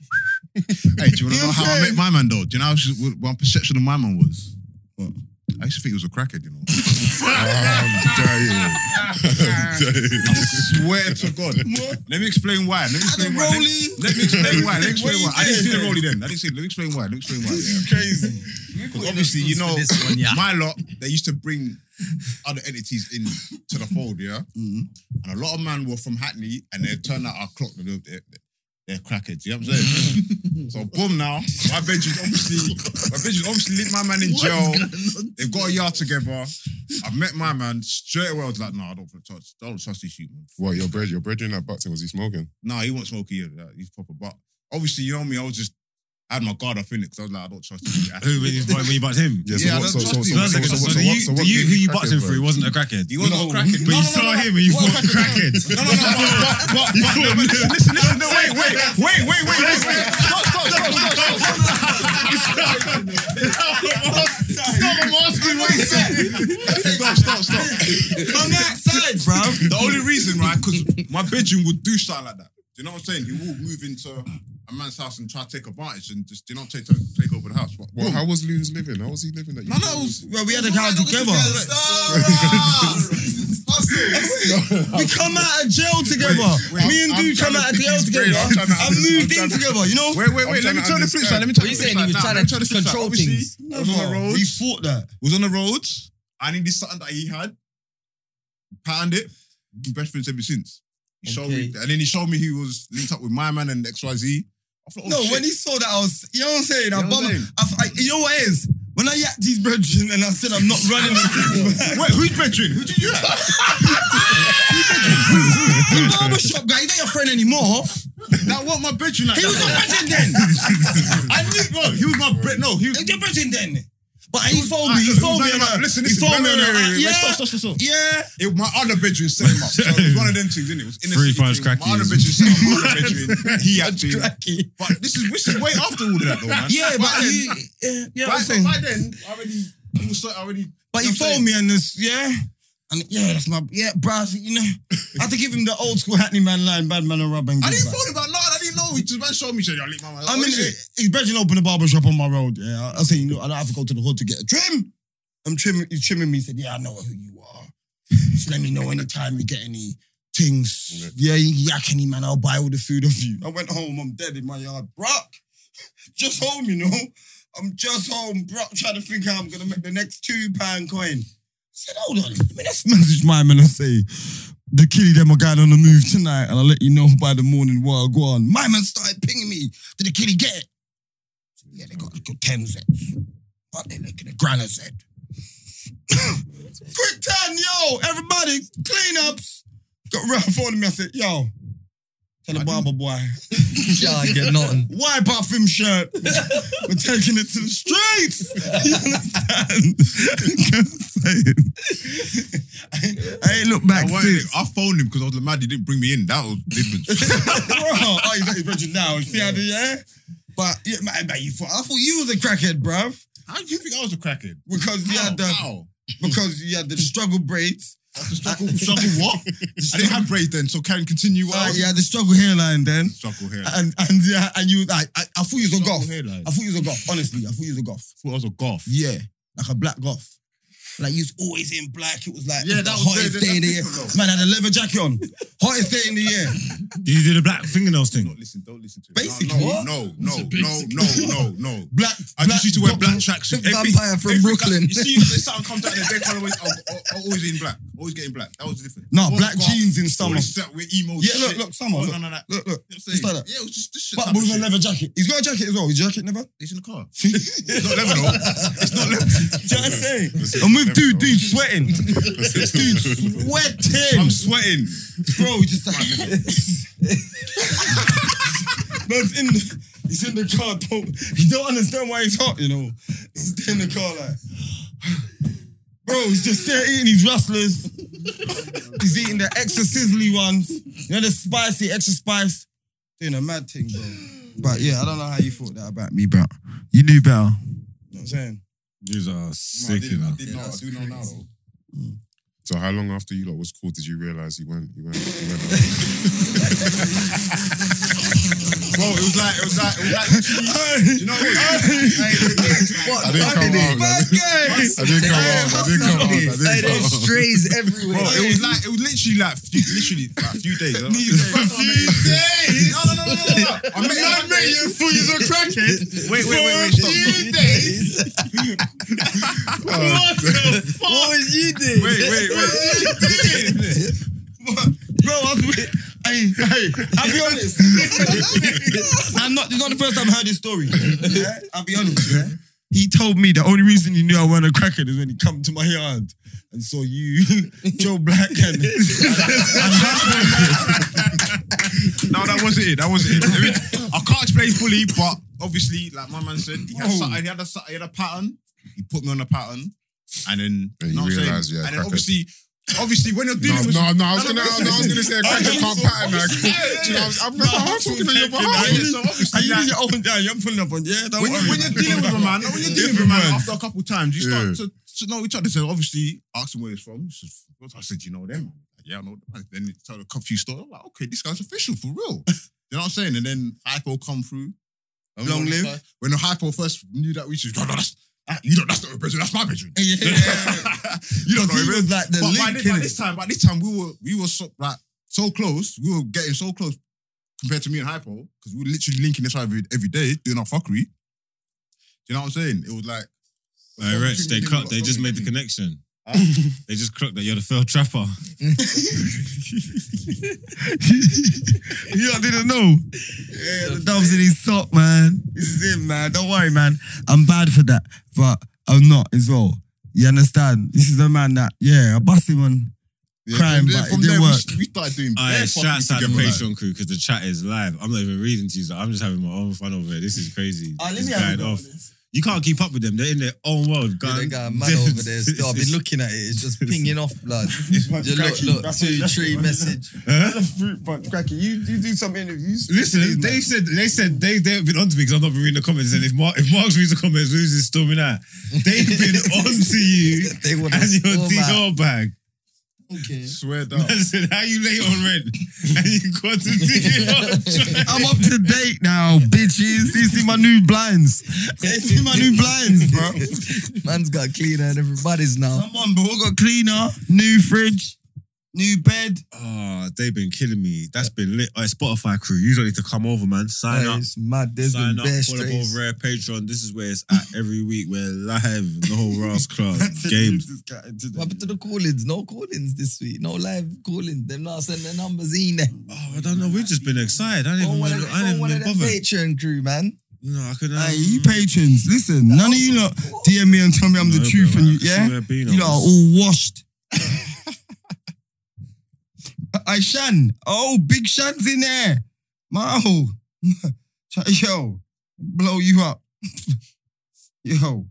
[SPEAKER 5] Hey, do you want to know how I
[SPEAKER 2] Yeah.
[SPEAKER 5] met my man though? Do you know how she, what my perception of my man was?
[SPEAKER 2] What?
[SPEAKER 5] I used to think he was a crackhead, you know. I
[SPEAKER 7] Damn.
[SPEAKER 5] swear to God. Let me explain why. Let me explain why. Let
[SPEAKER 2] Rolly.
[SPEAKER 5] me, let me explain why. Let me explain why. I didn't see the
[SPEAKER 2] doing?
[SPEAKER 5] rolly then. I didn't see. Let me explain why. Let me explain why. yeah.
[SPEAKER 2] crazy.
[SPEAKER 5] Because obviously, you know,
[SPEAKER 6] this one, yeah.
[SPEAKER 5] my lot, they used to bring other entities in to the fold, yeah?
[SPEAKER 6] Mm-hmm.
[SPEAKER 5] And a lot of men were from Hackney and they turned out our clock, they're, they're, they're crackheads, you know what I'm saying? so, boom, now, my bench is obviously, my bench is obviously lit my man in jail. They've got a yard together. I've met my man straight away. I was like, no, I don't want to touch, I don't trust this human.
[SPEAKER 7] What, your bread, your brethren at Buckton, was he smoking?
[SPEAKER 5] No, he won't smoke either. Like, he's proper. But obviously, you know me, I was just, I had my guard up in it because I was like, I don't trust this guy.
[SPEAKER 1] Who when you, when you bucked him?
[SPEAKER 5] Yeah,
[SPEAKER 7] Yeah,
[SPEAKER 5] I
[SPEAKER 7] so what, so,
[SPEAKER 5] don't
[SPEAKER 7] so,
[SPEAKER 5] trust
[SPEAKER 7] so, so,
[SPEAKER 5] him.
[SPEAKER 1] No, no, so,
[SPEAKER 7] so, so,
[SPEAKER 1] so,
[SPEAKER 7] so, so,
[SPEAKER 1] you,
[SPEAKER 7] what- so
[SPEAKER 1] the
[SPEAKER 7] what
[SPEAKER 1] you
[SPEAKER 7] gave
[SPEAKER 1] who you
[SPEAKER 7] crackhead
[SPEAKER 1] bucked him
[SPEAKER 7] bread?
[SPEAKER 1] for, he wasn't a crackhead.
[SPEAKER 5] He wasn't a
[SPEAKER 1] But
[SPEAKER 5] crackhead.
[SPEAKER 1] you
[SPEAKER 5] No, no, no,
[SPEAKER 1] saw
[SPEAKER 5] no.
[SPEAKER 1] him and you
[SPEAKER 5] What
[SPEAKER 1] thought
[SPEAKER 5] crackhead?
[SPEAKER 1] crackhead.
[SPEAKER 5] No, no, no, but, but, but, but, no, listen, listen, listen, no, wait, wait, wait, wait, wait, wait, wait. Stop, stop, stop, stop, stop. Stop, I'm asking what he said. Stop, stop, stop.
[SPEAKER 2] I'm outside, bro.
[SPEAKER 5] The only reason, right, because my bedroom would do something like that. Do you know what I'm saying? He will move into a man's house and try to take advantage and just, do you know, take, take over the house. But,
[SPEAKER 7] Well, how was Loons living? How was he living? That you
[SPEAKER 5] no, no, it was,
[SPEAKER 2] Well, we had a cow together. We come out of jail together.
[SPEAKER 5] wait,
[SPEAKER 2] me and
[SPEAKER 5] I'm-
[SPEAKER 2] dude come
[SPEAKER 5] I'm trying
[SPEAKER 2] out
[SPEAKER 5] to
[SPEAKER 2] of jail
[SPEAKER 5] think
[SPEAKER 2] together.
[SPEAKER 5] this through. I'm trying to
[SPEAKER 2] I moved
[SPEAKER 5] understand-
[SPEAKER 2] in together, you know?
[SPEAKER 5] Wait, wait, wait. Let
[SPEAKER 7] trying
[SPEAKER 5] me
[SPEAKER 7] to
[SPEAKER 5] turn the flip side. Let me
[SPEAKER 4] What
[SPEAKER 5] turn
[SPEAKER 4] are
[SPEAKER 5] the
[SPEAKER 4] you
[SPEAKER 5] flip
[SPEAKER 4] saying? You
[SPEAKER 5] side.
[SPEAKER 4] were
[SPEAKER 5] Nah,
[SPEAKER 4] trying
[SPEAKER 5] let me
[SPEAKER 4] to
[SPEAKER 5] turn the flip side.
[SPEAKER 4] control
[SPEAKER 5] Obviously,
[SPEAKER 4] things.
[SPEAKER 5] I was on the road.
[SPEAKER 2] We fought that.
[SPEAKER 5] was on the road. I needed something that he had. Patterned it. Been best friends ever since. He showed me,
[SPEAKER 4] Okay.
[SPEAKER 5] and then he showed me he was linked up with my man and X Y Z. I thought, oh,
[SPEAKER 2] no,
[SPEAKER 5] shit.
[SPEAKER 2] when he saw that, I was, you know what I'm saying? I
[SPEAKER 5] You know what I'm
[SPEAKER 2] bum-
[SPEAKER 5] saying?
[SPEAKER 2] I, I, you know what it is? When I yacked these brethren and I said I'm not running the things back.
[SPEAKER 5] Wait, who's bedroom? Who did you have?
[SPEAKER 2] The barbershop guy, he's not your friend anymore.
[SPEAKER 5] that wasn't my bedroom. Like
[SPEAKER 2] He
[SPEAKER 5] that.
[SPEAKER 2] was your brethren then.
[SPEAKER 5] I knew, bro. He was my bed. No, he
[SPEAKER 2] He
[SPEAKER 5] was.
[SPEAKER 2] was your brethren then. But he phoned
[SPEAKER 5] Alright,
[SPEAKER 2] me, he
[SPEAKER 5] it was
[SPEAKER 2] phoned me.
[SPEAKER 5] none of
[SPEAKER 2] and
[SPEAKER 5] my-
[SPEAKER 2] I-
[SPEAKER 5] Listen,
[SPEAKER 2] he
[SPEAKER 5] listen.
[SPEAKER 2] phoned
[SPEAKER 5] wait,
[SPEAKER 2] me.
[SPEAKER 5] wait,
[SPEAKER 2] and
[SPEAKER 5] wait,
[SPEAKER 2] I-
[SPEAKER 5] wait, wait,
[SPEAKER 2] Yeah.
[SPEAKER 5] Stop, stop, stop, stop.
[SPEAKER 2] Yeah.
[SPEAKER 5] It, my other bedroom set him up. So it was one of them things, innit? It was in the
[SPEAKER 1] Three
[SPEAKER 5] city
[SPEAKER 1] fives
[SPEAKER 5] thing. My other
[SPEAKER 1] crackies.
[SPEAKER 5] bedroom set up. My other bedroom. He had to.
[SPEAKER 2] Cracky.
[SPEAKER 5] But this is this is way after all of that, though, man.
[SPEAKER 2] Yeah,
[SPEAKER 5] By
[SPEAKER 2] but
[SPEAKER 5] then-
[SPEAKER 2] he, yeah, yeah, I'm
[SPEAKER 5] by,
[SPEAKER 2] saying.
[SPEAKER 5] by then, I already, he was so, I already.
[SPEAKER 2] But he
[SPEAKER 5] you know what I'm
[SPEAKER 2] phoned me and this, yeah. And yeah, that's my yeah, bro. I said, You know, I had to give him the old school Hackney man line, bad man and rub and
[SPEAKER 5] I
[SPEAKER 2] give
[SPEAKER 5] didn't
[SPEAKER 2] back.
[SPEAKER 5] phone about nothing. I didn't know. He just man showed me. Said, "I lick my Oh, man."
[SPEAKER 2] I mean, eh,
[SPEAKER 5] What is it?
[SPEAKER 2] his bedroom opened a barber shop on my road. Yeah, I said, you know, I don't have to go to the hood to get a trim. I'm trimming. He's trimming me. He said, yeah, I know who you are. Just let me know anytime you get any things. Yeah, you yak any man, I'll buy all the food of you. I went home. I'm dead in my yard, Brock. Just home, you know. I'm just home, Brock. Trying to think how I'm gonna make the next two pound coin. I said, hold on, let me just message my man and say, the kiddie them are going on the move tonight, and I'll let you know by the morning what I go on. My man started pinging me. Did the kiddie get it? I said, yeah, they got, they got 10 sets. But they're looking at granite set. Quick turn, yo, everybody, cleanups. Got round phoning me. I said, yo, tell the barber boy,
[SPEAKER 4] Yeah, I get nothing.
[SPEAKER 2] wipe off him shirt. We're taking it to the streets. You understand? I'm saying? I ain't look
[SPEAKER 5] I,
[SPEAKER 2] back
[SPEAKER 5] wanted
[SPEAKER 2] since.
[SPEAKER 5] it. I phoned him because I was like, "Mad, he didn't bring me in. That was different."
[SPEAKER 2] Bro, oh, he's at his bedroom now. See how the yeah? But yeah, man, man, you thought I thought you was a crackhead, bruv.
[SPEAKER 5] How do you think I was a crackhead?
[SPEAKER 2] Because you
[SPEAKER 5] How?
[SPEAKER 2] had the
[SPEAKER 5] How?
[SPEAKER 2] because you had the struggle braids.
[SPEAKER 5] That's a struggle. struggle what? I didn't have braids then, so can continue. What
[SPEAKER 2] Uh,
[SPEAKER 5] else?
[SPEAKER 2] you had the struggle hairline then.
[SPEAKER 5] Struggle hair. I
[SPEAKER 2] And and yeah, and you I, I, I thought you was a
[SPEAKER 5] Struggle
[SPEAKER 2] goth.
[SPEAKER 5] hairline.
[SPEAKER 2] I thought you was a goth, honestly. I thought you was a goth.
[SPEAKER 5] thought I was a goth.
[SPEAKER 2] Yeah. Like a black goth. Like you was always in black. It was like
[SPEAKER 5] Yeah,
[SPEAKER 2] the
[SPEAKER 5] that was
[SPEAKER 2] hottest
[SPEAKER 5] very-
[SPEAKER 2] day in the year.
[SPEAKER 5] that's different
[SPEAKER 2] Man had a leather jacket on. hottest day in the year.
[SPEAKER 1] Did you do the black fingernails thing?
[SPEAKER 5] Not listen, don't listen to it.
[SPEAKER 2] Basically, what?
[SPEAKER 5] no, no, no, no, no, no, no.
[SPEAKER 2] Black.
[SPEAKER 5] I
[SPEAKER 2] black
[SPEAKER 5] just used to wear black tracksuit. Every-
[SPEAKER 2] Vampire from
[SPEAKER 5] every-
[SPEAKER 2] Brooklyn.
[SPEAKER 5] You see, if something comes out of the deck, I'm always, I'm, I'm oh, always in black. Always getting black. That was different.
[SPEAKER 2] No,
[SPEAKER 5] Always
[SPEAKER 2] black
[SPEAKER 5] got-
[SPEAKER 2] jeans in summer.
[SPEAKER 5] always set with emo.
[SPEAKER 2] Yeah, look,
[SPEAKER 5] shit.
[SPEAKER 2] look, summer,
[SPEAKER 5] Oh,
[SPEAKER 2] look.
[SPEAKER 5] no, no, no.
[SPEAKER 2] Look, look.
[SPEAKER 5] You
[SPEAKER 2] Just
[SPEAKER 5] know what I'm saying?
[SPEAKER 2] like that.
[SPEAKER 5] Yeah, it was just this shit.
[SPEAKER 2] But but
[SPEAKER 5] type of
[SPEAKER 2] with a
[SPEAKER 5] shit.
[SPEAKER 2] leather jacket. He's got a jacket as well. His jacket never.
[SPEAKER 5] It's in the car.
[SPEAKER 2] it's
[SPEAKER 5] Not leather, though. It's not leather.
[SPEAKER 2] Do you know what I'm saying?
[SPEAKER 7] Listen,
[SPEAKER 2] I'm with dude,
[SPEAKER 7] never
[SPEAKER 2] dude sweating. dude
[SPEAKER 7] know.
[SPEAKER 2] sweating.
[SPEAKER 5] I'm sweating.
[SPEAKER 2] Bro, just like. no, it's in the, he's in the car. Don't, he don't understand why he's hot, you know. He's just in the car like. Bro, he's just there eating his rustlers. he's eating the extra sizzly ones. You know, the spicy, extra spice. Doing a mad thing, bro. But yeah, I don't know how you thought that about me, but you knew better. You know what I'm saying?
[SPEAKER 1] These are
[SPEAKER 5] No, I
[SPEAKER 1] sick, you
[SPEAKER 5] didn't,
[SPEAKER 1] know.
[SPEAKER 5] I didn't know. I do know now, though.
[SPEAKER 7] So how long after you lot was called did you realize you weren't you weren't, you weren't
[SPEAKER 5] Bro, it was like, it was like, it was like, you know what?
[SPEAKER 7] I didn't come out. man. I didn't come out. I didn't come
[SPEAKER 4] Hey,
[SPEAKER 7] out. I didn't come
[SPEAKER 4] there's
[SPEAKER 7] out.
[SPEAKER 4] strays everywhere.
[SPEAKER 5] Bro, it was like, it was literally like, few, literally like a few days. A few days. No, no, no, no, no, no. I met him one day.
[SPEAKER 7] fool, you're a crackhead.
[SPEAKER 5] Wait, wait, wait, wait. Stop.
[SPEAKER 4] what was you doing?
[SPEAKER 5] Wait, wait, wait.
[SPEAKER 2] Bro, I was with. Hey, hey, I'll be honest. I'm not. It's not the first time I heard this story. Yeah? I'll be honest. Yeah? He told me the only reason he knew I wasn't a crackhead is when he come to my yard and saw you, Joe Black, and
[SPEAKER 5] No, that wasn't it. That wasn't it. I, mean, I can't explain fully, but obviously, like my man said, he had,
[SPEAKER 2] Whoa.
[SPEAKER 5] something, he, had a, he had a pattern. He put me on a pattern, and then
[SPEAKER 7] And
[SPEAKER 5] you know
[SPEAKER 7] you
[SPEAKER 5] what I'm
[SPEAKER 7] realise,
[SPEAKER 5] saying?
[SPEAKER 7] yeah,
[SPEAKER 5] and then
[SPEAKER 7] crackhead.
[SPEAKER 5] obviously, obviously, when you're dealing with
[SPEAKER 7] No, no, no, I was
[SPEAKER 5] No,
[SPEAKER 7] gonna,
[SPEAKER 5] no,
[SPEAKER 7] no, no, I was gonna say a crackhead can't pattern. man. Do you know, I'm, I'm, I'm talking on your behalf.
[SPEAKER 5] Yeah, so
[SPEAKER 2] Are
[SPEAKER 5] obviously,
[SPEAKER 2] you
[SPEAKER 5] like,
[SPEAKER 2] doing your own? Yeah, you're pulling up on. Yeah, don't worry.
[SPEAKER 5] when, you, when you're dealing with a man, when you're dealing
[SPEAKER 2] Different
[SPEAKER 5] with a man,
[SPEAKER 2] man.
[SPEAKER 5] after a couple of times, you start
[SPEAKER 7] Yeah.
[SPEAKER 5] to, to know each other. So obviously, ask him where he's from. He says, "Well," I said, "You know them?" Like, yeah, I know them. Then he tell a confused story. I'm like, "Okay, this guy's official for real." you know what I'm saying? And then hypo come through. And
[SPEAKER 2] Long
[SPEAKER 5] when the
[SPEAKER 2] live.
[SPEAKER 5] fir- When the hypo first knew that, we said, "No, no, that's that, you don't. That's not your bedroom. That's my bedroom."
[SPEAKER 2] yeah, yeah, yeah.
[SPEAKER 5] you don't know.
[SPEAKER 2] he
[SPEAKER 5] him,
[SPEAKER 2] was like the
[SPEAKER 5] but by
[SPEAKER 2] link.
[SPEAKER 5] this, by
[SPEAKER 2] innit?
[SPEAKER 5] this time, by this time, we were we were so like so close. We were getting so close compared to me and Hypo because we were literally linking each other every, every day, doing our fuckery. Do you know what I'm saying? It was like oh,
[SPEAKER 1] Like, Rex, they cut. They just made the connection. they just clocked that you're the failed trapper.
[SPEAKER 2] Yeah, I didn't know. Yeah, the dove's in his sock, man. This is him, man. Don't worry, man. I'm bad for that, but I'm not as well. You understand? This is a man that, yeah, I bust him on.
[SPEAKER 5] Yeah,
[SPEAKER 2] crime,
[SPEAKER 5] from there-
[SPEAKER 2] but it
[SPEAKER 5] from
[SPEAKER 2] didn't
[SPEAKER 5] there, we
[SPEAKER 2] work.
[SPEAKER 5] st- We, started doing
[SPEAKER 1] All
[SPEAKER 5] bare
[SPEAKER 1] right,
[SPEAKER 5] fuckery
[SPEAKER 1] shouts out to the
[SPEAKER 5] together, like.
[SPEAKER 1] Patreon crew because the chat is live. I'm not even reading to you. so I'm just having my own fun over here. This is crazy.
[SPEAKER 4] Ah, let
[SPEAKER 1] It's
[SPEAKER 4] me have a
[SPEAKER 1] going
[SPEAKER 4] go
[SPEAKER 1] off.
[SPEAKER 4] with this.
[SPEAKER 1] You can't keep up with them. They're in their own world.
[SPEAKER 4] Yeah,
[SPEAKER 1] Gun.
[SPEAKER 4] they got a man over there. Still, I've been looking at it. It's just pinging off blood. You look, look, two, three message.
[SPEAKER 2] Fruit punch, cracker. You, you do some interviews.
[SPEAKER 1] Listen, they said they said they they've been onto me because I've not been reading the comments. And if Mark if Mark's reads the comments, loses storming out. They've been onto you
[SPEAKER 4] They want to
[SPEAKER 1] and your
[SPEAKER 4] storm out.
[SPEAKER 1] DR bag.
[SPEAKER 4] Okay.
[SPEAKER 5] Swear down.
[SPEAKER 1] I said, how you late on rent? And you got to DR.
[SPEAKER 2] I'm up to date now, bitches. You see my new blinds. You see my new blinds, bro.
[SPEAKER 4] Man's got cleaner and everybody's now.
[SPEAKER 2] Come on, bro. We got cleaner, new fridge, new bed.
[SPEAKER 1] Oh, they've been killing me. That's been lit. Oh, Spotify crew, you don't need to come over, man. Sign
[SPEAKER 4] Hey,
[SPEAKER 1] up.
[SPEAKER 4] it's mad. There's
[SPEAKER 1] Sign
[SPEAKER 4] been
[SPEAKER 1] up,
[SPEAKER 4] bear
[SPEAKER 1] follow
[SPEAKER 4] strays.
[SPEAKER 1] over at Patreon. This is where it's at every week. We're live, no Ross Club games.
[SPEAKER 4] What happened to the call-ins? No call-ins this week. No live call-ins. They're not sending their numbers in there.
[SPEAKER 1] Oh, I don't know. We've just been excited. I didn't
[SPEAKER 4] Phone
[SPEAKER 1] even,
[SPEAKER 4] one
[SPEAKER 1] wanna,
[SPEAKER 4] of the,
[SPEAKER 1] I didn't
[SPEAKER 4] phone one
[SPEAKER 1] even
[SPEAKER 4] of
[SPEAKER 1] been
[SPEAKER 4] the
[SPEAKER 1] bothered.
[SPEAKER 4] Patreon crew, man.
[SPEAKER 1] No, I um, couldn't.
[SPEAKER 2] Hey, you patrons, listen, none of you lot DM me and tell me I'm the
[SPEAKER 1] No,
[SPEAKER 2] truth
[SPEAKER 1] bro,
[SPEAKER 2] and
[SPEAKER 1] I
[SPEAKER 2] you,
[SPEAKER 1] can see
[SPEAKER 2] yeah?
[SPEAKER 1] where Bino
[SPEAKER 2] You lot are
[SPEAKER 1] was.
[SPEAKER 2] all washed. I Shan. Oh, Big Shan's in there. Mao. Yo, blow you up. Yo.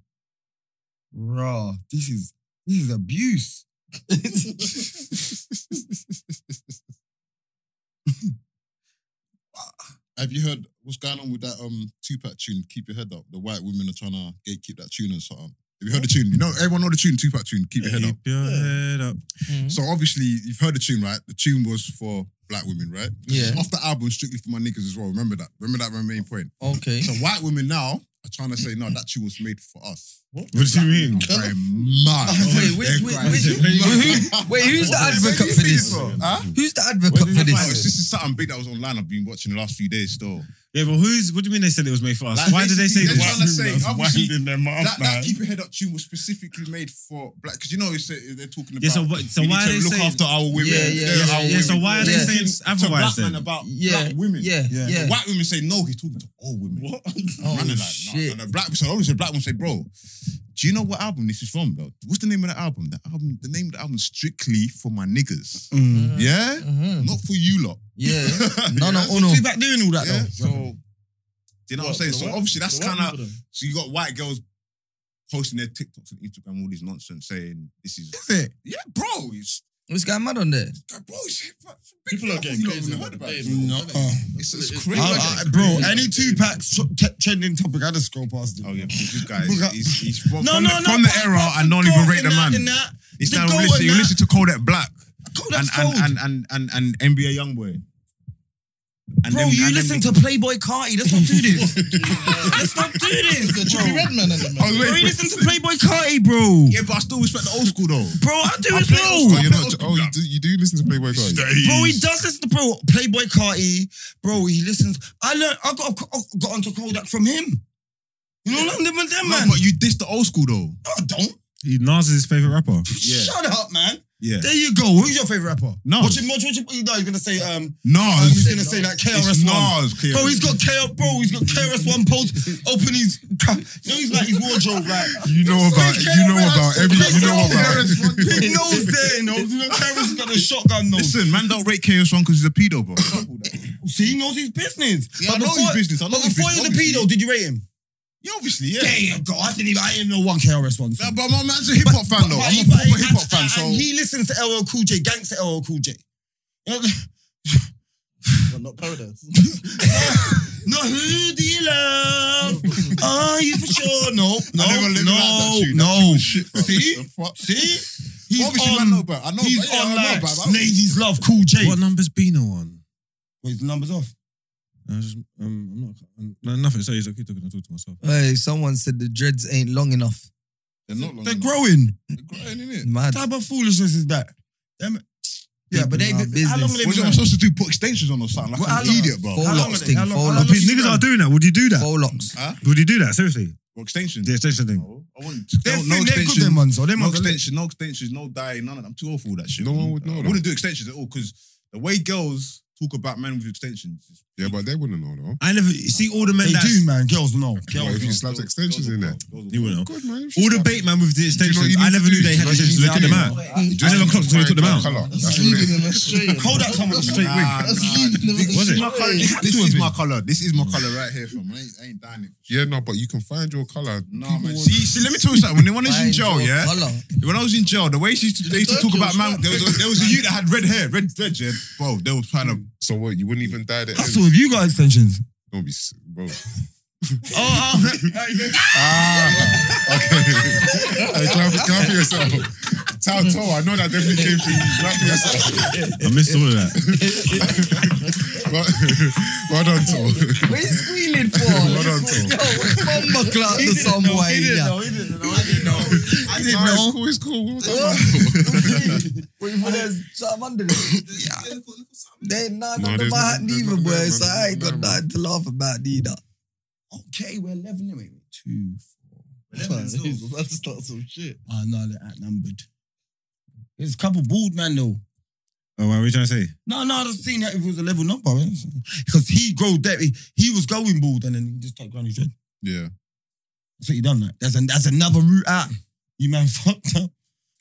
[SPEAKER 2] Raw. This is this is abuse.
[SPEAKER 5] Have you heard what's going on with that um two pack tune? Keep your head up. The white women are trying to gatekeep that tune and something. Have you heard the tune? You know, everyone know the tune. Two pack tune. Keep your head up.
[SPEAKER 1] Keep your head up.
[SPEAKER 4] Mm-hmm.
[SPEAKER 5] So obviously you've heard the tune, right? The tune was for black women, right?
[SPEAKER 4] Yeah.
[SPEAKER 5] It's off the album, strictly for my niggas as well. Remember that. Remember that my main point.
[SPEAKER 4] Okay.
[SPEAKER 5] So white women now are trying to say, no, that tune was made for us.
[SPEAKER 1] What do you mean?
[SPEAKER 5] I'm going mad.
[SPEAKER 4] Wait, which Which, which, which, who- wait, who's the advocate for this? Who's the advocate for this?
[SPEAKER 5] This is something big that was online. I've been watching the last few days still.
[SPEAKER 1] Yeah, but who's? What do you mean they said it was made for us?
[SPEAKER 5] Like,
[SPEAKER 1] Why did they say this?
[SPEAKER 5] basically, they're trying to say,
[SPEAKER 1] That's
[SPEAKER 5] obviously,
[SPEAKER 1] winding them up,
[SPEAKER 5] That,
[SPEAKER 1] man.
[SPEAKER 5] that keep your head up tune was specifically made for black because you know it's, uh, they're talking about.
[SPEAKER 1] Yeah, so what- so
[SPEAKER 5] we
[SPEAKER 1] why are
[SPEAKER 5] need to
[SPEAKER 1] they
[SPEAKER 5] look
[SPEAKER 1] saying-
[SPEAKER 5] after our women?
[SPEAKER 4] Yeah, yeah,
[SPEAKER 5] uh,
[SPEAKER 4] yeah,
[SPEAKER 5] our
[SPEAKER 4] yeah,
[SPEAKER 5] women.
[SPEAKER 4] so
[SPEAKER 1] why are they
[SPEAKER 5] They're
[SPEAKER 1] saying
[SPEAKER 5] talking to
[SPEAKER 1] otherwise
[SPEAKER 5] black
[SPEAKER 1] then?
[SPEAKER 5] men about
[SPEAKER 4] Yeah,
[SPEAKER 5] black women?
[SPEAKER 4] yeah, yeah.
[SPEAKER 5] The White women say no. He's talking to all women. What?
[SPEAKER 4] Oh,
[SPEAKER 5] like,
[SPEAKER 4] shit.
[SPEAKER 5] Nah. And the black so obviously the black women say, bro, do you know what album this is from? Though, what's the name of the album? The album, the name of the album, is strictly for my niggas.
[SPEAKER 1] Mm-hmm.
[SPEAKER 5] Yeah,
[SPEAKER 4] Mhm.
[SPEAKER 5] not for you lot.
[SPEAKER 4] Yeah.
[SPEAKER 5] Yeah?
[SPEAKER 4] No, no, oh no.
[SPEAKER 2] See back doing all that
[SPEAKER 5] Yeah,
[SPEAKER 2] though.
[SPEAKER 5] so do you know what I'm saying? So obviously that's kind of so you got white girls posting their TikToks and Instagram all this nonsense saying this is
[SPEAKER 4] Is it?
[SPEAKER 5] yeah, bro, it's
[SPEAKER 4] What's going mad on there?
[SPEAKER 5] bro, it's, it's a big
[SPEAKER 3] People are getting
[SPEAKER 5] deal. You lot
[SPEAKER 3] crazy
[SPEAKER 5] haven't
[SPEAKER 3] about
[SPEAKER 5] heard
[SPEAKER 3] the
[SPEAKER 5] about
[SPEAKER 3] day,
[SPEAKER 5] it.
[SPEAKER 3] man.
[SPEAKER 5] No,
[SPEAKER 3] It's-
[SPEAKER 5] uh,
[SPEAKER 3] it's-
[SPEAKER 5] it's, it's
[SPEAKER 3] it's-
[SPEAKER 5] crazy.
[SPEAKER 3] How-
[SPEAKER 2] I- I- bro, any two packs trending topic, I just scroll past it.
[SPEAKER 5] Oh yeah, because this guy
[SPEAKER 2] Look
[SPEAKER 5] is,
[SPEAKER 2] at-
[SPEAKER 5] he's, he's from,
[SPEAKER 2] No,
[SPEAKER 5] from
[SPEAKER 2] no,
[SPEAKER 5] the,
[SPEAKER 2] no,
[SPEAKER 5] from the
[SPEAKER 2] but-
[SPEAKER 5] era
[SPEAKER 2] but the
[SPEAKER 5] and not even
[SPEAKER 2] goat
[SPEAKER 5] rate the
[SPEAKER 2] and that
[SPEAKER 5] man.
[SPEAKER 2] and that.
[SPEAKER 5] He's
[SPEAKER 2] The
[SPEAKER 5] now
[SPEAKER 2] goat
[SPEAKER 5] listen.
[SPEAKER 2] and
[SPEAKER 5] You
[SPEAKER 2] that.
[SPEAKER 5] listen to Kodak Black
[SPEAKER 2] Cool,
[SPEAKER 5] and
[SPEAKER 2] that's cold.
[SPEAKER 5] and, and and and and NBA YoungBoy. And
[SPEAKER 2] Bro,
[SPEAKER 5] them-
[SPEAKER 2] you
[SPEAKER 5] and them-
[SPEAKER 2] listen to Playboy Carti. Let's not do this. Let's not do this, bro.
[SPEAKER 3] Jimmy Redman and them.
[SPEAKER 5] Oh, wait,
[SPEAKER 2] Bro,
[SPEAKER 5] but-
[SPEAKER 2] you listen to Playboy Carti, bro.
[SPEAKER 5] Yeah, but I still respect the old school though.
[SPEAKER 2] Bro, I do as
[SPEAKER 7] Oh,
[SPEAKER 2] well.
[SPEAKER 7] you're not, oh you, do, you do listen to Playboy Carti?
[SPEAKER 2] Bro, he does listen to bro Playboy Carti. Bro, he listens. I learned. I got I got onto Kodak from him. You know what I'm doing with them,
[SPEAKER 5] No,
[SPEAKER 2] man?
[SPEAKER 5] but you dissed the old school though.
[SPEAKER 2] No, I don't.
[SPEAKER 1] He Nas is his favorite rapper.
[SPEAKER 5] Yeah.
[SPEAKER 2] Shut up, man.
[SPEAKER 5] Yeah.
[SPEAKER 2] There you go. Who's your favorite rapper?
[SPEAKER 5] No.
[SPEAKER 2] Watch him. Watch, watch him. No, you're gonna say um.
[SPEAKER 5] Nas.
[SPEAKER 2] He's gonna say like
[SPEAKER 5] It's
[SPEAKER 2] KRS One.
[SPEAKER 5] Nas. KRS.
[SPEAKER 2] Bro, he's got KR, bro, he's got KRS One pose. Open his, crap. you know, he's like his wardrobe, like
[SPEAKER 7] You know about
[SPEAKER 2] Sorry,
[SPEAKER 7] you know
[SPEAKER 2] KRS.
[SPEAKER 7] about every you know
[SPEAKER 2] KRS
[SPEAKER 7] about
[SPEAKER 2] big nose there, you know. You know, KRS has got a shotgun nose.
[SPEAKER 5] Listen, man, don't rate KRS One because he's a pedo, bro.
[SPEAKER 2] See, he knows his business.
[SPEAKER 5] Yeah, I know his
[SPEAKER 2] before-
[SPEAKER 5] business, I know
[SPEAKER 2] but
[SPEAKER 5] his
[SPEAKER 2] before
[SPEAKER 5] business,
[SPEAKER 2] he was a pedo,
[SPEAKER 5] obviously.
[SPEAKER 2] did you rate him?
[SPEAKER 5] yeah, obviously, yeah.
[SPEAKER 2] Damn, God, I didn't even. I didn't know one KRS One.
[SPEAKER 5] Nah, but my man's a hip hop fan though.
[SPEAKER 2] But
[SPEAKER 5] I'm
[SPEAKER 2] he-
[SPEAKER 5] a
[SPEAKER 2] but he-
[SPEAKER 5] proper hip hop
[SPEAKER 2] and-
[SPEAKER 5] fan,
[SPEAKER 2] and
[SPEAKER 5] so
[SPEAKER 2] he listens to LL Cool J, gangster LL Cool J. You know-
[SPEAKER 3] Well, not Paradise.
[SPEAKER 2] No, who do you love? Ah, Are you for sure? No, no,
[SPEAKER 5] I never lived without
[SPEAKER 2] no,
[SPEAKER 5] that tune. That tune
[SPEAKER 2] no.
[SPEAKER 5] was shit, bro.
[SPEAKER 2] See?
[SPEAKER 5] The fuck?
[SPEAKER 2] See, he's
[SPEAKER 5] obviously,
[SPEAKER 2] on.
[SPEAKER 5] man, know, bro. I know,
[SPEAKER 2] he's
[SPEAKER 5] yeah, I
[SPEAKER 2] on
[SPEAKER 5] know,
[SPEAKER 2] like
[SPEAKER 5] bro. I-
[SPEAKER 2] ladies love Cool J.
[SPEAKER 1] What number's Bino on?
[SPEAKER 2] Well, his numbers off.
[SPEAKER 1] I just, um, I'm not. um, no, nothing. Sorry, it's okay. Talking. I talk to myself.
[SPEAKER 4] Hey, someone said the dreads ain't long enough.
[SPEAKER 5] They're not long.
[SPEAKER 2] They're
[SPEAKER 5] enough.
[SPEAKER 2] growing.
[SPEAKER 5] They're growing, innit?
[SPEAKER 4] Mad.
[SPEAKER 2] What type of foolishness is that? Them- yeah, but they.
[SPEAKER 4] People are
[SPEAKER 2] How long are they
[SPEAKER 4] business.
[SPEAKER 5] What
[SPEAKER 2] been
[SPEAKER 5] am I
[SPEAKER 2] around?
[SPEAKER 5] supposed to do? Put extensions on or something? Like
[SPEAKER 2] Well,
[SPEAKER 5] I'm
[SPEAKER 2] how
[SPEAKER 5] an
[SPEAKER 2] long-
[SPEAKER 5] idiot, bro.
[SPEAKER 4] Four
[SPEAKER 2] How long
[SPEAKER 4] locks
[SPEAKER 2] are they-
[SPEAKER 4] thing.
[SPEAKER 2] how long-
[SPEAKER 4] Four
[SPEAKER 2] how long
[SPEAKER 4] locks.
[SPEAKER 2] is it?
[SPEAKER 1] Niggas are doing that. Would you do that?
[SPEAKER 4] Four locks.
[SPEAKER 5] Huh?
[SPEAKER 1] Would you do that? Seriously,
[SPEAKER 5] What extensions?
[SPEAKER 1] the extension thing.
[SPEAKER 5] No, I want
[SPEAKER 2] They're
[SPEAKER 5] no, no
[SPEAKER 2] thin, they're good,
[SPEAKER 5] extensions.
[SPEAKER 2] them ones. Or them
[SPEAKER 5] No
[SPEAKER 2] ones. are lit.
[SPEAKER 5] extension, no extensions, no dye, none of that. I'm too old for all that shit.
[SPEAKER 7] No
[SPEAKER 5] man.
[SPEAKER 7] one would know
[SPEAKER 5] I
[SPEAKER 7] that.
[SPEAKER 5] wouldn't do extensions at all because the way girls talk about men with extensions is
[SPEAKER 7] Yeah, but they wouldn't know though.
[SPEAKER 1] I never you see all the men
[SPEAKER 2] They
[SPEAKER 1] that
[SPEAKER 2] do, man. Girls know.
[SPEAKER 7] Well, if you slapped
[SPEAKER 5] Girls-
[SPEAKER 7] extensions
[SPEAKER 5] girls
[SPEAKER 7] in
[SPEAKER 5] are
[SPEAKER 7] there,
[SPEAKER 5] girls. Girls are
[SPEAKER 1] You
[SPEAKER 5] girls.
[SPEAKER 1] will know.
[SPEAKER 7] good man. if you
[SPEAKER 1] All the
[SPEAKER 7] slap-
[SPEAKER 1] bait man with the
[SPEAKER 7] you know what
[SPEAKER 1] extensions. I
[SPEAKER 7] you need
[SPEAKER 1] never
[SPEAKER 7] to
[SPEAKER 1] knew
[SPEAKER 7] do?
[SPEAKER 1] they had
[SPEAKER 7] You know what you
[SPEAKER 1] extensions. They took them
[SPEAKER 7] need to do?
[SPEAKER 1] out.
[SPEAKER 7] You
[SPEAKER 1] I never
[SPEAKER 7] just need
[SPEAKER 1] clocked
[SPEAKER 7] to
[SPEAKER 1] until they took
[SPEAKER 7] find
[SPEAKER 1] them
[SPEAKER 7] the
[SPEAKER 1] out.
[SPEAKER 7] colour.
[SPEAKER 3] That's
[SPEAKER 7] That's all it
[SPEAKER 3] leaving
[SPEAKER 7] is.
[SPEAKER 3] him astray.
[SPEAKER 2] Hold that someone straight wing.
[SPEAKER 5] Nah,
[SPEAKER 3] That's
[SPEAKER 5] nah.
[SPEAKER 3] leaving
[SPEAKER 1] Was
[SPEAKER 3] him
[SPEAKER 1] it?
[SPEAKER 3] astray.
[SPEAKER 5] This is my color. This is my color right here, fam. I ain't, I ain't dying it.
[SPEAKER 7] Yeah, no, but you can find your color.
[SPEAKER 5] Nah, man. See, see, let me tell you something. When, when I was
[SPEAKER 4] Find
[SPEAKER 5] in jail,
[SPEAKER 4] your
[SPEAKER 5] yeah,
[SPEAKER 4] Colour.
[SPEAKER 5] when I was in jail, the way she used to, they used to
[SPEAKER 3] Don't kill
[SPEAKER 5] talk about man,
[SPEAKER 3] Shrek.
[SPEAKER 5] there was a, there was a youth that had red hair, red dread, yeah. Bro, they was trying to.
[SPEAKER 7] So what? You wouldn't even dye the
[SPEAKER 2] Hustle,
[SPEAKER 7] end.
[SPEAKER 2] have you got extensions?
[SPEAKER 7] Don't be, s- bro.
[SPEAKER 2] Oh, oh.
[SPEAKER 7] Ah, okay. hey, clap, clap for yourself. Tao Tao, I know that definitely came from you. Clap for yourself.
[SPEAKER 1] I missed all of that.
[SPEAKER 7] Well, well done, Tao.
[SPEAKER 4] What are you squealing for?
[SPEAKER 7] Well done, Tom.
[SPEAKER 4] Yo, Mamba clout to some way. yeah.
[SPEAKER 7] I didn't
[SPEAKER 4] know.
[SPEAKER 7] It's cool. It's cool.
[SPEAKER 4] What? Wait for there's something under it. They ain't none
[SPEAKER 7] No,
[SPEAKER 4] under
[SPEAKER 7] there's
[SPEAKER 4] my hat
[SPEAKER 7] nothing-
[SPEAKER 4] neither,
[SPEAKER 7] there's nothing
[SPEAKER 4] boy.
[SPEAKER 7] there,
[SPEAKER 4] So
[SPEAKER 7] man.
[SPEAKER 4] I ain't got
[SPEAKER 7] Nothing there,
[SPEAKER 4] nothing to laugh about neither.
[SPEAKER 2] Okay, we're leveling away. Two.
[SPEAKER 3] He's about to start some shit.
[SPEAKER 2] Oh, no, they're outnumbered. There's a couple bald man, though.
[SPEAKER 1] Oh, what are we trying to say?
[SPEAKER 2] No, no, I just seen that if it was a level number. Because he grew that. He, he was going bald and then he just started growing his dread.
[SPEAKER 7] Yeah.
[SPEAKER 2] That's what he done, like. That's, an, that's another route out. You man fucked up.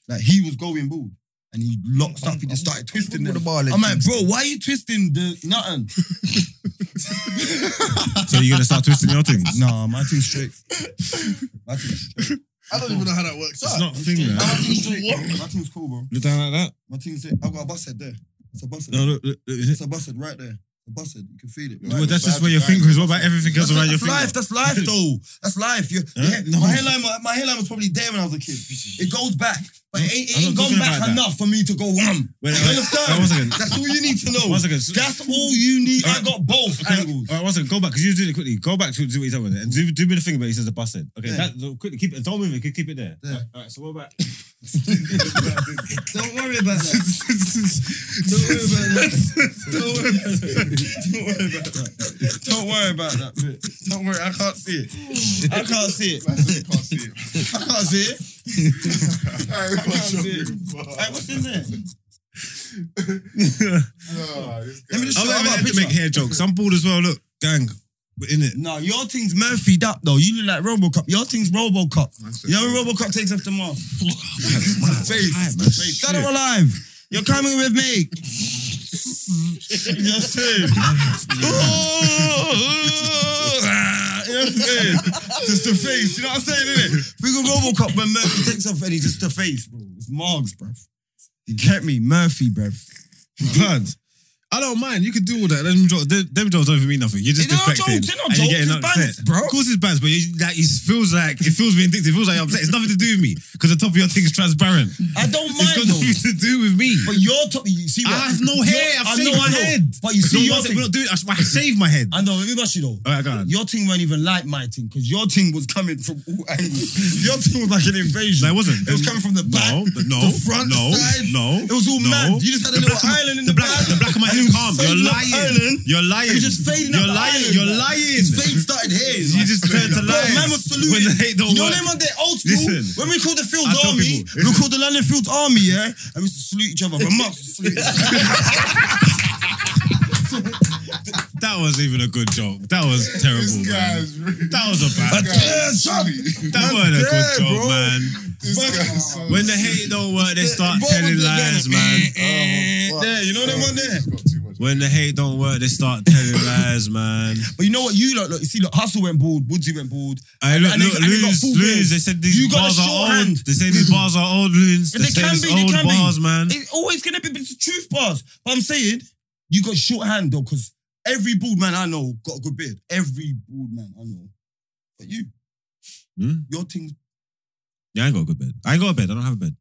[SPEAKER 2] Like, he was going bald and he locked up. He just started twisting
[SPEAKER 4] With the
[SPEAKER 2] them.
[SPEAKER 4] ball in
[SPEAKER 2] I'm like,
[SPEAKER 4] Kingston.
[SPEAKER 2] bro, why are you twisting the nothing?
[SPEAKER 1] So you're gonna start twisting your thing? It's
[SPEAKER 2] nah, my thing's straight. My thing's straight.
[SPEAKER 3] I don't even know how that works.
[SPEAKER 1] not a thing, man.
[SPEAKER 2] Nah, my thing's straight. My thing's cool, bro.
[SPEAKER 1] Look down like
[SPEAKER 2] My team said, I've got a bus head there. It's a bus
[SPEAKER 1] that. No,
[SPEAKER 2] head.
[SPEAKER 1] look, look, look.
[SPEAKER 2] It's a bus head right there. A bus head. You can feel it.
[SPEAKER 1] Well, that's just where your finger is. What about everything else
[SPEAKER 2] That's,
[SPEAKER 1] around your finger?
[SPEAKER 2] that's life. That's life, though. That's life. Your,
[SPEAKER 1] Huh?
[SPEAKER 2] your-
[SPEAKER 1] No.
[SPEAKER 2] my, hairline, my, my hairline was probably there when I was a kid. It goes back. But it, ain't- it
[SPEAKER 1] I'm not
[SPEAKER 2] ain't gone
[SPEAKER 1] talking
[SPEAKER 2] back
[SPEAKER 1] about that.
[SPEAKER 2] enough for me to go wham.
[SPEAKER 1] Wait,
[SPEAKER 2] you
[SPEAKER 1] wait, wait,
[SPEAKER 2] understand?
[SPEAKER 1] one second.
[SPEAKER 2] That's all you need to know.
[SPEAKER 1] One second.
[SPEAKER 2] That's all you need. I
[SPEAKER 1] Alright.
[SPEAKER 2] got both
[SPEAKER 1] Okay,
[SPEAKER 2] angles.
[SPEAKER 1] all right, one second. Go back because you did it quickly. Go back to do what he's talking about and do, do me the thing about he says the bus said. Okay,
[SPEAKER 2] Yeah.
[SPEAKER 1] that, look, quickly keep it. Don't move it. Keep keep it there.
[SPEAKER 2] Yeah.
[SPEAKER 1] All right. So what about?
[SPEAKER 2] Don't worry about that. Don't worry about that. Don't worry about that. Don't worry about that. bit. Don't worry, I can't see it. I can't see it. I can't see it. I can't see it. Hey, what's in there? Let me just
[SPEAKER 1] I'm not
[SPEAKER 2] show you. I
[SPEAKER 1] even here
[SPEAKER 2] got a
[SPEAKER 1] to make
[SPEAKER 2] picture.
[SPEAKER 1] hair jokes. I'm bald as well. Look, gang, we're in it.
[SPEAKER 2] No, your thing's Murphy'd up though. You look like Robocop. Your thing's Robocop.
[SPEAKER 5] said-
[SPEAKER 2] You know when Robocop takes off the mask? My face. Dead or alive. You're coming with me. You're safe.
[SPEAKER 1] Ah,
[SPEAKER 2] You're safe. Just the face. You know what I'm saying, innit? Think of Robocop when Murphy takes off and he's just the face, bro. It's Margs, bruv. You get me? Murphy, bruv.
[SPEAKER 1] Blood. I don't mind. You could do all that. Them jokes, them, them jokes don't even mean nothing. You're just
[SPEAKER 2] They're not
[SPEAKER 1] defecting.
[SPEAKER 2] jokes, they're not
[SPEAKER 1] and you're
[SPEAKER 2] jokes,
[SPEAKER 1] getting
[SPEAKER 2] it's
[SPEAKER 1] upset.
[SPEAKER 2] bands, bro.
[SPEAKER 1] Of course it's bands, but you, like, it feels like it feels vindictive. It feels like you're upset. It's nothing to do with me because the top of your thing is transparent.
[SPEAKER 2] I don't
[SPEAKER 1] it's got
[SPEAKER 2] mind though.
[SPEAKER 1] nothing to do with me.
[SPEAKER 2] But your top, you see what?
[SPEAKER 1] I have no hair.
[SPEAKER 2] Your-
[SPEAKER 1] I've
[SPEAKER 2] I
[SPEAKER 1] shaved
[SPEAKER 2] know,
[SPEAKER 1] my
[SPEAKER 2] I know.
[SPEAKER 1] head.
[SPEAKER 2] But you
[SPEAKER 1] So
[SPEAKER 2] see,
[SPEAKER 1] one second,
[SPEAKER 2] your thing-
[SPEAKER 1] we're not doing. I, I shaved my head.
[SPEAKER 2] I know, let me rush you though.
[SPEAKER 1] All right, go on.
[SPEAKER 2] Your team weren't even like my team because your team was coming from all angles. Your team was like an invasion.
[SPEAKER 1] No, it wasn't.
[SPEAKER 2] It was coming from the back,
[SPEAKER 1] No, the- no,
[SPEAKER 2] the front,
[SPEAKER 1] no,
[SPEAKER 2] side.
[SPEAKER 1] no.
[SPEAKER 2] It was all
[SPEAKER 1] no.
[SPEAKER 2] mad. You just had a
[SPEAKER 1] The
[SPEAKER 2] little
[SPEAKER 1] black of my-
[SPEAKER 2] island in
[SPEAKER 1] the
[SPEAKER 2] the
[SPEAKER 1] black.
[SPEAKER 2] back.
[SPEAKER 1] The black of my head
[SPEAKER 2] And it
[SPEAKER 1] is
[SPEAKER 2] was
[SPEAKER 1] calm. You're
[SPEAKER 2] fading up
[SPEAKER 1] lying.
[SPEAKER 2] island.
[SPEAKER 1] You're lying.
[SPEAKER 2] It was just fading
[SPEAKER 1] You're
[SPEAKER 2] up the
[SPEAKER 1] lying.
[SPEAKER 2] island,
[SPEAKER 1] You're
[SPEAKER 2] man.
[SPEAKER 1] lying.
[SPEAKER 2] His fade started here.
[SPEAKER 1] You just turned to
[SPEAKER 2] Bro,
[SPEAKER 1] lies.
[SPEAKER 2] man was saluting.
[SPEAKER 1] When the hate don't
[SPEAKER 2] you know
[SPEAKER 1] work.
[SPEAKER 2] them on their old school?
[SPEAKER 1] Listen.
[SPEAKER 2] when we called the Fields
[SPEAKER 1] I tell
[SPEAKER 2] Army,
[SPEAKER 1] people,
[SPEAKER 2] we called the London Fields Army, yeah? And we used to salute each other. But Mark salute
[SPEAKER 1] That was even a good joke. That was terrible, man. That was a bad. That wasn't a good
[SPEAKER 2] dead,
[SPEAKER 1] joke,
[SPEAKER 2] bro.
[SPEAKER 1] man. When the hate don't work, they start telling lies, man. eh,
[SPEAKER 2] There, Oh, you know them on there?
[SPEAKER 1] When the hate don't work, they start telling lies, man.
[SPEAKER 2] But you know what? You look, look you see, look, Hustle went bald, Woodsy went bald.
[SPEAKER 1] I Ah, look,
[SPEAKER 2] and they-
[SPEAKER 1] look,
[SPEAKER 2] and they got
[SPEAKER 1] loons,
[SPEAKER 2] full
[SPEAKER 1] loons.
[SPEAKER 2] beards.
[SPEAKER 1] They said these
[SPEAKER 2] You got
[SPEAKER 1] bars
[SPEAKER 2] the
[SPEAKER 1] are
[SPEAKER 2] short
[SPEAKER 1] old.
[SPEAKER 2] hand.
[SPEAKER 1] They say these bars are old loons. They,
[SPEAKER 2] They
[SPEAKER 1] say
[SPEAKER 2] can
[SPEAKER 1] it's
[SPEAKER 2] be, they
[SPEAKER 1] old
[SPEAKER 2] can be.
[SPEAKER 1] bars, man.
[SPEAKER 2] It's always gonna be it's the truth bars. But I'm saying you got shorthand though, because every bald man I know got a good beard. Every bald man I know. But you,
[SPEAKER 1] Hmm?
[SPEAKER 2] your things,
[SPEAKER 1] Yeah, I ain't got a good bed. I ain't got a bed. I don't have a bed.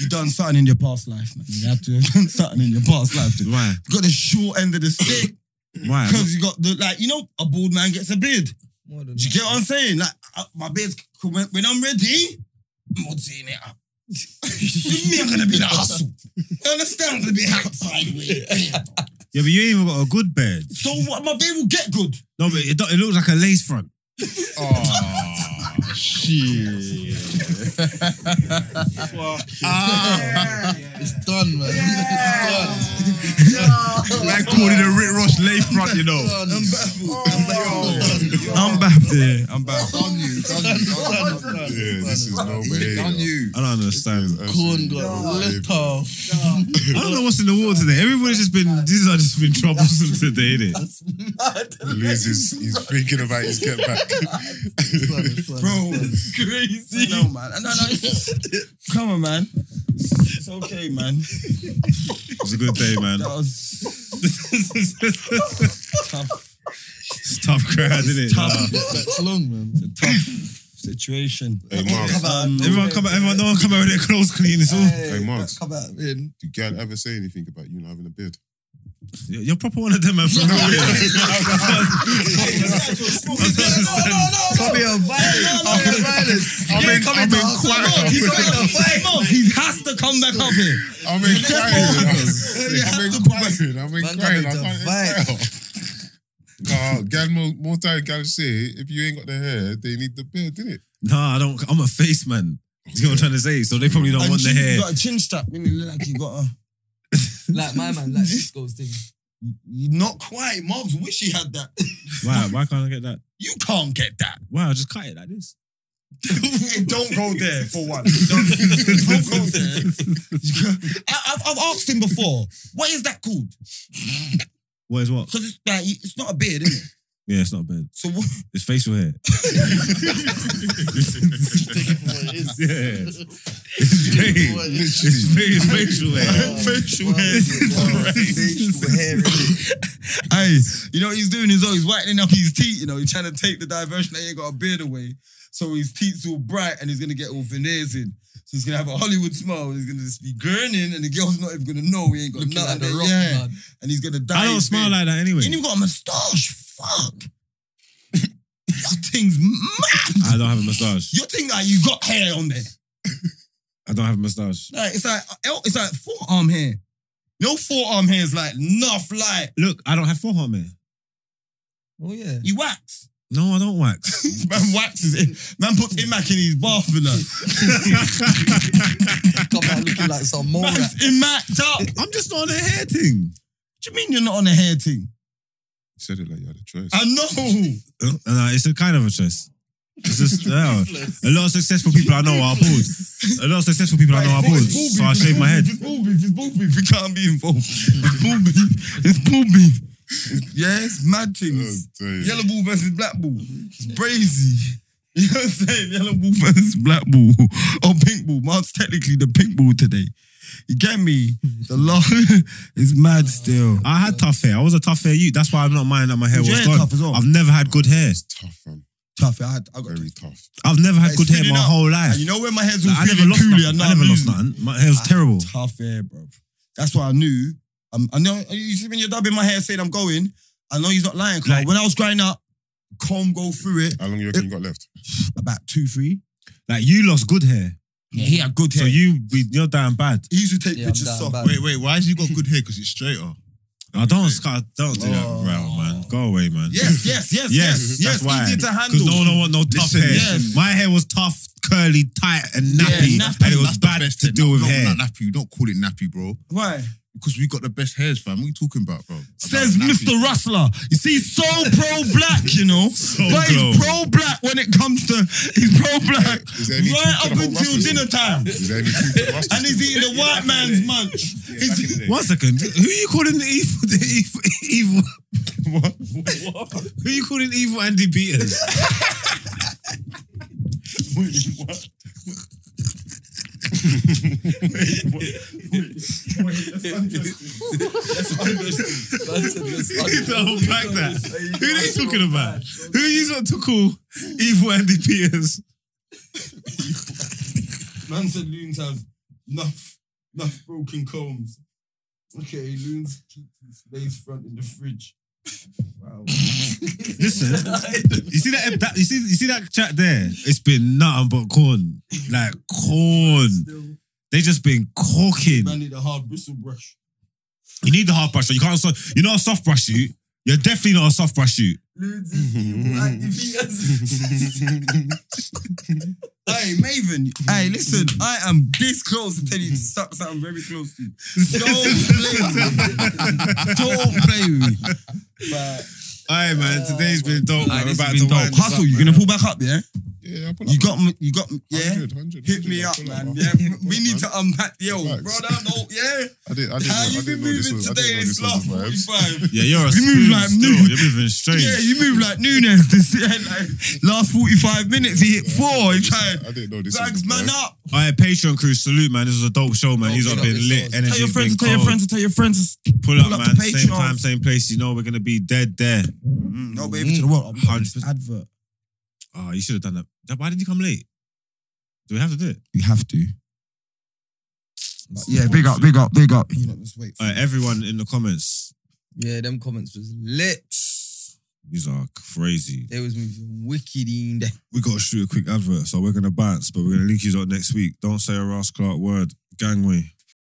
[SPEAKER 2] you done something in your past life, man. You have to have done something in your past life. Dude.
[SPEAKER 1] Why?
[SPEAKER 2] You got the short end of the stick
[SPEAKER 1] Why?
[SPEAKER 2] because you got the like you know a bald man gets a beard.
[SPEAKER 4] More than
[SPEAKER 2] Do you get what I'm saying? Like I- my beard's c- when, when I'm ready, I'm not seeing it up. With me, I'm gonna be the hustle. You understand? I'm gonna be hacked sideways.
[SPEAKER 1] Yeah, but you ain't even got a good bed.
[SPEAKER 2] So what? My beard will get good.
[SPEAKER 1] No, but it, don't- it looks like a lace front.
[SPEAKER 2] Ah.
[SPEAKER 3] It's done, man. It's done.
[SPEAKER 5] Like calling a Rick Ross lay front, you know.
[SPEAKER 3] Done. It's
[SPEAKER 2] I'm baffled. Yeah, I'm baffled.
[SPEAKER 7] Done you, done you, done you.
[SPEAKER 3] done.
[SPEAKER 7] Yeah, this is no way.
[SPEAKER 5] Done you.
[SPEAKER 1] I don't understand.
[SPEAKER 3] Corn got lit off.
[SPEAKER 1] I don't know what's in the water today. Everybody's just been, these are just been troublesome today, innit?
[SPEAKER 7] Liz is he's thinking about his get back.
[SPEAKER 3] It's done, it's done.
[SPEAKER 2] Bro, it's crazy. No, man. No, no. it's- Come on, man. It's okay, man.
[SPEAKER 1] It's a good day, man.
[SPEAKER 2] That was
[SPEAKER 1] it's
[SPEAKER 2] tough.
[SPEAKER 1] tough crowd, isn't it?
[SPEAKER 2] Tough.
[SPEAKER 3] That's long, man.
[SPEAKER 2] Tough situation.
[SPEAKER 7] Hey, Mark.
[SPEAKER 2] Um,
[SPEAKER 1] Everyone come out, everyone, no one come out with their clothes clean. It's all.
[SPEAKER 7] Hey, Marks.
[SPEAKER 4] Come out.
[SPEAKER 3] In.
[SPEAKER 7] Did Gad ever say anything about you not having a beard?
[SPEAKER 1] You're you're proper one of them, man. From
[SPEAKER 4] Come here,
[SPEAKER 7] I'm in, I'm
[SPEAKER 2] Mark,
[SPEAKER 7] in
[SPEAKER 2] he's got another five months. He has to come back up here.
[SPEAKER 7] I'm in
[SPEAKER 2] You
[SPEAKER 7] crying.
[SPEAKER 2] have
[SPEAKER 7] I'm in
[SPEAKER 2] to
[SPEAKER 7] crying. I'm in
[SPEAKER 4] Man
[SPEAKER 7] crying. I
[SPEAKER 4] coming to
[SPEAKER 7] can't even tell. Nah, Gad more, more time Gad say if you ain't got the hair, they need the beard, didn't it?
[SPEAKER 1] Nah, I don't. I'm a face man. You know what I'm trying to say? So they probably don't
[SPEAKER 2] And
[SPEAKER 1] want the
[SPEAKER 2] chin-
[SPEAKER 1] hair.
[SPEAKER 2] You got a chin strap. You look like you got a.
[SPEAKER 4] Like my man, like Cisco's thing.
[SPEAKER 2] Not quite. Mobs wish he had that.
[SPEAKER 1] Why? Why can't I get that?
[SPEAKER 2] You can't get that.
[SPEAKER 1] Why? I just cut it like this.
[SPEAKER 2] Hey, don't go there for one. Don't, don't go there. I, I've, I've asked him before. What is that called?
[SPEAKER 1] What is what?
[SPEAKER 2] Because it's like it's not a beard, is it?
[SPEAKER 1] Yeah, it's not bad.
[SPEAKER 2] So what?
[SPEAKER 1] It's facial hair.
[SPEAKER 3] Take it for what it is.
[SPEAKER 1] Yeah. It's, fake. it's, fake. it's facial
[SPEAKER 2] Oh,
[SPEAKER 1] hair.
[SPEAKER 2] facial hair.
[SPEAKER 4] hair.
[SPEAKER 2] oh, Hey, you know what he's doing is though he's whitening up his teeth. You know, he's trying to take the diversion that he ain't got a beard away. So his teeth's all bright and he's gonna get all veneers in. So he's gonna have a Hollywood smile. He's gonna just be grinning, and the girl's not even gonna know he ain't got
[SPEAKER 4] Looking
[SPEAKER 2] nothing.
[SPEAKER 4] like the
[SPEAKER 2] there.
[SPEAKER 4] rock,
[SPEAKER 2] yeah,
[SPEAKER 4] man.
[SPEAKER 2] and he's gonna die.
[SPEAKER 1] I don't
[SPEAKER 2] his
[SPEAKER 1] smile
[SPEAKER 2] face.
[SPEAKER 1] like that anyway.
[SPEAKER 2] And you've got a moustache. Fuck. Your thing's mad.
[SPEAKER 1] I don't have a moustache.
[SPEAKER 2] Your thing like you got hair on there.
[SPEAKER 1] I don't have a moustache.
[SPEAKER 2] Like it's like oh, it's like forearm hair. Your forearm hair is like enough light.
[SPEAKER 1] Look, I don't have forearm hair.
[SPEAKER 4] Oh yeah.
[SPEAKER 2] You wax.
[SPEAKER 1] No, I don't wax.
[SPEAKER 2] Man waxes it. Man puts Imac in his bath and that.
[SPEAKER 4] Come out looking like some mole rat.
[SPEAKER 2] Man's Imac'd up. What
[SPEAKER 1] I'm just not on a hair thing.
[SPEAKER 2] do you mean you're not on the hair thing?
[SPEAKER 7] said it like you had a choice.
[SPEAKER 2] I know.
[SPEAKER 1] Uh, uh, it's a kind of a choice. It's just, uh, a lot of successful people I know are bald. A lot of successful people I know are bald, so I shave my head.
[SPEAKER 2] It's bull beef. It's bull beef. We can't be involved. It's bull beef. It's bull beef. It's- Yeah, it's mad things.
[SPEAKER 1] Oh,
[SPEAKER 2] Yellow ball versus black ball. It's brazy. You know what I'm saying? Yellow ball versus black ball or pink ball. Mine's technically the pink ball today. You get me? The law is mad still.
[SPEAKER 1] I had tough hair. I was a tough hair youth. That's why I'm not mind that my hair
[SPEAKER 2] Your
[SPEAKER 1] was
[SPEAKER 2] hair
[SPEAKER 1] gone.
[SPEAKER 2] tough as well.
[SPEAKER 1] I've never had good hair.
[SPEAKER 7] Tough, man.
[SPEAKER 2] Tough. I had. I got.
[SPEAKER 7] Very tough.
[SPEAKER 1] I've never had
[SPEAKER 2] It's
[SPEAKER 1] good hair
[SPEAKER 2] thinning
[SPEAKER 1] my
[SPEAKER 2] out.
[SPEAKER 1] whole life.
[SPEAKER 2] And you know when my hair's all
[SPEAKER 1] Like, I never
[SPEAKER 2] feeling
[SPEAKER 1] lost
[SPEAKER 2] cooly,
[SPEAKER 1] nothing.
[SPEAKER 2] know
[SPEAKER 1] I never
[SPEAKER 2] I'm
[SPEAKER 1] lost
[SPEAKER 2] losing.
[SPEAKER 1] nothing. My hair was
[SPEAKER 2] I-
[SPEAKER 1] terrible.
[SPEAKER 2] Tough hair, bro. That's what I knew. Um, I know you see when you're dubbing my hair saying I'm going, I know he's not lying. 'cause
[SPEAKER 1] Like-
[SPEAKER 2] when I was growing up, comb go through it
[SPEAKER 7] How long you reckon you got left?
[SPEAKER 2] about two, three.
[SPEAKER 1] Like you lost good hair,
[SPEAKER 2] Yeah, he had good
[SPEAKER 1] so you we- you're damn bad.
[SPEAKER 2] he used to take
[SPEAKER 4] Yeah, I'm
[SPEAKER 2] pictures
[SPEAKER 4] down
[SPEAKER 2] soft.
[SPEAKER 4] bad.
[SPEAKER 5] Wait, wait, why has he got good hair? Because it's straighter.
[SPEAKER 1] I don't I don't do that, bro, man. Go away, man.
[SPEAKER 2] Oh. Yes, yes, yes, yes,
[SPEAKER 1] Yes,
[SPEAKER 2] yes.
[SPEAKER 1] that's why.
[SPEAKER 2] Easy to handle.
[SPEAKER 1] Because no one want no tough
[SPEAKER 5] Listen,
[SPEAKER 1] hair.
[SPEAKER 2] yes.
[SPEAKER 1] My hair was tough, curly, tight, and
[SPEAKER 2] Yeah,
[SPEAKER 1] nappy,
[SPEAKER 2] nappy,
[SPEAKER 1] and it was
[SPEAKER 5] That's the
[SPEAKER 1] bad
[SPEAKER 5] best
[SPEAKER 1] to
[SPEAKER 5] hair.
[SPEAKER 1] deal
[SPEAKER 5] No,
[SPEAKER 1] with
[SPEAKER 5] no,
[SPEAKER 1] hair.
[SPEAKER 5] Not nappy. You don't call it nappy, bro.
[SPEAKER 2] Why?
[SPEAKER 5] Because we got the best hairs, fam. What are you talking about, bro? About
[SPEAKER 2] Says
[SPEAKER 5] nappy.
[SPEAKER 2] Mr. Rustler. You see, he's so pro black, you know. but
[SPEAKER 1] glow.
[SPEAKER 2] he's pro black when it comes to he's pro black
[SPEAKER 7] Is there any
[SPEAKER 2] right
[SPEAKER 7] truth to
[SPEAKER 2] up
[SPEAKER 7] the whole
[SPEAKER 2] until
[SPEAKER 7] Rustler
[SPEAKER 2] dinner time.
[SPEAKER 7] Is there any truth to the rosters?
[SPEAKER 2] And he's eating the white man's munch. He's-
[SPEAKER 1] One second, who you calling the evil? The evil? evil? Who you calling evil Andy Peters? Please don't unpack that. Who are they talking about? Who you want to call evil Andy Peters?
[SPEAKER 2] Man said loons have enough, enough broken combs. Okay, loons keep his face front in the fridge. Wow.
[SPEAKER 1] Listen, you see that, that you see you see that chat there? It's been nothing but corn, like corn.
[SPEAKER 2] Still,
[SPEAKER 1] They just been cooking.
[SPEAKER 2] man need a hard bristle brush.
[SPEAKER 1] You need the hard brush. You can't. So, you're not a soft brush shoot. You're definitely not a soft brush shoot.
[SPEAKER 2] Loons is evil Hey, Maven. Hey, listen, I am this close to telling you to suck something very close to you. Don't play with me. Don't play with me. But,
[SPEAKER 1] All right, man. Today's been dope. man.
[SPEAKER 2] Alright,
[SPEAKER 1] We're
[SPEAKER 2] this has
[SPEAKER 1] about
[SPEAKER 2] been
[SPEAKER 1] to
[SPEAKER 2] dope.
[SPEAKER 1] wind this
[SPEAKER 2] Hustle,
[SPEAKER 1] up,
[SPEAKER 2] you're
[SPEAKER 1] man.
[SPEAKER 2] going to pull back up, yeah?
[SPEAKER 7] Yeah, I pull up.
[SPEAKER 2] You got, me- you got, me- yeah?
[SPEAKER 7] 100, 100,
[SPEAKER 2] Hit me
[SPEAKER 7] 100, I
[SPEAKER 2] up,
[SPEAKER 7] pull
[SPEAKER 2] man.
[SPEAKER 7] up.
[SPEAKER 2] Yeah, we need to unpack the old
[SPEAKER 7] Facts.
[SPEAKER 2] brother. No, yeah.
[SPEAKER 7] I didn't, I didn't
[SPEAKER 2] How
[SPEAKER 7] know, I
[SPEAKER 2] you
[SPEAKER 7] didn't
[SPEAKER 2] been
[SPEAKER 7] know this
[SPEAKER 2] moving
[SPEAKER 7] was. I
[SPEAKER 2] today?
[SPEAKER 7] didn't know
[SPEAKER 2] It's
[SPEAKER 7] this
[SPEAKER 2] last
[SPEAKER 7] was vibes.
[SPEAKER 2] forty-five.
[SPEAKER 1] Yeah, you're a
[SPEAKER 2] You move
[SPEAKER 1] spoon
[SPEAKER 2] like
[SPEAKER 1] still.
[SPEAKER 2] new.
[SPEAKER 1] You're moving straight.
[SPEAKER 2] Yeah, you move like Nunes. This yeah, like last forty-five minutes, he hit four. He tried
[SPEAKER 7] I didn't know this was.
[SPEAKER 2] bags man up.
[SPEAKER 1] All right, Patreon crew, salute, man. This was a dope show, man. These
[SPEAKER 4] Dope
[SPEAKER 1] have
[SPEAKER 4] show.
[SPEAKER 1] been lit. Energy
[SPEAKER 2] Tell your friends
[SPEAKER 1] been
[SPEAKER 2] to tell your
[SPEAKER 1] cold.
[SPEAKER 2] friends to tell your friends. to-
[SPEAKER 1] Pull up,
[SPEAKER 2] pull up
[SPEAKER 1] man.
[SPEAKER 2] to
[SPEAKER 1] Same
[SPEAKER 2] Patreon.
[SPEAKER 1] time, same place. You know we're gonna be dead there.
[SPEAKER 2] No, baby, to the world. I'm
[SPEAKER 1] Hundred.
[SPEAKER 2] an Advert.
[SPEAKER 1] Oh, you should have done that. That- Why did you come late? Do we have to do it?
[SPEAKER 2] You have to. Yeah, big up, big up, big up. You know, just wait.
[SPEAKER 1] All right, everyone in the comments.
[SPEAKER 4] Yeah, them comments was lit.
[SPEAKER 1] These are crazy.
[SPEAKER 4] They was moving wicked in there.
[SPEAKER 1] we got to shoot a quick advert, so we're going to bounce, but we're going to link you up next week. Don't say a Ross Clark word. Gangway.